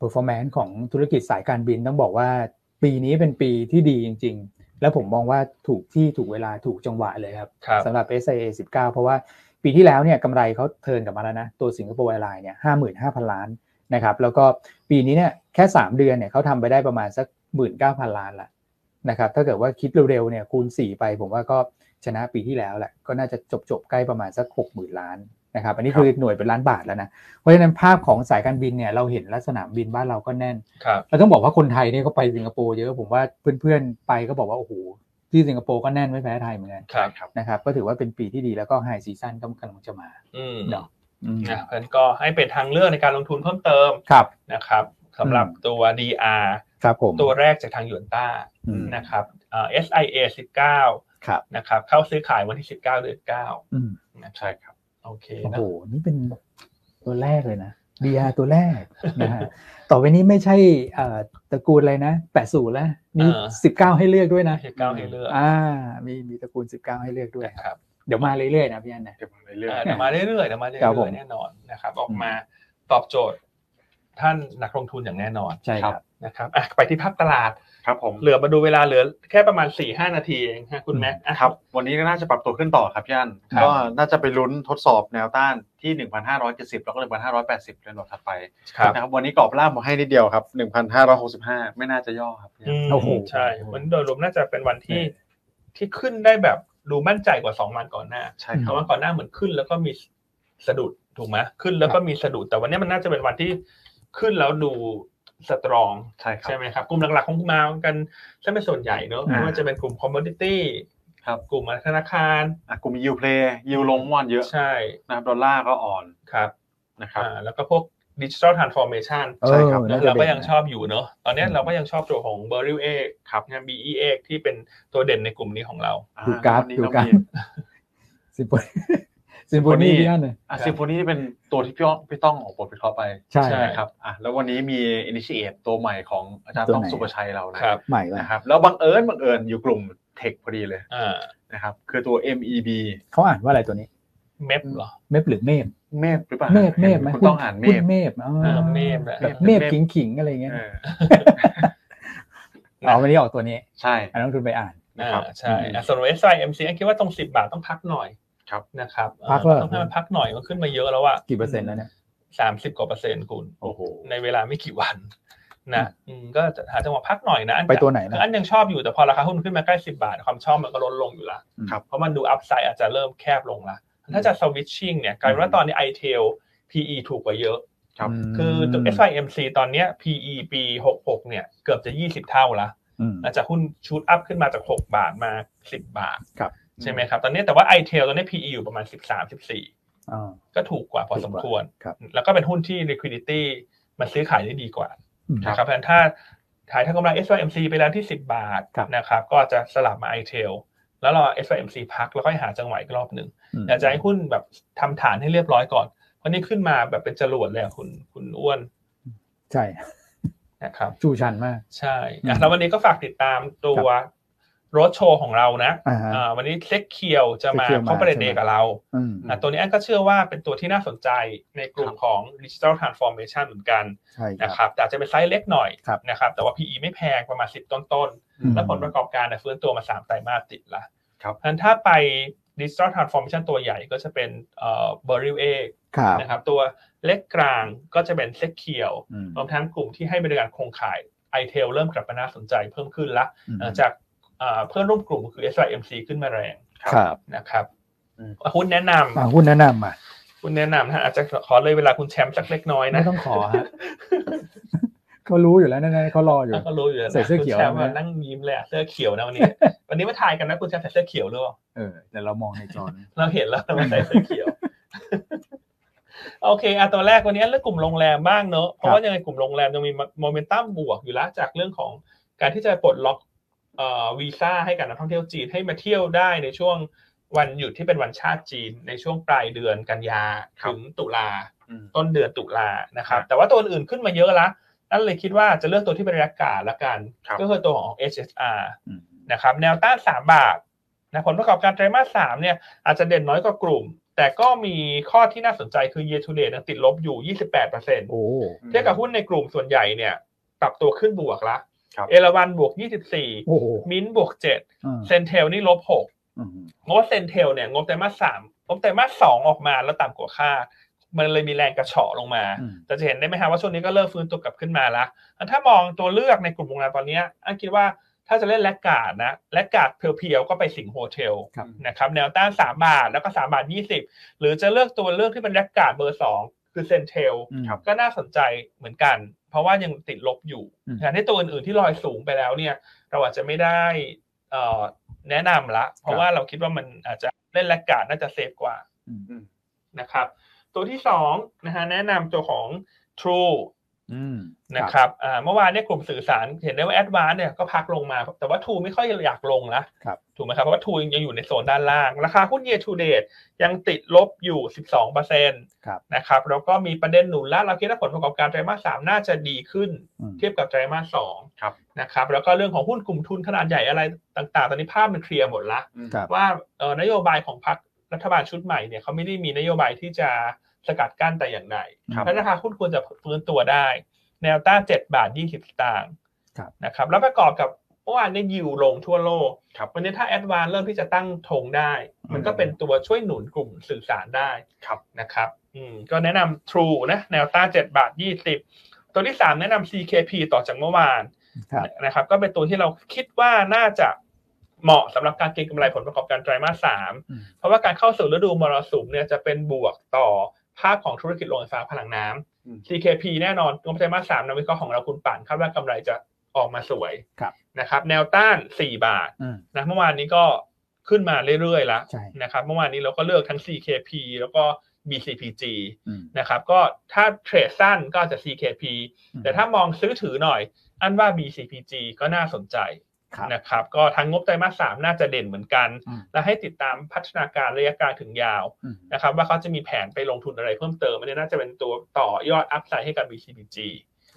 C: p e r f o r m a n c e ของธุรกิจสายการบินต้องบอกว่าปีนี้เป็นปีที่ดีจริง ๆ แล้วผมมองว่าถูกที่ถูกเวลาถูกจังหวะเลยครับ
A: ครับ
C: สำหรับ SIA 19 เพราะว่าปีที่แล้วเนี่ยกำไรเขาเทิร์นกลับมาแล้วนะ ตัวสิงคโปร์แอร์ไลน์เนี่ยห้าหมื่นห้าพันล้านนะครับแล้วก็ปีนี้เนี่ยแค่ 3 เดือนเนี่ยเขาทำไปได้ประมาณสักหมื่นเก้าพันล้านละนะครับถ้าเกิดว่าคิดเร็วๆเนี่ยคูณ 4 ไป ผมว่าก็ชนะปีที่แล้วแหละก็น่าจะจบๆใกล้ประมาณสัก6 0,000 ล้านนะครับอันนี้คือหน่วยเป็นล้านบาทแล้วนะ เพราะฉะนั้นภาพของสายการบินเนี่ยเราเห็นลักษณะบินบ้านเราก็แน่น
A: ครับ
C: เราต้องบอกว่าคนไทยเนี่ยก็ไปสิงคโปร์เยอะผมว่าเพื่อนๆไปก็บอกว่าโอ้โหที่สิงคโปร์ก็แน่นไม่แพ้ไทยเหมือนกัน
A: ครับ
B: ครับ
C: นะครับก็ถือว่าเป็นปีที่ดีแล้วก็ไฮซีซั่นก็กำลังจะมา
A: อืม
C: เนาะอืม
A: นะเพราะฉะนั้นก็ให้เป็นทางเลือกในการลงทุนเพิ่มเติม
C: ครับ
A: นะครับสำหรับตัว DR
C: ครับผม
A: ตัวแรกจากทางหยวนต้า
C: อืม
A: นะครับเอ่อ SIA 19
C: ครับ
A: นะครับเข้าซื้อขายวันที่ 19 เดือน9
C: อืม
A: นะครั
B: ใช่
A: บ
B: ครับ
A: โอเค
C: โอ้
A: นะ
C: โหนี่เป็นตัวแรกเลยนะดีอาตัวแรก นะฮะต่อไปนี้ไม่ใช่เอ่อตระกูลอะไรนะแปดสูแล้วมี
A: เออ
C: สิบเก้าให้เลือกด้วยนะ
A: สิบเก้าให้เลือก
C: อ่ามีมีตระกูลสิบเก้าให้เลือกด้วย
A: นะครับ
C: เดี๋ยวมาเรื่อยๆนะพี่อันนะ
B: เก็บมาเรื่อย
A: อ่า
B: ๆ
A: เดี๋ยวมาเรื่อยๆเดี๋ยวมาเรื่
C: ครับผ
A: อ
C: ม
A: ยๆแน่นอนนะครับ ออกมาตอบโจทย์ ท่านนักลงทุนอย่างแน่นอน
C: ใช่ครับ
A: นะครับอ่ะไปที่ภาพตลาด
B: ครับผม
A: เหลือมาดูเวลาเหลือแค่ประมาณ4ี่ห้านาทีเองฮะคุณแม็กซ์อ่ะ
B: ครับ วันนี้ก็น่าจะปรับตัวขึ้นต่อครับพี่อัน
A: ครับ
B: ก็น่าจะไปลุ้นทดสอบแนวต้านที่ 1,570 แล้วก็ 1,580ในหลอดถัดไป
A: ครับ
B: นะครับ วันนี้กรอบล่างผมให้นิดเดียวครับ 1,565 ไม่น่าจะย่อครับพี่อัน
A: ม
C: โอ้โห
A: ใช่วันนี้โดยรวมน่าจะเป็นวันที่ที่ขึ้นได้แบบดูมั่นใจกว่าสองวันก่อนหน้า
B: ใช่ค
A: เพ
B: รับ
A: ราะว่าก่อนหน้าเหมือนขึ้นแล้วก็มีสะดุดถูกไหมขึ้นแล้วก็มีสะดุดแต่วันนี้มันน่าจะเป็นวันที่ขึ้นแล้วดูสตรอง
B: ใช่ครับ
A: ใช่ไหมครับ กลุ่มหลักๆของมากันใช่เป็นส่วนใหญ่เนอะ
B: อ่า
A: ไม่ว่าจะเป็นกลุ่มคอมม o ดิตี้
B: ครับ
A: กลุ่มธนาคาร
B: อ่ะกลุ่มยูเพลย์ยูลงเมื่อวันเยอะ
A: ใช่
B: นะครับดอลลาร์ก็อ่อน
A: ครับ
B: นะครับ
A: อ่าแล้วก็พวกดิจิ t a ลทรานส์ฟอร์เมชัน
C: เออ
B: ใช่ครับ
C: น่จะ
A: เรา
C: ป็น
A: ก็ยังชอบอยู่เนอะตอนนี้
C: อืม
A: เราก็ยังชอบตัวของ b e r r y l เอกครับ BE เอกที่เป็นตัวเด่นในกลุ่มนี้ของเรา
B: อ่
C: ดูกราฟ
B: วันนี้
C: ดู
B: เรา
C: กราฟ
B: มี
C: ซิมโฟนีซิมโฟนี
B: ซิมโฟนี
C: พี่อันเลย
B: อ่ะซิมโฟนีเป็นตัวที่พี่อ้อพี่ต้องออกบทวิเคราะห์ไป
C: ใช่
A: ใช่
B: นะครับอ่ะแล้ววันนี้มีอินิชิเอตตัวใหม่ของอาจารย์
C: ตัว
B: ต้อง
C: ไหน
B: สุประชัยเรานะครับ
C: ใหม่ละ
B: นะครับแล้วบังเอิญบังเอิญอยู่กลุ่มเทคพอดีเลย
A: อ่า
B: นะครับคือตัว MEB
C: เขาอ่านว่าอะไรตัวนี้
A: เมฟเหรอ
C: เมฟหรือเมฟ
B: เมฟหรือเปล่า
C: เมฟเมฟไหม
B: คุณต้องอ่านเม
C: คุณ
B: ฟ
C: เมฟอ๋อ
A: เออเมฟแหละ
C: แบบ
B: เม
C: เม
B: ฟ
C: ฟขิงขิงๆอะไรเงี้ย
B: เออ
C: เอาวันนี้ออกตัวนี้
B: ใช่
C: อันนั้นคุณไปอ่าน
B: นะ
A: อ่า
B: ครับ
A: ใช่
B: อืม
A: อ่ะส่วน s i m c อันคิดว่าตรง 10 บาทต้องพักหน่อย
B: ครับ
A: นะครับ
C: พักแล้วเหรอ
A: ต้องให้มันพักหน่อยมันขึ้นมาเยอะแล้วอะ
C: กี่เปอร์เซ็นต์แล้วเนี่ย
A: สามสิบกว่าเปอร์เซ็นต์คุณ
C: โอ้โห
A: ในเวลาไม่กี่วันนะอืมก็จะหาจังหวะพักหน่อยนะอัน
C: ไปตัวไหนนะ
A: คืออันยังชอบอยู่แต่พอราคาหุ้นขึ้นมาใกล้สิบาท ความชอบมันก็ลดลงอยู่ละ
C: ครับ
A: เพราะมันดูอัพไซด์อาจจะเริ่มแคบลงละถ้าจะสวิตชิ่งเนี่ยกลายเป็นว่าตอนนี้ i t a l PE ถูกกว่าเยอะ
B: ครับ
C: ม
A: คือตัว SYMC ตอนเนี้ย PE ปี66เนี่ยเกือบจะ 20 เท่าละ
C: อืม
A: อาจจะหุ้นชูตอัพขึ้นมาจาก 6 บาทมา 10 บาท
C: ครับ
A: ใช่ไหมครับ ตอนนี้แต่ว่า i t a l ตอนนี้ PE อยู่ประมาณ 13-14
C: อ่า
A: ก็ถูกกว่าพอสมควร
C: ถูกกว่าครับ
A: แล้วก็เป็นหุ้นที่ liquidity มันซื้อขายได้ดีกว่า
C: อืม
A: นะครับเพราะฉะนั้นถ้าขายทางกำไร SYMC ไปแล้วที่ 10 บาท
C: ครับ
A: นะครับ ก็จะสลับมา i t a l แล้วรอ SYMC พักแล้วก็หาจังหวะอีกรอบหนึ่งอยากจะให้หุ้นแบบทำฐานให้เรียบร้อยก่อน เพราะนี่ขึ้นมาแบบเป็นจรวดเลยอะคุณคุณอ้วน
C: ใช่
A: นะครับ
C: จูชันมาก
A: ใช่อ่ะแล้ววันนี้ก็ฝากติดตามตัว รถโชว์ของเรานะ
D: อ่าฮะ
A: อ่าวันนี้เซ็กเคียวจะมา
D: Tech Kiel มา
A: เขาประเด็น
D: ใช่ไหม
A: เดกับเรา
D: อืม
A: อ่ะตัวนี้แอนก็เชื่อว่าเป็นตัวที่น่าสนใจในกลุ่มของดิจิทัลทรานส์ฟอร์เมชันเหมือนกัน
D: ใช่
A: นะค
D: ครับ
A: รับแต่อาจจะเป็นไซส์เล็กหน่อย
D: ครับ
A: นะครับแต่ว่า PE ไม่แพงประมาณ 10 ต้นๆ และผลประกอบการเนี่ยฟื้นตัวมา 3 ไตรมาสติดละ
B: ครับ
A: งั้นถ้าไปดิจิทัลทรานส์ฟอร์เมชันตัวใหญ่ก็จะเป็นเอ่อบริวเอ
D: ครับ
A: นะครับตัวเล็กกลางก็จะเป็นเซ็กเคียว
D: อืม
A: รวมทั้งกลุ่มที่ให้บริการโครงข่ายไอเทลเริ่มกลับมาน่าสนใจเพิ่มขึ้นละ
D: อืม
A: เอ่อจากเอ่อเพื่อนร่วมกลุ่มคือ SIMC ขึ้นมาแรง
D: ครับ
A: นะครับ
B: อืม
A: หุ้นแนะน
D: อ่ะหุ้นแนะนำมา
A: ำหุ้นแนะนำนะอาจจะขอเลยเวลาคุณแชมป์สักเล็กน้อยนะ
D: ไม่ต้องขอฮะเขารู้อยู่แล้วแน่ๆเขารออยู่
A: แล้วก็รู้อยู่แล้วนะ
D: ใส่เสื้อเขียว
A: คุณแชมป์อะ
D: นะ
A: นั่งยิ้มเลยอะเสื้อเขียวนะวันนี้ วันนี้มาถ่ายกันนะคุณแชมป์ใส่เสื้อเขียวหรือเปล่า
D: เออแต่เรามองในจอนะ
A: เราเห็นแล้วมันใส่เสื้อเขียว โอเคอ่ะตัวแรกวันนี้เรื่องกลุ่มโรงแรมบ้างเนอะเพราะว่ายังไงกลุ่มโรงแรมยังมีโมเมนตัมบวกอยู่แล้วจากเรื่องของการที่จะปลดล็อกเอ่อวีซ่าให้กับนักท่องเที่ยวจีนให้มาเที่ยวได้ในช่วงวันหยุดที่เป็นวันชาติจีน ในช่วงปลายเดือนกันยาถึงตุลา
B: อืม
A: ต้นเดือนตุลานะครับ
B: ครับ
A: แต่ว่าตัวอื่นๆขึ้นมาเยอะละนั่นเลยคิดว่าจะเลือกตัวที่เป็นราคาละกัน
B: ครับ
A: ก็คือตัวของ HSR
D: อืม
A: นะครับแนวต้าน 3 บาทนะผลประกอบการไตรมาส3เนี่ยอาจจะเด่นน้อยกว่ากลุ่ม แต่ก็มีข้อที่น่าสนใจคือ year to date ยังติดลบอยู่ 28%
D: โอ้
A: เทียบกับหุ้นในกลุ่มส่วนใหญ่เนี่ยปรับตัวขึ้นบวกละ
B: ครับ
A: เอราวันบวก 24
D: โอ้โห
A: มิ้นท์บวก 7
D: อ่า
A: เซนเทลนี่ลบ 6
D: อืม
A: งบเซนเทลเนี่ยงบไตรมาสสามงบไตรมาสสองออกมาแล้วต่ำกว่าคาดมันเลยมีแรงกระเฉาะลงมา
D: อืม
A: แต่จะเห็นได้ไหมฮะว่าช่วงนี้ก็เริ่มฟื้นตัวกลับขึ้นมาละอันถ้ามองตัวเลือกในกลุ่มโรงแรมตอนเนี้ยอันคิดว่าถ้าจะเล่นแลกการ์ดนะแลกการ์ดเพียวๆก็ไปสิงโฮเทล
D: ครับ
A: นะครับแนวต้านสามบาทแล้วก็สามบาทยี่สิบหรือจะเลือกตัวเลือกที่เป็นแลกการ์ดเบอร์สองคือเซนเทล
D: อืม
B: ครับ
A: ก็น่าสนใจเหมือนกัน เพราะว่ายังติดลบอยู่
D: อืม
A: แต่ในตัวอื่นๆที่ลอยสูงไปแล้วเนี่ยเราอาจจะไม่ได้ เอ่อแนะนำละ เพราะว่าเราคิดว่ามันอาจจะเล่นแลกการ์ดน่าจะเซฟกว่า
D: อืม
A: นะครับ ตัวที่สองนะฮะแนะนำตัวของ True
D: อืม
A: นะครับอ่าเมื่อวานเนี่ยกลุ่มสื่อสารเห็นได้ว่าแอดวานเนี่ยก็พักลงมา แต่ว่าทูไม่ค่อยอยากลงนะครับ ถูกไหมครับ เพราะว่าทูยังอยู่ในโซนด้านล่าง ราคาหุ้น year to date ยังติดลบอยู่ 12%
D: ครับ
A: นะครับ แล้วก็มีประเด็นหนุนละเราคิดว่าผลประกอบการไตรมาสสามน่าจะดีขึ้น
D: อืม
A: เทียบกับไตรมาสสอง
B: ครับ
A: นะครับ แล้วก็เรื่องของหุ้นกลุ่มทุนขนาดใหญ่อะไรต่างๆ ตอนนี้ภาพมันเคลียร์หมดละ
B: อืม
D: ครับ
A: ว่าเอ่อนโยบายของพรรครัฐบาลชุดใหม่เนี่ยเขาไม่ได้มีนโยบายที่จะสกัดกั้นแต่อย่างใด
B: ครับ
A: และราคาหุ้นควรจะฟื้นตัวได้ แนวต้าน7บาท20สตางค์
D: ครับ
A: นะครับแล้วประกอบกับเมื่อวานเนี่ยยิวลงทั่วโลก
B: ครับ
A: วันนี้ถ้าแอดวานเริ่มที่จะตั้งธงได้ มันก็เป็นตัวช่วยหนุนกลุ่มสื่อสารได้
B: ครับ
A: นะครับอืมก็แนะนำ True นะแนวต้าน7บาท20 ตัวที่ 3 แนะนำ CKP ต่อจากเมื่อวาน
D: ครับ
A: นะครับก็เป็นตัวที่เราคิดว่าน่าจะเหมาะสำหรับการเก็งกำไรผลประกอบการไตรมาสสาม
D: อืม
A: เพราะว่าการเข้าสู่ฤดูมรสุมเนี่ยจะเป็นบวกต่อภาพของธุรกิจโรงไฟฟ้าพลังน้ำ
B: อืม
A: CKP แน่นอนงบไตรมาสสามนักวิเคราะห์ของเราคุณป่านคาดว่ากำไรจะออกมาสวย
D: ครับ
A: นะครับ แนวต้าน 4 บาท
D: อืม
A: นะเมื่อวานนี้ก็ขึ้นมาเรื่อยๆแล้ว
D: ใช่
A: นะครับเมื่อวานนี้เราก็เลือกทั้ง CKP แล้วก็ BCPG
D: อืม
A: นะครับก็ถ้าเทรดสั้นก็อาจจะ CKP แต่ถ้ามองซื้อถือหน่อย อันว่า BCPG ก็น่าสนใจ
D: ครับ
A: นะครับ ก็ทั้งงบไตรมาสสามน่าจะเด่นเหมือนกัน
D: อืม
A: และให้ติดตามพัฒนาการระยะกลางถึงยาว
D: อืม
A: นะครับ ว่าเขาจะมีแผนไปลงทุนอะไรเพิ่มเติมอันนี้น่าจะเป็นตัวต่อยอดอัพไซด์ให้กับ BCPG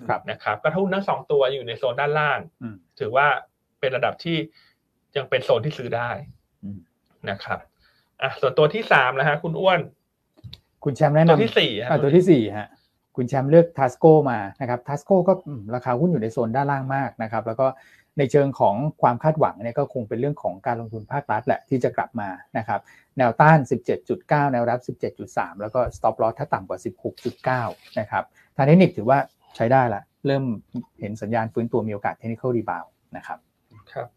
D: ครับ
A: นะครับก็ทุนทั้งสองตัวอยู่ในโซนด้านล่าง
D: อืม
A: ถือว่าเป็นระดับที่ยังเป็นโซนที่ซื้อได้
D: อืม
A: นะครับอ่ะส่วนตัวที่สามนะฮะคุณอ้วน
D: คุณแชมป์แนะนำ
A: ตัวที่สี่ฮะ
D: อ่ะตัวที่สี่ฮะคุณแชมป์เลือกทัสโกมานะครับทัสโกก็อืมราคาหุ้นอยู่ในโซนด้านล่างมากนะครับ แล้วก็ในเชิงของความคาดหวังเนี่ยก็คงเป็นเรื่องของการลงทุนภาครัฐแหละที่จะกลับมานะครับ แนวต้าน 17.9 แนวรับ 17.3 แล้วก็ stop loss ถ้าต่ำกว่า 16.9 นะครับทางเทคนิคถือว่าใช้ได้ละ เริ่มเห็นสัญญาณฟื้นตัวมีโอกาส technical rebound นะครับ
A: ครับ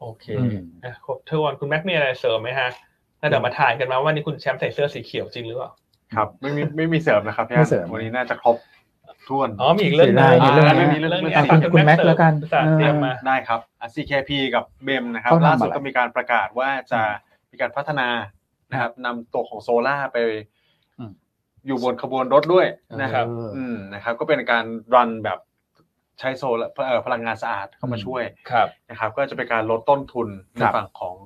A: โอเค
D: อืม
A: อ่ะครบถ้วนคุณแม็กมีอะไรเสริมไหมฮะแล้วเดี๋ยวมาถ่ายกันมาว่านี่คุณแชมป์ใส่เสื้อสีเขียวจริงหรือเปล่า
B: ครับไม่มีไม่มีเสริมนะครับพี่
D: ไม่
B: อัน
D: เสริม
B: วันนี้น่าจะครบถ้วน
A: อ๋อมีอีกเรื่องหนึง
D: เสียดาย
A: อ่า
D: เรื่องนี้
A: นี้เรื่องนี้
B: อ่ะ
A: ฝา
B: คุณ
A: ณ
D: คุณแม็กซ์แล้วกัน
A: เสริมเตรียมมา
B: ได้ครับอ่ะ CKP กับเบมนะครับ
D: เขาทำ
B: ล่าสุด
D: อะไร
B: ก็มีการประกาศว่าจะมีการพัฒนานะครับนำตัวของโซล่าไป
D: อืม
B: อยู่บนขบวนรถด้วยนะครับ
D: เอออื
B: ืมนะครับ ก็เป็นการรันแบบใช้โซลาเอ่อพลังงานสะอาดเข้ามาช่วย
A: ครับ
B: นะครับก็จะเป็นการลดต้นทุนใน
D: ครับ
B: ฝั่งของ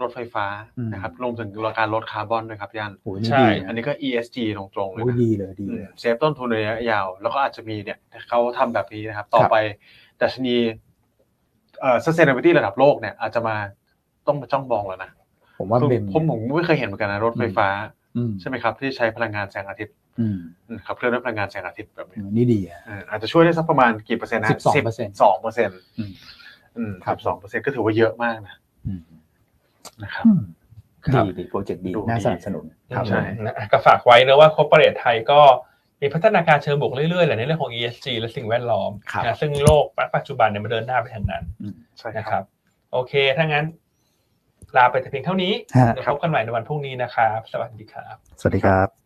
B: รถไฟฟ้า
D: อืม
B: นะครับรวมถึงการลดคาร์บอนด้วยครับย่าน
D: โอ้ยนี่
A: ใช่
D: ดี
B: อัน
D: นะ
B: นี้ก็ ESG ตรงๆเลย
D: โอ้ย
B: นะ
D: ดีเลยดี
B: อื
D: เล
B: ม
D: ย
B: เซฟต้นทุนในระยะยาว แล้วก็อาจจะมีเนี่ยเขาทำแบบนี้นะครับ ต่อ
D: ครับ
B: ไปดัชนี เอ่อ sustainability ระดับโลกเนี่ยอาจจะมาต้องมาจ้องมองแล้วนะ
C: ผมว่าเป็น
B: ผมผมไม่เคยเห็นเหมือนกันนะรถไฟฟ้า
C: อืม
B: ใช่ไหมครับที่ใช้พลังงานแสงอาทิตย์
C: อืม
B: นะครับเคลื่อนด้วยพลังงานแสงอาทิตย์แบบนี้
C: อืมนี่ดีอะ
B: เอ่ออาจจะช่วยได้สักประมาณกี่เปอร์เซ็นต์นะ
C: 12%
B: สองเปอร์เซ็นต์
C: ครั
B: คั
C: บ
B: บสองเปอร์เซ็นต์ก็ถือว่าเยอะมากนะ
C: อืม
B: นะครับ
C: อืม
A: ครั
C: ดี
A: บ
C: ดีโปรเจกต์ดี
B: ดู
C: น่า
B: ดี
C: สนับสนุนครับ
A: ใช่นะก็ฝากไว้นะว่าคอร์ปอเรทไทยก็มีพัฒนาการเชิงบวกเรื่อยๆแหละในเรื่องของ ESG และสิ่งแวดล้อม
C: ครับ
A: นะซึ่งโลกปัจจุบันเนี่ยมันเดินหน้าไปทางนั้น
C: อืม
B: ใช่
A: นะ
B: ค
A: ครับ รับ โอเค ถ้างั้น ลาไปแต่เพียงเท่านี้
C: ฮะ
A: เดี๋ยวพบกันใหม่ในวันพรุ่งนี้นะครับ สวัสดีครับ
C: สวัสดีครับ